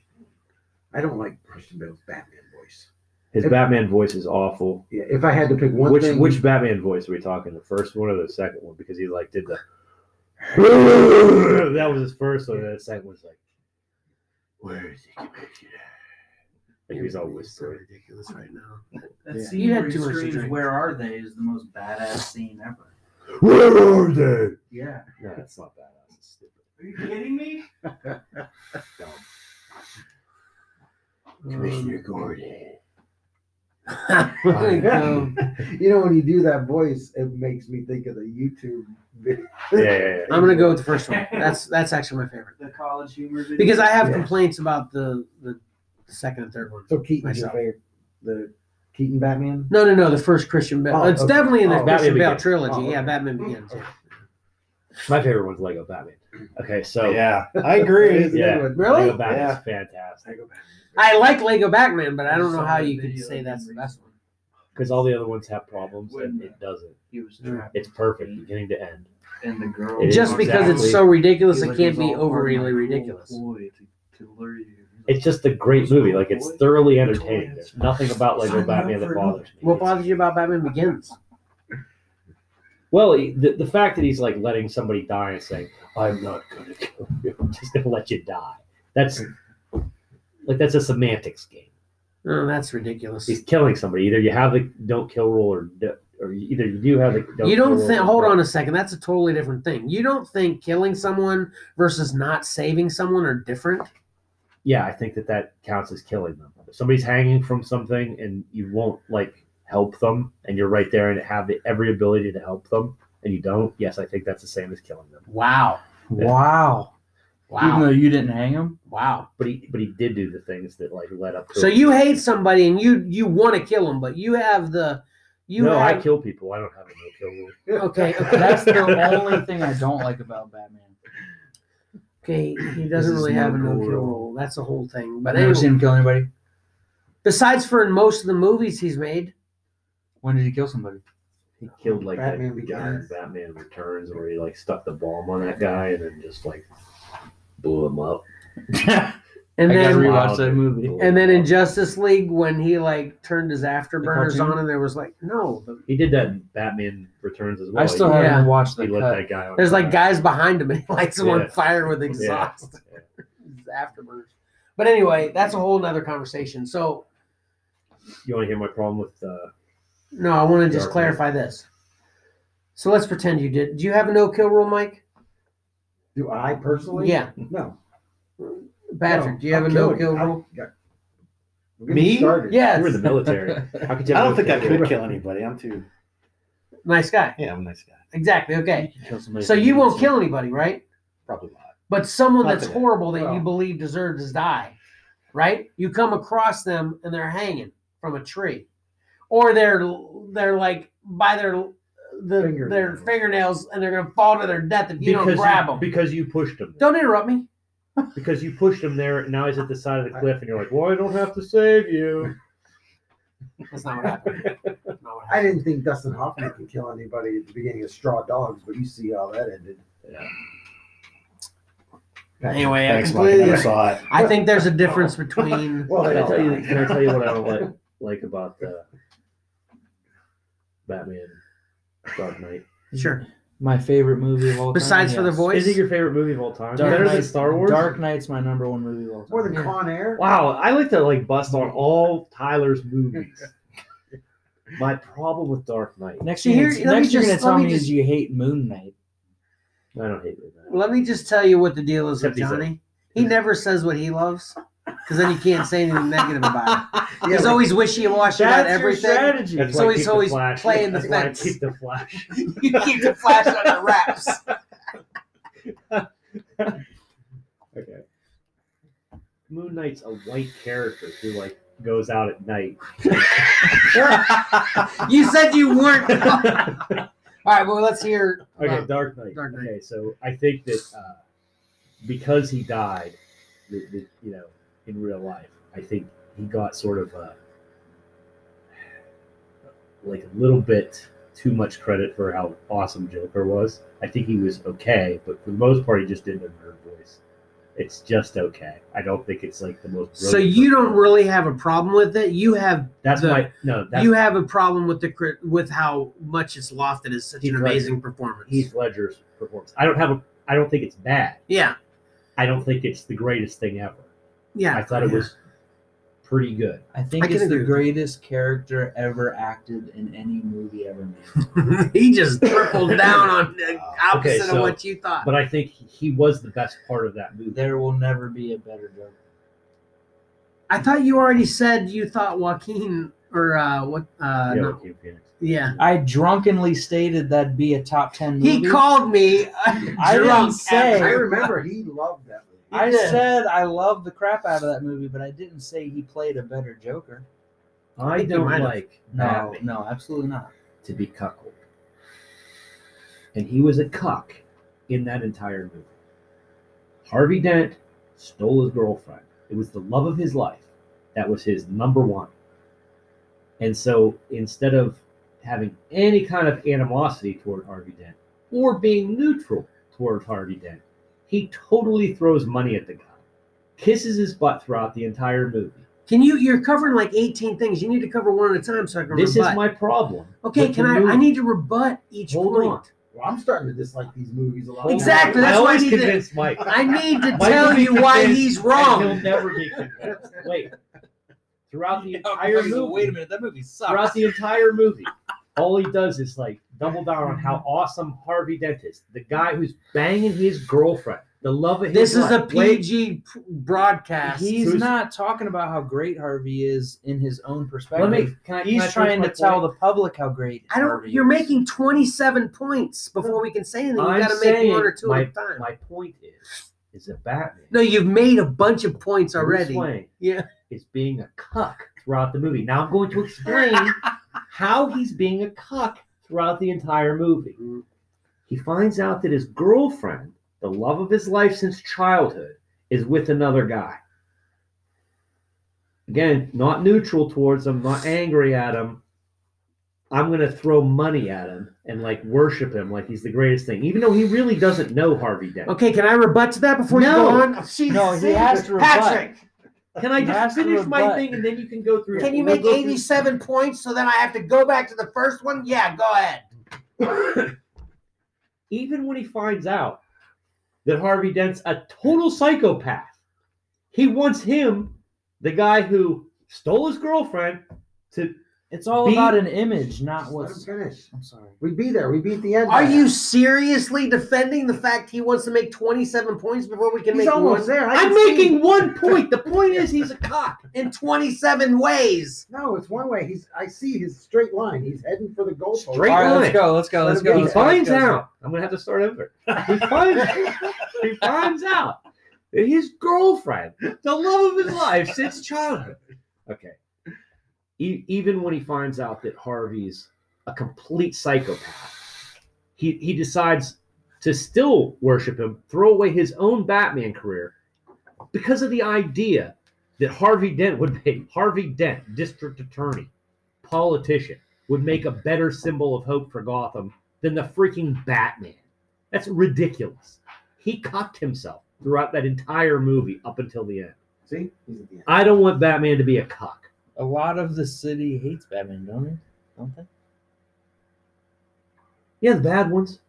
[SPEAKER 3] I don't like Christian Bale's Batman voice.
[SPEAKER 4] His
[SPEAKER 3] If-
[SPEAKER 4] Batman voice is awful.
[SPEAKER 3] Yeah, if I had to pick one
[SPEAKER 4] which
[SPEAKER 3] thing,
[SPEAKER 4] which Batman voice are we talking? The first one or the second one? Because he like did the that was his first one, and the second one's like, where is he committed? Like he's all
[SPEAKER 2] so
[SPEAKER 4] whispering.
[SPEAKER 2] ridiculous right now.
[SPEAKER 9] That
[SPEAKER 3] Yeah.
[SPEAKER 9] scene
[SPEAKER 2] You had
[SPEAKER 9] where he
[SPEAKER 2] too much to
[SPEAKER 9] screams,
[SPEAKER 2] drink.
[SPEAKER 9] "Where are they?" is the most badass scene ever.
[SPEAKER 4] Where are they?
[SPEAKER 9] Yeah.
[SPEAKER 4] No, it's not badass. It's stupid.
[SPEAKER 9] Are you kidding me?
[SPEAKER 4] Commissioner Gordon.
[SPEAKER 2] Um,
[SPEAKER 3] you know, when you do that voice, it makes me think of the YouTube video.
[SPEAKER 4] Yeah, yeah, yeah.
[SPEAKER 2] I'm gonna go with the first one. That's that's actually my favorite
[SPEAKER 9] The college humor video.
[SPEAKER 2] because I have
[SPEAKER 3] Yeah.
[SPEAKER 2] complaints about the, the the second and third one.
[SPEAKER 3] So Keaton's your
[SPEAKER 2] Myself.
[SPEAKER 3] favorite, the Keaton Batman.
[SPEAKER 2] No, no, no. The first Christian Bale.
[SPEAKER 3] Oh,
[SPEAKER 2] it's
[SPEAKER 3] okay.
[SPEAKER 2] definitely in the
[SPEAKER 3] Oh,
[SPEAKER 4] Batman
[SPEAKER 2] Christian Bale
[SPEAKER 4] Begins.
[SPEAKER 2] trilogy.
[SPEAKER 3] Oh,
[SPEAKER 2] Yeah,
[SPEAKER 3] okay.
[SPEAKER 2] Batman Begins. Yeah.
[SPEAKER 4] My favorite one's Lego Batman. Okay, so
[SPEAKER 5] yeah, I agree.
[SPEAKER 3] It's a
[SPEAKER 4] Yeah.
[SPEAKER 3] good one.
[SPEAKER 2] Really?
[SPEAKER 4] Lego Batman's fantastic
[SPEAKER 3] Lego Batman.
[SPEAKER 2] I like Lego Batman, but I don't
[SPEAKER 9] There's
[SPEAKER 2] know
[SPEAKER 9] so
[SPEAKER 2] how
[SPEAKER 9] many
[SPEAKER 2] you could
[SPEAKER 9] videos
[SPEAKER 2] say
[SPEAKER 9] and
[SPEAKER 2] that's the
[SPEAKER 9] reasons.
[SPEAKER 2] best one.
[SPEAKER 4] because all the other ones have problems and
[SPEAKER 9] When-
[SPEAKER 4] it doesn't.
[SPEAKER 9] He was trapped.
[SPEAKER 4] It's perfect beginning to end.
[SPEAKER 9] And the girl.
[SPEAKER 4] It is
[SPEAKER 2] Just because
[SPEAKER 4] exactly-
[SPEAKER 2] it's so ridiculous,
[SPEAKER 9] He
[SPEAKER 2] it
[SPEAKER 9] was
[SPEAKER 2] can't be
[SPEAKER 9] all part of my
[SPEAKER 2] overly
[SPEAKER 9] cool
[SPEAKER 2] ridiculous.
[SPEAKER 9] ploy to- to lure you.
[SPEAKER 4] It's just a great movie. Like it's thoroughly entertaining. There's nothing about Lego Batman that bothers me.
[SPEAKER 2] What bothers you about Batman Begins?
[SPEAKER 4] Well, he- the, the fact that he's like letting somebody die and saying, "I'm not gonna kill you. I'm just gonna let you die." That's like that's a semantics game.
[SPEAKER 2] Oh, that's ridiculous.
[SPEAKER 4] He's killing somebody. Either you have the don't kill rule, or d- or you- either you do have the don't
[SPEAKER 2] you
[SPEAKER 4] kill
[SPEAKER 2] don't
[SPEAKER 4] rule
[SPEAKER 2] think?
[SPEAKER 4] or
[SPEAKER 2] Hold
[SPEAKER 4] don't.
[SPEAKER 2] on a second. That's a totally different thing. You don't think killing someone versus not saving someone are different?
[SPEAKER 4] yeah, I think that that counts as killing them. If somebody's hanging from something and you won't like help them, and you're right there and have every ability to help them, and you don't, yes, I think that's the same as killing them.
[SPEAKER 2] Wow!
[SPEAKER 4] Yeah.
[SPEAKER 2] Wow! Wow!
[SPEAKER 9] Even though you didn't hang him.
[SPEAKER 2] wow!
[SPEAKER 4] But he, but he did do the things that like led up to.
[SPEAKER 2] So
[SPEAKER 4] it.
[SPEAKER 2] you hate somebody and you you want to kill them, but you have the you
[SPEAKER 4] no,
[SPEAKER 2] have
[SPEAKER 4] I kill people. I don't have a no kill rule.
[SPEAKER 2] okay
[SPEAKER 9] That's the only thing I don't like about Batman.
[SPEAKER 2] okay he doesn't
[SPEAKER 9] This is
[SPEAKER 2] really have a
[SPEAKER 9] no
[SPEAKER 2] no
[SPEAKER 9] kill
[SPEAKER 2] kill
[SPEAKER 9] rule.
[SPEAKER 2] rule. That's the whole thing. But
[SPEAKER 9] I've never
[SPEAKER 2] anyway,
[SPEAKER 9] seen him kill anybody.
[SPEAKER 2] besides for in most of the movies he's made,
[SPEAKER 9] When did he kill somebody?
[SPEAKER 4] he killed like that
[SPEAKER 3] Batman
[SPEAKER 4] guy in
[SPEAKER 3] Begins.
[SPEAKER 4] Batman Returns where he like stuck the bomb on that guy and then just like blew him up.
[SPEAKER 2] And
[SPEAKER 9] I gotta
[SPEAKER 2] then
[SPEAKER 9] rewatch that movie.
[SPEAKER 4] Blew him
[SPEAKER 2] and then
[SPEAKER 4] up.
[SPEAKER 2] in Justice League when he like turned his afterburners
[SPEAKER 9] cartoon?
[SPEAKER 2] on and there was like no the-
[SPEAKER 4] he did that in Batman Returns as well.
[SPEAKER 9] I still
[SPEAKER 4] He-
[SPEAKER 9] haven't
[SPEAKER 2] Yeah.
[SPEAKER 9] watched
[SPEAKER 4] He
[SPEAKER 9] the
[SPEAKER 4] lit
[SPEAKER 9] cut.
[SPEAKER 4] that guy on
[SPEAKER 2] there's like
[SPEAKER 4] fire.
[SPEAKER 2] guys behind him and he lights them
[SPEAKER 4] Yeah.
[SPEAKER 2] on fire with
[SPEAKER 4] Yeah.
[SPEAKER 2] exhaust His afterburners. But anyway, that's a whole nother conversation. So
[SPEAKER 4] You want to hear my problem with uh,
[SPEAKER 2] no, I want to just
[SPEAKER 4] Dark
[SPEAKER 2] clarify this. So let's pretend you did. Do you have a no kill rule, Mike?
[SPEAKER 3] Do I personally?
[SPEAKER 2] Yeah,
[SPEAKER 3] No.
[SPEAKER 2] Patrick.
[SPEAKER 3] No,
[SPEAKER 2] do you have
[SPEAKER 3] I'll
[SPEAKER 2] a no
[SPEAKER 3] it.
[SPEAKER 2] kill
[SPEAKER 3] I'll-
[SPEAKER 2] rule?
[SPEAKER 3] yeah. We're getting
[SPEAKER 5] Me?
[SPEAKER 3] Started.
[SPEAKER 4] you
[SPEAKER 2] Yes.
[SPEAKER 4] were in the military? How could
[SPEAKER 5] I
[SPEAKER 4] you have
[SPEAKER 5] don't
[SPEAKER 4] no
[SPEAKER 5] think I
[SPEAKER 4] kill?
[SPEAKER 5] could kill anybody. I'm too.
[SPEAKER 2] nice guy.
[SPEAKER 5] Yeah, I'm a nice guy.
[SPEAKER 2] Exactly. Okay.
[SPEAKER 9] Kill somebody
[SPEAKER 2] So
[SPEAKER 9] if
[SPEAKER 2] you
[SPEAKER 9] need
[SPEAKER 2] won't
[SPEAKER 9] to.
[SPEAKER 2] kill anybody, right?
[SPEAKER 5] Probably not.
[SPEAKER 2] But someone
[SPEAKER 5] Not
[SPEAKER 2] that's
[SPEAKER 5] today.
[SPEAKER 2] horrible that you
[SPEAKER 3] Well.
[SPEAKER 2] believe deserves to die, right? You come across them and they're hanging from a tree, or they're they're like by their the, their
[SPEAKER 3] Fingernails.
[SPEAKER 2] fingernails and they're gonna fall to their death if you don't
[SPEAKER 4] Because
[SPEAKER 2] grab them.
[SPEAKER 4] because you pushed him.
[SPEAKER 2] Don't interrupt me.
[SPEAKER 4] Because you pushed him there, and now he's at the side of the cliff, and you're like, "Well, I don't have to save you."
[SPEAKER 2] That's not what happened. That's not what
[SPEAKER 3] I
[SPEAKER 2] happened.
[SPEAKER 3] didn't think Dustin Hoffman could kill anybody at the beginning of Straw Dogs, but you see how that ended.
[SPEAKER 4] Yeah.
[SPEAKER 2] Anyway, I
[SPEAKER 5] Thanks, Mike. I
[SPEAKER 2] completely.
[SPEAKER 5] never saw it.
[SPEAKER 2] I think there's a difference
[SPEAKER 4] Oh.
[SPEAKER 2] between.
[SPEAKER 3] Well,
[SPEAKER 4] Can
[SPEAKER 3] they
[SPEAKER 4] I
[SPEAKER 3] all
[SPEAKER 4] tell you?
[SPEAKER 3] died.
[SPEAKER 4] Can I tell you what I don't like like about the Batman Dark Knight?
[SPEAKER 2] Sure.
[SPEAKER 9] My favorite movie of all
[SPEAKER 2] Besides
[SPEAKER 9] time.
[SPEAKER 2] for the
[SPEAKER 9] yes.
[SPEAKER 2] voice.
[SPEAKER 4] Is it your favorite movie of all time?
[SPEAKER 9] Dark
[SPEAKER 4] Better than
[SPEAKER 9] Knight-
[SPEAKER 4] Star Wars?
[SPEAKER 9] Dark Knight's my number one movie of all time.
[SPEAKER 3] More than
[SPEAKER 2] Yeah.
[SPEAKER 3] Con Air.
[SPEAKER 4] Wow, I like to like bust on all Tyler's movies. My problem with Dark Knight,
[SPEAKER 9] Next
[SPEAKER 2] See,
[SPEAKER 9] year,
[SPEAKER 2] here- let me
[SPEAKER 9] next you're gonna
[SPEAKER 2] just- let
[SPEAKER 9] tell
[SPEAKER 2] me
[SPEAKER 9] me
[SPEAKER 2] just-
[SPEAKER 9] is you hate Moon Knight.
[SPEAKER 4] I don't hate it. man.
[SPEAKER 2] Let me just tell you what the deal is with
[SPEAKER 4] Except he's a-
[SPEAKER 2] Johnny. He never says what he loves because then you can't say anything negative about it.
[SPEAKER 3] Yeah,
[SPEAKER 2] He's
[SPEAKER 3] but-
[SPEAKER 2] always wishy washy about everything.
[SPEAKER 9] strategy.
[SPEAKER 4] That's
[SPEAKER 2] So
[SPEAKER 4] why I
[SPEAKER 2] he's
[SPEAKER 4] keep the
[SPEAKER 2] always
[SPEAKER 4] Flash.
[SPEAKER 2] playing the
[SPEAKER 4] That's why I
[SPEAKER 2] fence.
[SPEAKER 4] keep the Flash.
[SPEAKER 2] You keep the flash under wraps.
[SPEAKER 4] Okay. Moon Knight's a white character who like goes out at night.
[SPEAKER 2] You said you weren't. All right, well, let's hear.
[SPEAKER 4] Okay,
[SPEAKER 2] uh,
[SPEAKER 4] Dark Knight.
[SPEAKER 2] Dark Knight.
[SPEAKER 4] Okay, so I think that uh, because he died, the, the, you know, in real life, I think he got sort of uh, like a little bit too much credit for how awesome Joker was. I think he was okay, but for the most part, he just did a nerd voice. It's just okay. I don't think it's like the most.
[SPEAKER 2] so
[SPEAKER 4] brilliant
[SPEAKER 2] you don't
[SPEAKER 4] performance.
[SPEAKER 2] really have a problem with it. You have
[SPEAKER 4] That's
[SPEAKER 2] the-
[SPEAKER 4] my no. That's
[SPEAKER 2] you have a problem with the crit- with how much it's lofted is such
[SPEAKER 4] He's
[SPEAKER 2] an
[SPEAKER 4] right.
[SPEAKER 2] amazing performance.
[SPEAKER 4] Heath Ledger's performance. I don't have a. I don't think it's bad.
[SPEAKER 2] yeah,
[SPEAKER 4] I don't think it's the greatest thing ever.
[SPEAKER 2] yeah.
[SPEAKER 4] I thought it was pretty good.
[SPEAKER 9] I think
[SPEAKER 2] I can
[SPEAKER 9] it's the
[SPEAKER 2] agree with that.
[SPEAKER 9] greatest character ever acted in any movie ever made.
[SPEAKER 2] he just tripled down on the opposite
[SPEAKER 4] Okay, so-
[SPEAKER 2] of what you thought.
[SPEAKER 4] But I think he was the best part of that movie.
[SPEAKER 9] there will never be a better Joker.
[SPEAKER 2] I thought you already said you thought Joaquin or uh, what? Uh,
[SPEAKER 4] yeah,
[SPEAKER 2] no.
[SPEAKER 4] Joaquin Phoenix.
[SPEAKER 2] yeah.
[SPEAKER 9] I drunkenly stated that'd be a top ten movie.
[SPEAKER 2] He called me.
[SPEAKER 9] I didn't
[SPEAKER 2] drunk
[SPEAKER 9] say.
[SPEAKER 3] I
[SPEAKER 2] after-
[SPEAKER 3] remember he loved that movie.
[SPEAKER 9] I
[SPEAKER 2] did.
[SPEAKER 9] said I love the crap out of that movie, but I didn't say he played a better Joker.
[SPEAKER 2] I
[SPEAKER 4] I
[SPEAKER 2] think he
[SPEAKER 4] don't
[SPEAKER 2] might have.
[SPEAKER 4] like
[SPEAKER 9] No,
[SPEAKER 4] Batman
[SPEAKER 9] no, absolutely not.
[SPEAKER 4] to be cuckolded. And he was a cuck in that entire movie. Harvey Dent stole his girlfriend. It was the love of his life. That was his number one. And so instead of having any kind of animosity toward Harvey Dent or being neutral toward Harvey Dent, he totally throws money at the guy, kisses his butt throughout the entire movie.
[SPEAKER 2] Can you? You're covering like 18 things. You need to cover one at a time so I can
[SPEAKER 4] This
[SPEAKER 2] rebut.
[SPEAKER 4] is my problem.
[SPEAKER 2] okay,
[SPEAKER 4] with
[SPEAKER 2] can
[SPEAKER 4] the
[SPEAKER 2] I?
[SPEAKER 4] movie.
[SPEAKER 2] I need to rebut each
[SPEAKER 4] Hold
[SPEAKER 2] point.
[SPEAKER 4] on.
[SPEAKER 3] Well, I'm starting to dislike these movies a lot. more.
[SPEAKER 2] Exactly, that's
[SPEAKER 4] Oh, I
[SPEAKER 2] why I
[SPEAKER 4] always
[SPEAKER 2] need to-
[SPEAKER 4] convince Mike.
[SPEAKER 2] I need to
[SPEAKER 4] Why
[SPEAKER 2] tell
[SPEAKER 4] would he
[SPEAKER 2] you why
[SPEAKER 4] convince-
[SPEAKER 2] he's
[SPEAKER 4] And he'll
[SPEAKER 2] wrong.
[SPEAKER 4] never be convinced. Wait. Throughout the entire movie,
[SPEAKER 9] minute, that movie
[SPEAKER 4] throughout the entire movie, all he does is like double down on how awesome Harvey Dent is, the guy who's banging his girlfriend, the love of his
[SPEAKER 2] This is a
[SPEAKER 4] life. Wait,
[SPEAKER 2] PG p- broadcast.
[SPEAKER 9] He's
[SPEAKER 4] Who's-
[SPEAKER 9] not talking about how great Harvey is in his own perspective.
[SPEAKER 4] let me. Can I,
[SPEAKER 9] He's trying to tell the public how great.
[SPEAKER 2] I don't.
[SPEAKER 9] Harvey
[SPEAKER 2] You're
[SPEAKER 9] is.
[SPEAKER 2] making 27 points before we can say anything. You
[SPEAKER 4] I'm
[SPEAKER 2] got to make
[SPEAKER 4] saying
[SPEAKER 2] one or two
[SPEAKER 4] my-
[SPEAKER 2] at a time.
[SPEAKER 4] My point is, is that Batman.
[SPEAKER 2] no, you've made a bunch of points
[SPEAKER 4] Bruce
[SPEAKER 2] already.
[SPEAKER 4] Wayne
[SPEAKER 2] Yeah.
[SPEAKER 4] is being a cuck throughout the movie. Now I'm going to explain how he's being a cuck throughout the entire movie.
[SPEAKER 2] Mm-hmm.
[SPEAKER 4] He finds out that his girlfriend, the love of his life since childhood, is with another guy. Again, not neutral towards him, not angry at him. I'm going to throw money at him and like worship him like he's the greatest thing, even though he really doesn't know Harvey Dent.
[SPEAKER 2] Okay, can I rebut to that before
[SPEAKER 4] No.
[SPEAKER 2] you go on? She's
[SPEAKER 10] No, he has to rebut.
[SPEAKER 2] Patrick,
[SPEAKER 4] Can I just
[SPEAKER 10] Ask him
[SPEAKER 4] finish my
[SPEAKER 10] about-
[SPEAKER 4] thing and then you can go through?
[SPEAKER 2] can you
[SPEAKER 4] we'll
[SPEAKER 2] make
[SPEAKER 4] go through-
[SPEAKER 2] 87 points so then I have to go back to the first one? Yeah, go ahead.
[SPEAKER 4] even when he finds out that Harvey Dent's a total psychopath, he wants him, the guy who stole his girlfriend, to
[SPEAKER 10] It's all
[SPEAKER 4] Be-
[SPEAKER 10] about an image, not
[SPEAKER 3] Let him
[SPEAKER 10] what's.
[SPEAKER 3] finish.
[SPEAKER 10] I'm sorry.
[SPEAKER 3] We be there. We beat the end.
[SPEAKER 2] Are
[SPEAKER 3] by
[SPEAKER 2] you
[SPEAKER 3] that.
[SPEAKER 2] seriously defending the fact he wants to make 27 points before we can
[SPEAKER 3] He's
[SPEAKER 2] make one?
[SPEAKER 3] almost there. I
[SPEAKER 4] I'm
[SPEAKER 3] can see-
[SPEAKER 4] making one point. The point is he's a cop.
[SPEAKER 2] in 27 ways.
[SPEAKER 3] No, it's one way. He's. I see his straight line. He's heading for the goal.
[SPEAKER 4] Straight-
[SPEAKER 10] All right,
[SPEAKER 4] line.
[SPEAKER 10] let's go. Let's go. Let's go.
[SPEAKER 4] He
[SPEAKER 10] let's go, let's
[SPEAKER 4] finds
[SPEAKER 10] go, let's go.
[SPEAKER 4] out. I'm gonna have to start over. He finds he finds out that his girlfriend, the love of his life since childhood. Okay. E- even when he finds out that Harvey's a complete psychopath, he he decides to still worship him, throw away his own Batman career because of the idea that Harvey Dent would make Harvey Dent, district attorney, politician, would make a better symbol of hope for Gotham than the freaking Batman. That's ridiculous. He cocked himself throughout that entire movie up until the end.
[SPEAKER 3] See, he's at the end.
[SPEAKER 4] I don't want Batman to be a cock.
[SPEAKER 10] A lot of the city hates Batman, don't they? Don't they?
[SPEAKER 4] Yeah, the bad ones.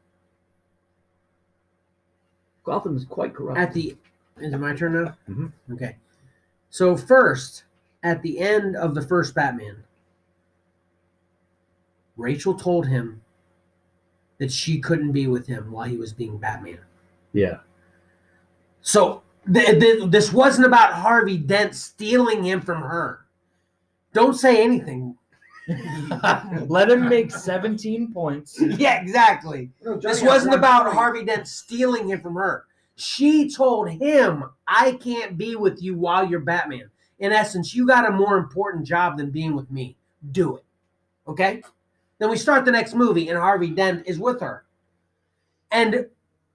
[SPEAKER 4] Gotham is quite corrupt.
[SPEAKER 2] At the is it my turn now?
[SPEAKER 4] Mhm.
[SPEAKER 2] Okay. So first, at the end of the first Batman, Rachel told him that she couldn't be with him while he was being Batman.
[SPEAKER 4] yeah,
[SPEAKER 2] So th- th- this wasn't about Harvey Dent stealing him from her. Don't say anything.
[SPEAKER 10] Let him make 17 points.
[SPEAKER 2] yeah, exactly.
[SPEAKER 3] No, Johnny
[SPEAKER 2] This
[SPEAKER 3] has
[SPEAKER 2] wasn't
[SPEAKER 3] one
[SPEAKER 2] about
[SPEAKER 3] point.
[SPEAKER 2] Harvey Dent stealing him from her. She told him, I can't be with you while you're Batman. In essence, you got a more important job than being with me. Do it. Okay? Then we start the next movie, and Harvey Dent is with her. And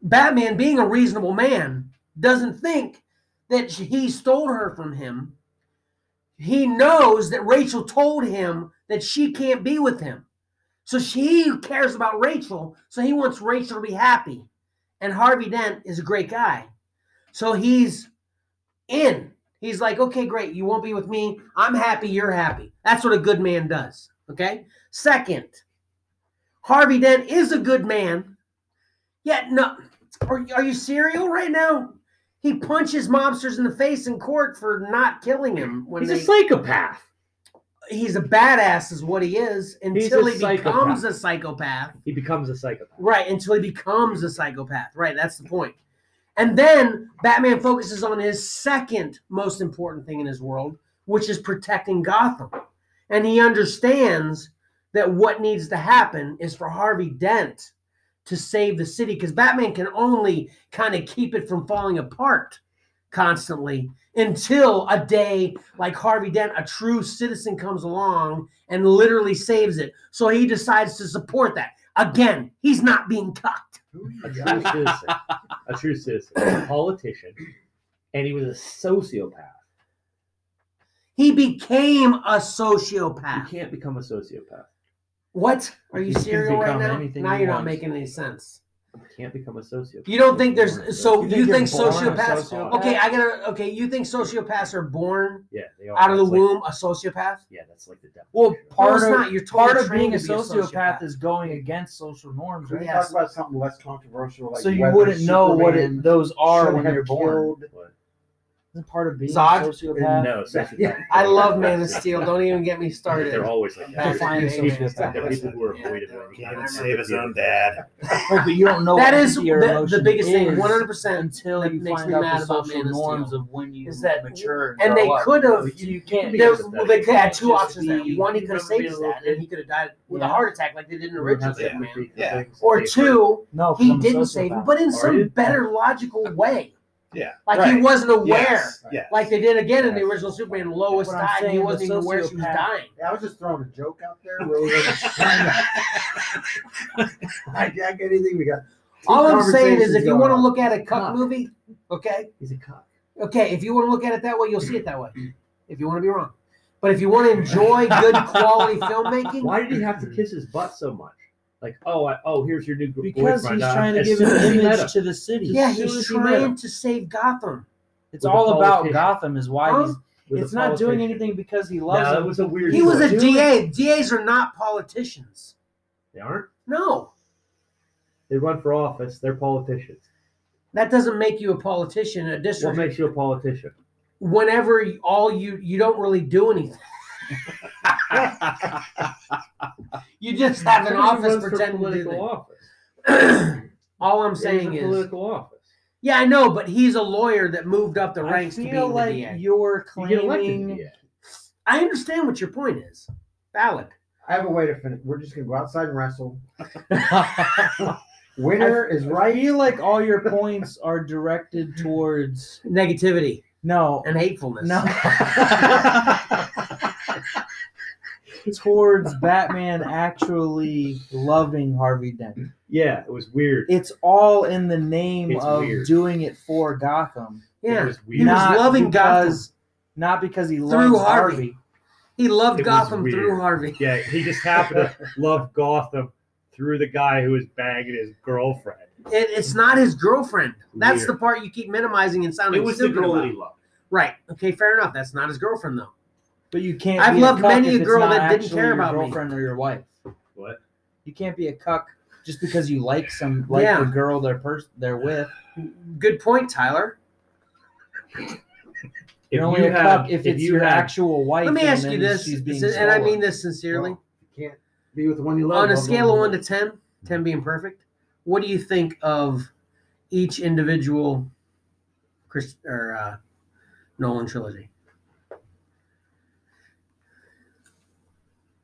[SPEAKER 2] Batman, being a reasonable man, doesn't think that he stole her from him. He knows that Rachel told him that she can't be with him. So she cares about Rachel, so he wants Rachel to be happy. And Harvey Dent is a great guy. So he's in. He's like, okay, great. You won't be with me. I'm happy. You're happy. That's what a good man does. Okay. Second, Harvey Dent is a good man. Yet, no. Are, are you serial right now? He punches mobsters in the face in court for not killing him. When
[SPEAKER 4] he's
[SPEAKER 2] they,
[SPEAKER 4] a psychopath.
[SPEAKER 2] he's a badass, is what he is,
[SPEAKER 4] He's
[SPEAKER 2] until
[SPEAKER 4] a
[SPEAKER 2] he becomes
[SPEAKER 4] psychopath.
[SPEAKER 2] a psychopath.
[SPEAKER 4] He becomes a psychopath.
[SPEAKER 2] Right, until he becomes a psychopath. Right, that's the point. And then Batman focuses on his second most important thing in his world, which is protecting Gotham. And he understands that what needs to happen is for Harvey Dent to save the city because Batman can only kind of keep it from falling apart constantly until a day like Harvey Dent, a true citizen, comes along and literally saves it. So he decides to support that. Again, he's not being cucked.
[SPEAKER 4] A true citizen. A true citizen. A politician. And he was a sociopath.
[SPEAKER 2] He became a
[SPEAKER 4] You
[SPEAKER 2] sociopath.
[SPEAKER 4] can't become a sociopath.
[SPEAKER 2] What? Are you
[SPEAKER 10] You can
[SPEAKER 2] serial right
[SPEAKER 10] become
[SPEAKER 2] now?
[SPEAKER 10] anything
[SPEAKER 2] Now
[SPEAKER 10] you
[SPEAKER 2] you're not
[SPEAKER 10] want.
[SPEAKER 2] making any sense.
[SPEAKER 4] You can't become a sociopath.
[SPEAKER 2] You don't think there's so
[SPEAKER 10] You
[SPEAKER 2] you think,
[SPEAKER 10] think you're born a
[SPEAKER 2] sociopaths?
[SPEAKER 10] sociopath?
[SPEAKER 2] Okay, I gotta. Okay, you think sociopaths are born
[SPEAKER 4] Yeah, they are.
[SPEAKER 2] out of the
[SPEAKER 4] It's like-
[SPEAKER 2] womb a sociopath?
[SPEAKER 4] Yeah, that's like the devil.
[SPEAKER 10] Well,
[SPEAKER 2] No,
[SPEAKER 10] part
[SPEAKER 2] it's
[SPEAKER 10] of
[SPEAKER 2] not. You're totally
[SPEAKER 10] part of
[SPEAKER 2] trained
[SPEAKER 10] being a
[SPEAKER 2] to be a
[SPEAKER 10] sociopath
[SPEAKER 2] sociopath.
[SPEAKER 10] is going against social norms,
[SPEAKER 3] Can we
[SPEAKER 10] right?
[SPEAKER 2] Yes.
[SPEAKER 3] talk about something less controversial? Like
[SPEAKER 10] so you
[SPEAKER 3] whether
[SPEAKER 10] wouldn't know what it,
[SPEAKER 3] Superman
[SPEAKER 10] those are
[SPEAKER 3] should
[SPEAKER 10] when
[SPEAKER 3] have
[SPEAKER 10] you're born.
[SPEAKER 3] killed-
[SPEAKER 10] Isn't part of being
[SPEAKER 2] Zod?
[SPEAKER 10] a sociopath?
[SPEAKER 4] no, sociopath.
[SPEAKER 3] Yeah.
[SPEAKER 2] I love Man of Steel. Don't even get me started.
[SPEAKER 4] They're always like that.
[SPEAKER 10] Define
[SPEAKER 4] They're people-
[SPEAKER 10] sociopath.
[SPEAKER 4] they're people who are avoided.
[SPEAKER 5] He didn't save his own dad.
[SPEAKER 10] Right, but you don't know
[SPEAKER 2] that
[SPEAKER 10] what
[SPEAKER 2] is the,
[SPEAKER 10] your
[SPEAKER 2] the
[SPEAKER 10] emotion
[SPEAKER 2] biggest thing.
[SPEAKER 10] is
[SPEAKER 2] 100 percent
[SPEAKER 10] until
[SPEAKER 2] that
[SPEAKER 10] you
[SPEAKER 2] makes
[SPEAKER 10] find
[SPEAKER 2] me
[SPEAKER 10] out
[SPEAKER 2] mad
[SPEAKER 10] the
[SPEAKER 2] about
[SPEAKER 10] social
[SPEAKER 2] Man of
[SPEAKER 10] norms
[SPEAKER 2] Steel.
[SPEAKER 10] of when you
[SPEAKER 2] is that-
[SPEAKER 10] mature
[SPEAKER 2] and they
[SPEAKER 10] grow up.
[SPEAKER 2] could have.
[SPEAKER 10] You, you can't.
[SPEAKER 2] There,
[SPEAKER 10] just-
[SPEAKER 2] well, they could have two
[SPEAKER 10] Just
[SPEAKER 2] options. There.
[SPEAKER 10] be-
[SPEAKER 2] One, he could have
[SPEAKER 10] remember
[SPEAKER 2] saved
[SPEAKER 10] being a
[SPEAKER 2] his
[SPEAKER 10] little
[SPEAKER 2] dad, and he could have died with a
[SPEAKER 10] Yeah.
[SPEAKER 2] heart attack like they did in originally.
[SPEAKER 5] Yeah.
[SPEAKER 2] Man.
[SPEAKER 5] Yeah.
[SPEAKER 2] Or two,
[SPEAKER 10] No, 'cause
[SPEAKER 2] he
[SPEAKER 10] I'm a
[SPEAKER 2] didn't save him,
[SPEAKER 10] sociopath.
[SPEAKER 2] but in some
[SPEAKER 4] you?
[SPEAKER 2] better logical way.
[SPEAKER 5] Yeah.
[SPEAKER 2] Like he
[SPEAKER 5] Right.
[SPEAKER 2] wasn't aware,
[SPEAKER 5] Yes, yes.
[SPEAKER 2] like they did again in the original Superman. Lois
[SPEAKER 10] What I'm
[SPEAKER 2] died, and he
[SPEAKER 10] saying,
[SPEAKER 2] wasn't
[SPEAKER 10] the
[SPEAKER 2] even aware she was
[SPEAKER 10] sociopath-
[SPEAKER 2] dying.
[SPEAKER 3] Yeah, I was just throwing a joke out there. where we were just trying to- Hijack anything we got. Two
[SPEAKER 2] All I'm saying is, if you
[SPEAKER 3] conversations
[SPEAKER 2] want to
[SPEAKER 3] going
[SPEAKER 2] look at a cut
[SPEAKER 4] Fuck.
[SPEAKER 2] movie, okay,
[SPEAKER 4] He's a cop.
[SPEAKER 2] okay, if you want to look at it that way, you'll see it that way. If you want to be wrong, but But if you want to enjoy good quality filmmaking,
[SPEAKER 4] Why did he have to kiss his butt so much? Like, oh, I, oh, here's your new gr-
[SPEAKER 9] Because
[SPEAKER 4] boyfriend.
[SPEAKER 9] he's
[SPEAKER 4] Uh,
[SPEAKER 9] trying to
[SPEAKER 4] as
[SPEAKER 9] give
[SPEAKER 4] soon
[SPEAKER 9] an
[SPEAKER 4] as he met him-
[SPEAKER 9] image to the city.
[SPEAKER 2] yeah,
[SPEAKER 9] As soon
[SPEAKER 2] he's
[SPEAKER 9] as he met him.
[SPEAKER 2] trying to save Gotham.
[SPEAKER 9] It's
[SPEAKER 4] with
[SPEAKER 9] all
[SPEAKER 4] the
[SPEAKER 9] about
[SPEAKER 4] politician.
[SPEAKER 9] Gotham is why
[SPEAKER 2] Huh?
[SPEAKER 9] he's.
[SPEAKER 4] with
[SPEAKER 9] It's
[SPEAKER 4] the
[SPEAKER 9] not doing
[SPEAKER 4] politician.
[SPEAKER 9] anything because he
[SPEAKER 4] No,
[SPEAKER 9] loves
[SPEAKER 4] that
[SPEAKER 9] him.
[SPEAKER 4] was a weird.
[SPEAKER 2] He was a
[SPEAKER 4] story.
[SPEAKER 2] DA. DAs are not politicians.
[SPEAKER 4] They aren't.
[SPEAKER 2] No,
[SPEAKER 4] They run for office. They're politicians.
[SPEAKER 2] that doesn't make you a politician. A
[SPEAKER 4] What
[SPEAKER 2] district.
[SPEAKER 4] makes you a politician?
[SPEAKER 2] Whenever you- all you you don't really do anything. you just have an
[SPEAKER 4] Everyone
[SPEAKER 2] office
[SPEAKER 4] runs for
[SPEAKER 2] pretending to do
[SPEAKER 4] political
[SPEAKER 2] things.
[SPEAKER 4] office.
[SPEAKER 2] All I'm
[SPEAKER 4] It
[SPEAKER 2] saying
[SPEAKER 4] a
[SPEAKER 2] is,
[SPEAKER 4] political office.
[SPEAKER 2] yeah, I know, but he's a lawyer that moved up the
[SPEAKER 9] I
[SPEAKER 2] ranks to
[SPEAKER 9] feel
[SPEAKER 2] being
[SPEAKER 9] like
[SPEAKER 2] the DA.
[SPEAKER 9] you're
[SPEAKER 4] You get elected.
[SPEAKER 9] claiming.
[SPEAKER 4] Yeah.
[SPEAKER 2] I understand what your point is. Valid.
[SPEAKER 3] I have a way to finish. We're just gonna go outside and wrestle. Winner is
[SPEAKER 9] I
[SPEAKER 3] right.
[SPEAKER 9] feel like all your points are directed towards
[SPEAKER 2] Negativity
[SPEAKER 9] no,
[SPEAKER 2] and hatefulness.
[SPEAKER 9] no, towards Batman actually loving Harvey Dent.
[SPEAKER 4] Yeah, it was weird.
[SPEAKER 9] It's all in the name
[SPEAKER 4] It's
[SPEAKER 9] of
[SPEAKER 4] weird.
[SPEAKER 9] doing it for Gotham.
[SPEAKER 4] It
[SPEAKER 2] Yeah.
[SPEAKER 4] was
[SPEAKER 2] He
[SPEAKER 4] weird.
[SPEAKER 2] was
[SPEAKER 9] not
[SPEAKER 2] loving
[SPEAKER 9] because, not because he
[SPEAKER 2] Gotham through
[SPEAKER 9] loves
[SPEAKER 2] Harvey.
[SPEAKER 9] Harvey.
[SPEAKER 2] He loved
[SPEAKER 4] It was
[SPEAKER 2] Gotham
[SPEAKER 4] weird.
[SPEAKER 2] through Harvey.
[SPEAKER 4] Yeah, he just happened to love Gotham through the guy who was bagging his girlfriend.
[SPEAKER 2] It, it's not his girlfriend. That's
[SPEAKER 4] Weird.
[SPEAKER 2] the part you keep minimizing and sounding
[SPEAKER 4] It was the
[SPEAKER 2] stupid
[SPEAKER 4] girl
[SPEAKER 2] about.
[SPEAKER 4] that he loved.
[SPEAKER 2] Right. Okay, fair enough. That's not his girlfriend though.
[SPEAKER 9] But you can't.
[SPEAKER 2] I've
[SPEAKER 9] be
[SPEAKER 2] loved
[SPEAKER 9] a cuck
[SPEAKER 2] many
[SPEAKER 9] if
[SPEAKER 2] a
[SPEAKER 9] it's
[SPEAKER 2] girl
[SPEAKER 9] not
[SPEAKER 2] that didn't
[SPEAKER 9] actually
[SPEAKER 2] care
[SPEAKER 9] your
[SPEAKER 2] about me.
[SPEAKER 9] girlfriend or your wife.
[SPEAKER 4] What?
[SPEAKER 9] You can't be a cuck just because you like some like
[SPEAKER 2] Yeah.
[SPEAKER 9] the girl they're pers- they're with.
[SPEAKER 2] Good point, Tyler.
[SPEAKER 9] You're only a cuck if, it's your actual wife.
[SPEAKER 2] Let me
[SPEAKER 9] and
[SPEAKER 2] ask
[SPEAKER 9] then
[SPEAKER 2] you this,
[SPEAKER 9] she's being
[SPEAKER 2] this- and I
[SPEAKER 9] stolen.
[SPEAKER 2] mean this sincerely.
[SPEAKER 3] You can't be with the one you love.
[SPEAKER 2] On a
[SPEAKER 3] love the
[SPEAKER 2] scale of
[SPEAKER 3] you
[SPEAKER 2] one to
[SPEAKER 3] love.
[SPEAKER 2] 10, 10 being perfect, what do you think of each individual Chris or uh, Nolan trilogy?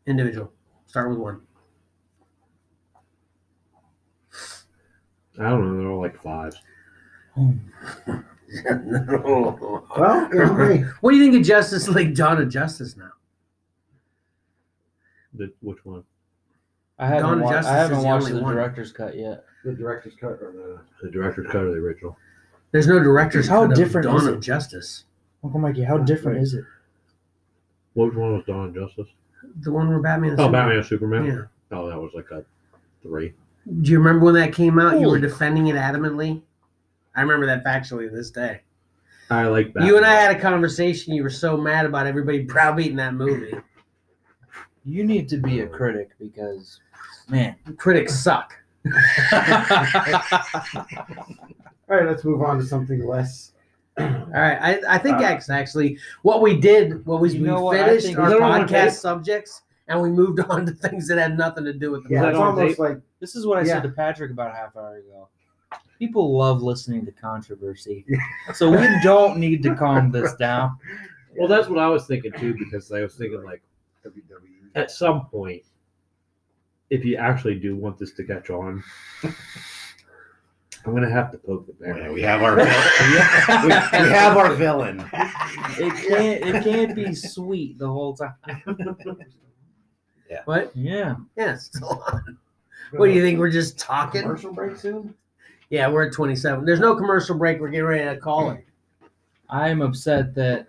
[SPEAKER 2] Individual. Start with one.
[SPEAKER 4] I don't know. They're all like five.
[SPEAKER 3] Well, yeah, hey,
[SPEAKER 2] What do you think of Justice League Dawn of Justice now?
[SPEAKER 4] The, which one?
[SPEAKER 9] I haven't,
[SPEAKER 2] Dawn
[SPEAKER 9] wa- I
[SPEAKER 2] Justice
[SPEAKER 9] haven't
[SPEAKER 2] is the
[SPEAKER 9] watched
[SPEAKER 2] only
[SPEAKER 9] the
[SPEAKER 2] one.
[SPEAKER 9] director's cut yet.
[SPEAKER 3] the director's cut or
[SPEAKER 4] The director's cut or the original?
[SPEAKER 2] There's no director's
[SPEAKER 9] How
[SPEAKER 2] cut of
[SPEAKER 9] different
[SPEAKER 2] Dawn
[SPEAKER 9] is
[SPEAKER 2] of
[SPEAKER 9] it?
[SPEAKER 2] Justice.
[SPEAKER 9] Uncle Mikey, how different is it?
[SPEAKER 4] Which one was Dawn of Justice?
[SPEAKER 2] The one where Batman. and
[SPEAKER 4] Oh,
[SPEAKER 2] Superman-
[SPEAKER 4] Batman and Superman.
[SPEAKER 2] Yeah.
[SPEAKER 4] Oh, that was like a three.
[SPEAKER 2] Do you remember when that came out? You were
[SPEAKER 9] Holy-
[SPEAKER 2] defending it adamantly. I remember that factually to this day.
[SPEAKER 4] I like that.
[SPEAKER 2] You and I had a conversation. You were so mad about everybody browbeating that movie.
[SPEAKER 9] You need to be a critic because, man.
[SPEAKER 2] Critics suck.
[SPEAKER 3] the. All right, let's move on to something less.
[SPEAKER 2] All right, I, I think that's actually what we did. What was
[SPEAKER 9] You
[SPEAKER 2] we
[SPEAKER 9] know what, I
[SPEAKER 2] finished
[SPEAKER 9] think-
[SPEAKER 2] our
[SPEAKER 4] Is that all we
[SPEAKER 2] podcast
[SPEAKER 4] did?
[SPEAKER 2] subjects and we moved on to things that had nothing to do with the
[SPEAKER 3] Yeah,
[SPEAKER 4] that
[SPEAKER 3] it's
[SPEAKER 4] on
[SPEAKER 3] almost
[SPEAKER 4] tape?
[SPEAKER 3] like
[SPEAKER 9] This is what I
[SPEAKER 3] Yeah.
[SPEAKER 9] said to Patrick about a half hour ago. People love listening to controversy, so we don't need to calm this down.
[SPEAKER 4] Well, that's what I was thinking too, because I was thinking like
[SPEAKER 3] WWE.
[SPEAKER 4] at some point, if you actually do want this to catch on, I'm gonna have to poke the bear.
[SPEAKER 5] Yeah, we have our vi- we, we have our villain.
[SPEAKER 9] It can't. It can't be sweet the whole time.
[SPEAKER 2] What?
[SPEAKER 9] Yeah.
[SPEAKER 2] Yes. What do you think? We're just talking.
[SPEAKER 3] Commercial break soon.
[SPEAKER 2] Yeah, we're at 27. There's no commercial break. We're getting ready to call it.
[SPEAKER 9] I am upset that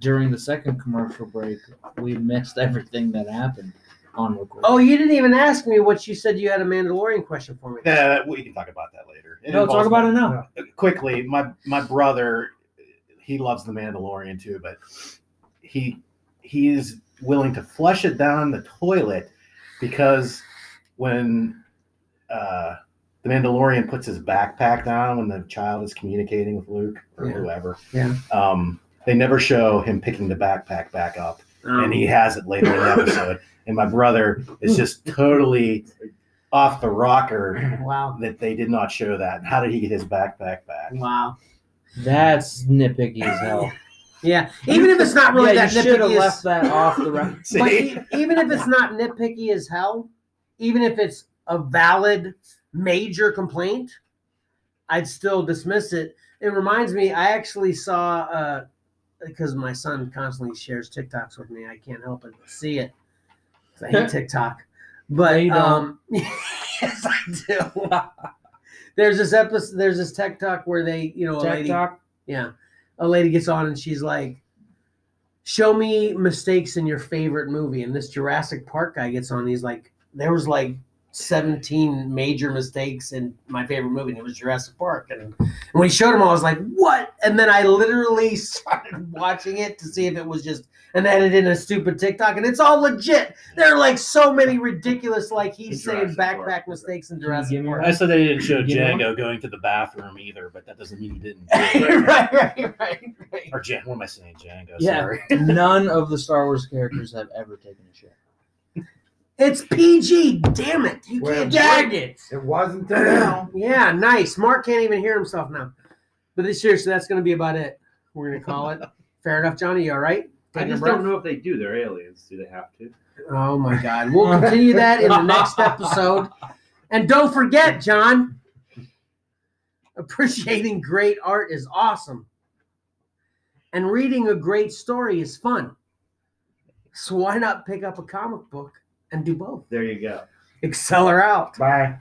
[SPEAKER 9] during the second commercial break, we missed everything that happened on record.
[SPEAKER 2] Oh, you didn't even ask me what you said. You had a Mandalorian question for me.
[SPEAKER 5] Yeah, that- Uh, we can talk about that later. It
[SPEAKER 9] no, talk
[SPEAKER 5] involves-
[SPEAKER 9] about it now.
[SPEAKER 5] quickly. My my brother, he loves the Mandalorian too, but he he is willing to flush it down the toilet because when uh, the Mandalorian puts his backpack down when the child is communicating with Luke or
[SPEAKER 2] Yeah.
[SPEAKER 5] whoever,
[SPEAKER 2] Yeah.
[SPEAKER 5] um, they never show him picking the backpack back up and he
[SPEAKER 2] Um,
[SPEAKER 5] has it later in the episode. And my brother is just totally off the rocker
[SPEAKER 2] wow.
[SPEAKER 5] that they did not show that. How did he get his backpack back?
[SPEAKER 2] Wow.
[SPEAKER 9] That's nitpicky as hell.
[SPEAKER 2] Yeah. Even if it's not really
[SPEAKER 9] yeah,
[SPEAKER 2] that
[SPEAKER 9] you should have
[SPEAKER 2] nitpicky,
[SPEAKER 9] left
[SPEAKER 2] as,
[SPEAKER 9] that off the record.
[SPEAKER 2] but
[SPEAKER 5] See?
[SPEAKER 2] e- even if it's not nitpicky as hell, even if it's a valid major complaint, I'd still dismiss it. It reminds me, I actually saw uh, because my son constantly shares TikToks with me. I can't help but see it. 'Cause I hate TikTok, but
[SPEAKER 9] No, you don't.
[SPEAKER 2] um, yes, I do. there's this episode. There's this TikTok where they, you know, a lady
[SPEAKER 9] TikTok.
[SPEAKER 2] yeah. A lady gets on and she's like, show me mistakes in your favorite movie. And this Jurassic Park guy gets on. He's like, there was like 17 major mistakes in my favorite movie, and it was Jurassic Park. And, and when he showed him, I was like, what? And then I literally started watching it to see if it was just an edit in a stupid TikTok, and it's all legit. There are like so many ridiculous, like he's saying,
[SPEAKER 11] Jurassic Park.
[SPEAKER 2] backpack mistakes in Jurassic
[SPEAKER 10] Give me
[SPEAKER 2] Park.
[SPEAKER 11] I said they didn't show
[SPEAKER 10] You
[SPEAKER 11] Django
[SPEAKER 10] know?
[SPEAKER 11] going to the bathroom either, but that doesn't mean he didn't.
[SPEAKER 2] right, right, right, right.
[SPEAKER 11] Or Jan, what am I saying? Django.
[SPEAKER 10] Yeah.
[SPEAKER 11] Sorry.
[SPEAKER 10] None of the Star Wars characters have ever taken a shit.
[SPEAKER 2] It's PG. Damn it! You
[SPEAKER 3] Well,
[SPEAKER 2] can't jag it.
[SPEAKER 3] It wasn't till now.
[SPEAKER 2] Yeah, nice. Mark can't even hear himself now. But this year, so that's going to be about it. We're going to call it. Fair enough, Johnny. You all right?
[SPEAKER 4] I
[SPEAKER 2] Taking a
[SPEAKER 4] just
[SPEAKER 2] breath?
[SPEAKER 4] don't know if they do. They're aliens. Do they have to?
[SPEAKER 2] Oh my God. We'll continue that in the next episode. And don't forget, John, appreciating great art is awesome. And reading a great story is fun. So why not pick up a comic book and do both?
[SPEAKER 4] There you go.
[SPEAKER 2] Excel her out.
[SPEAKER 3] Bye.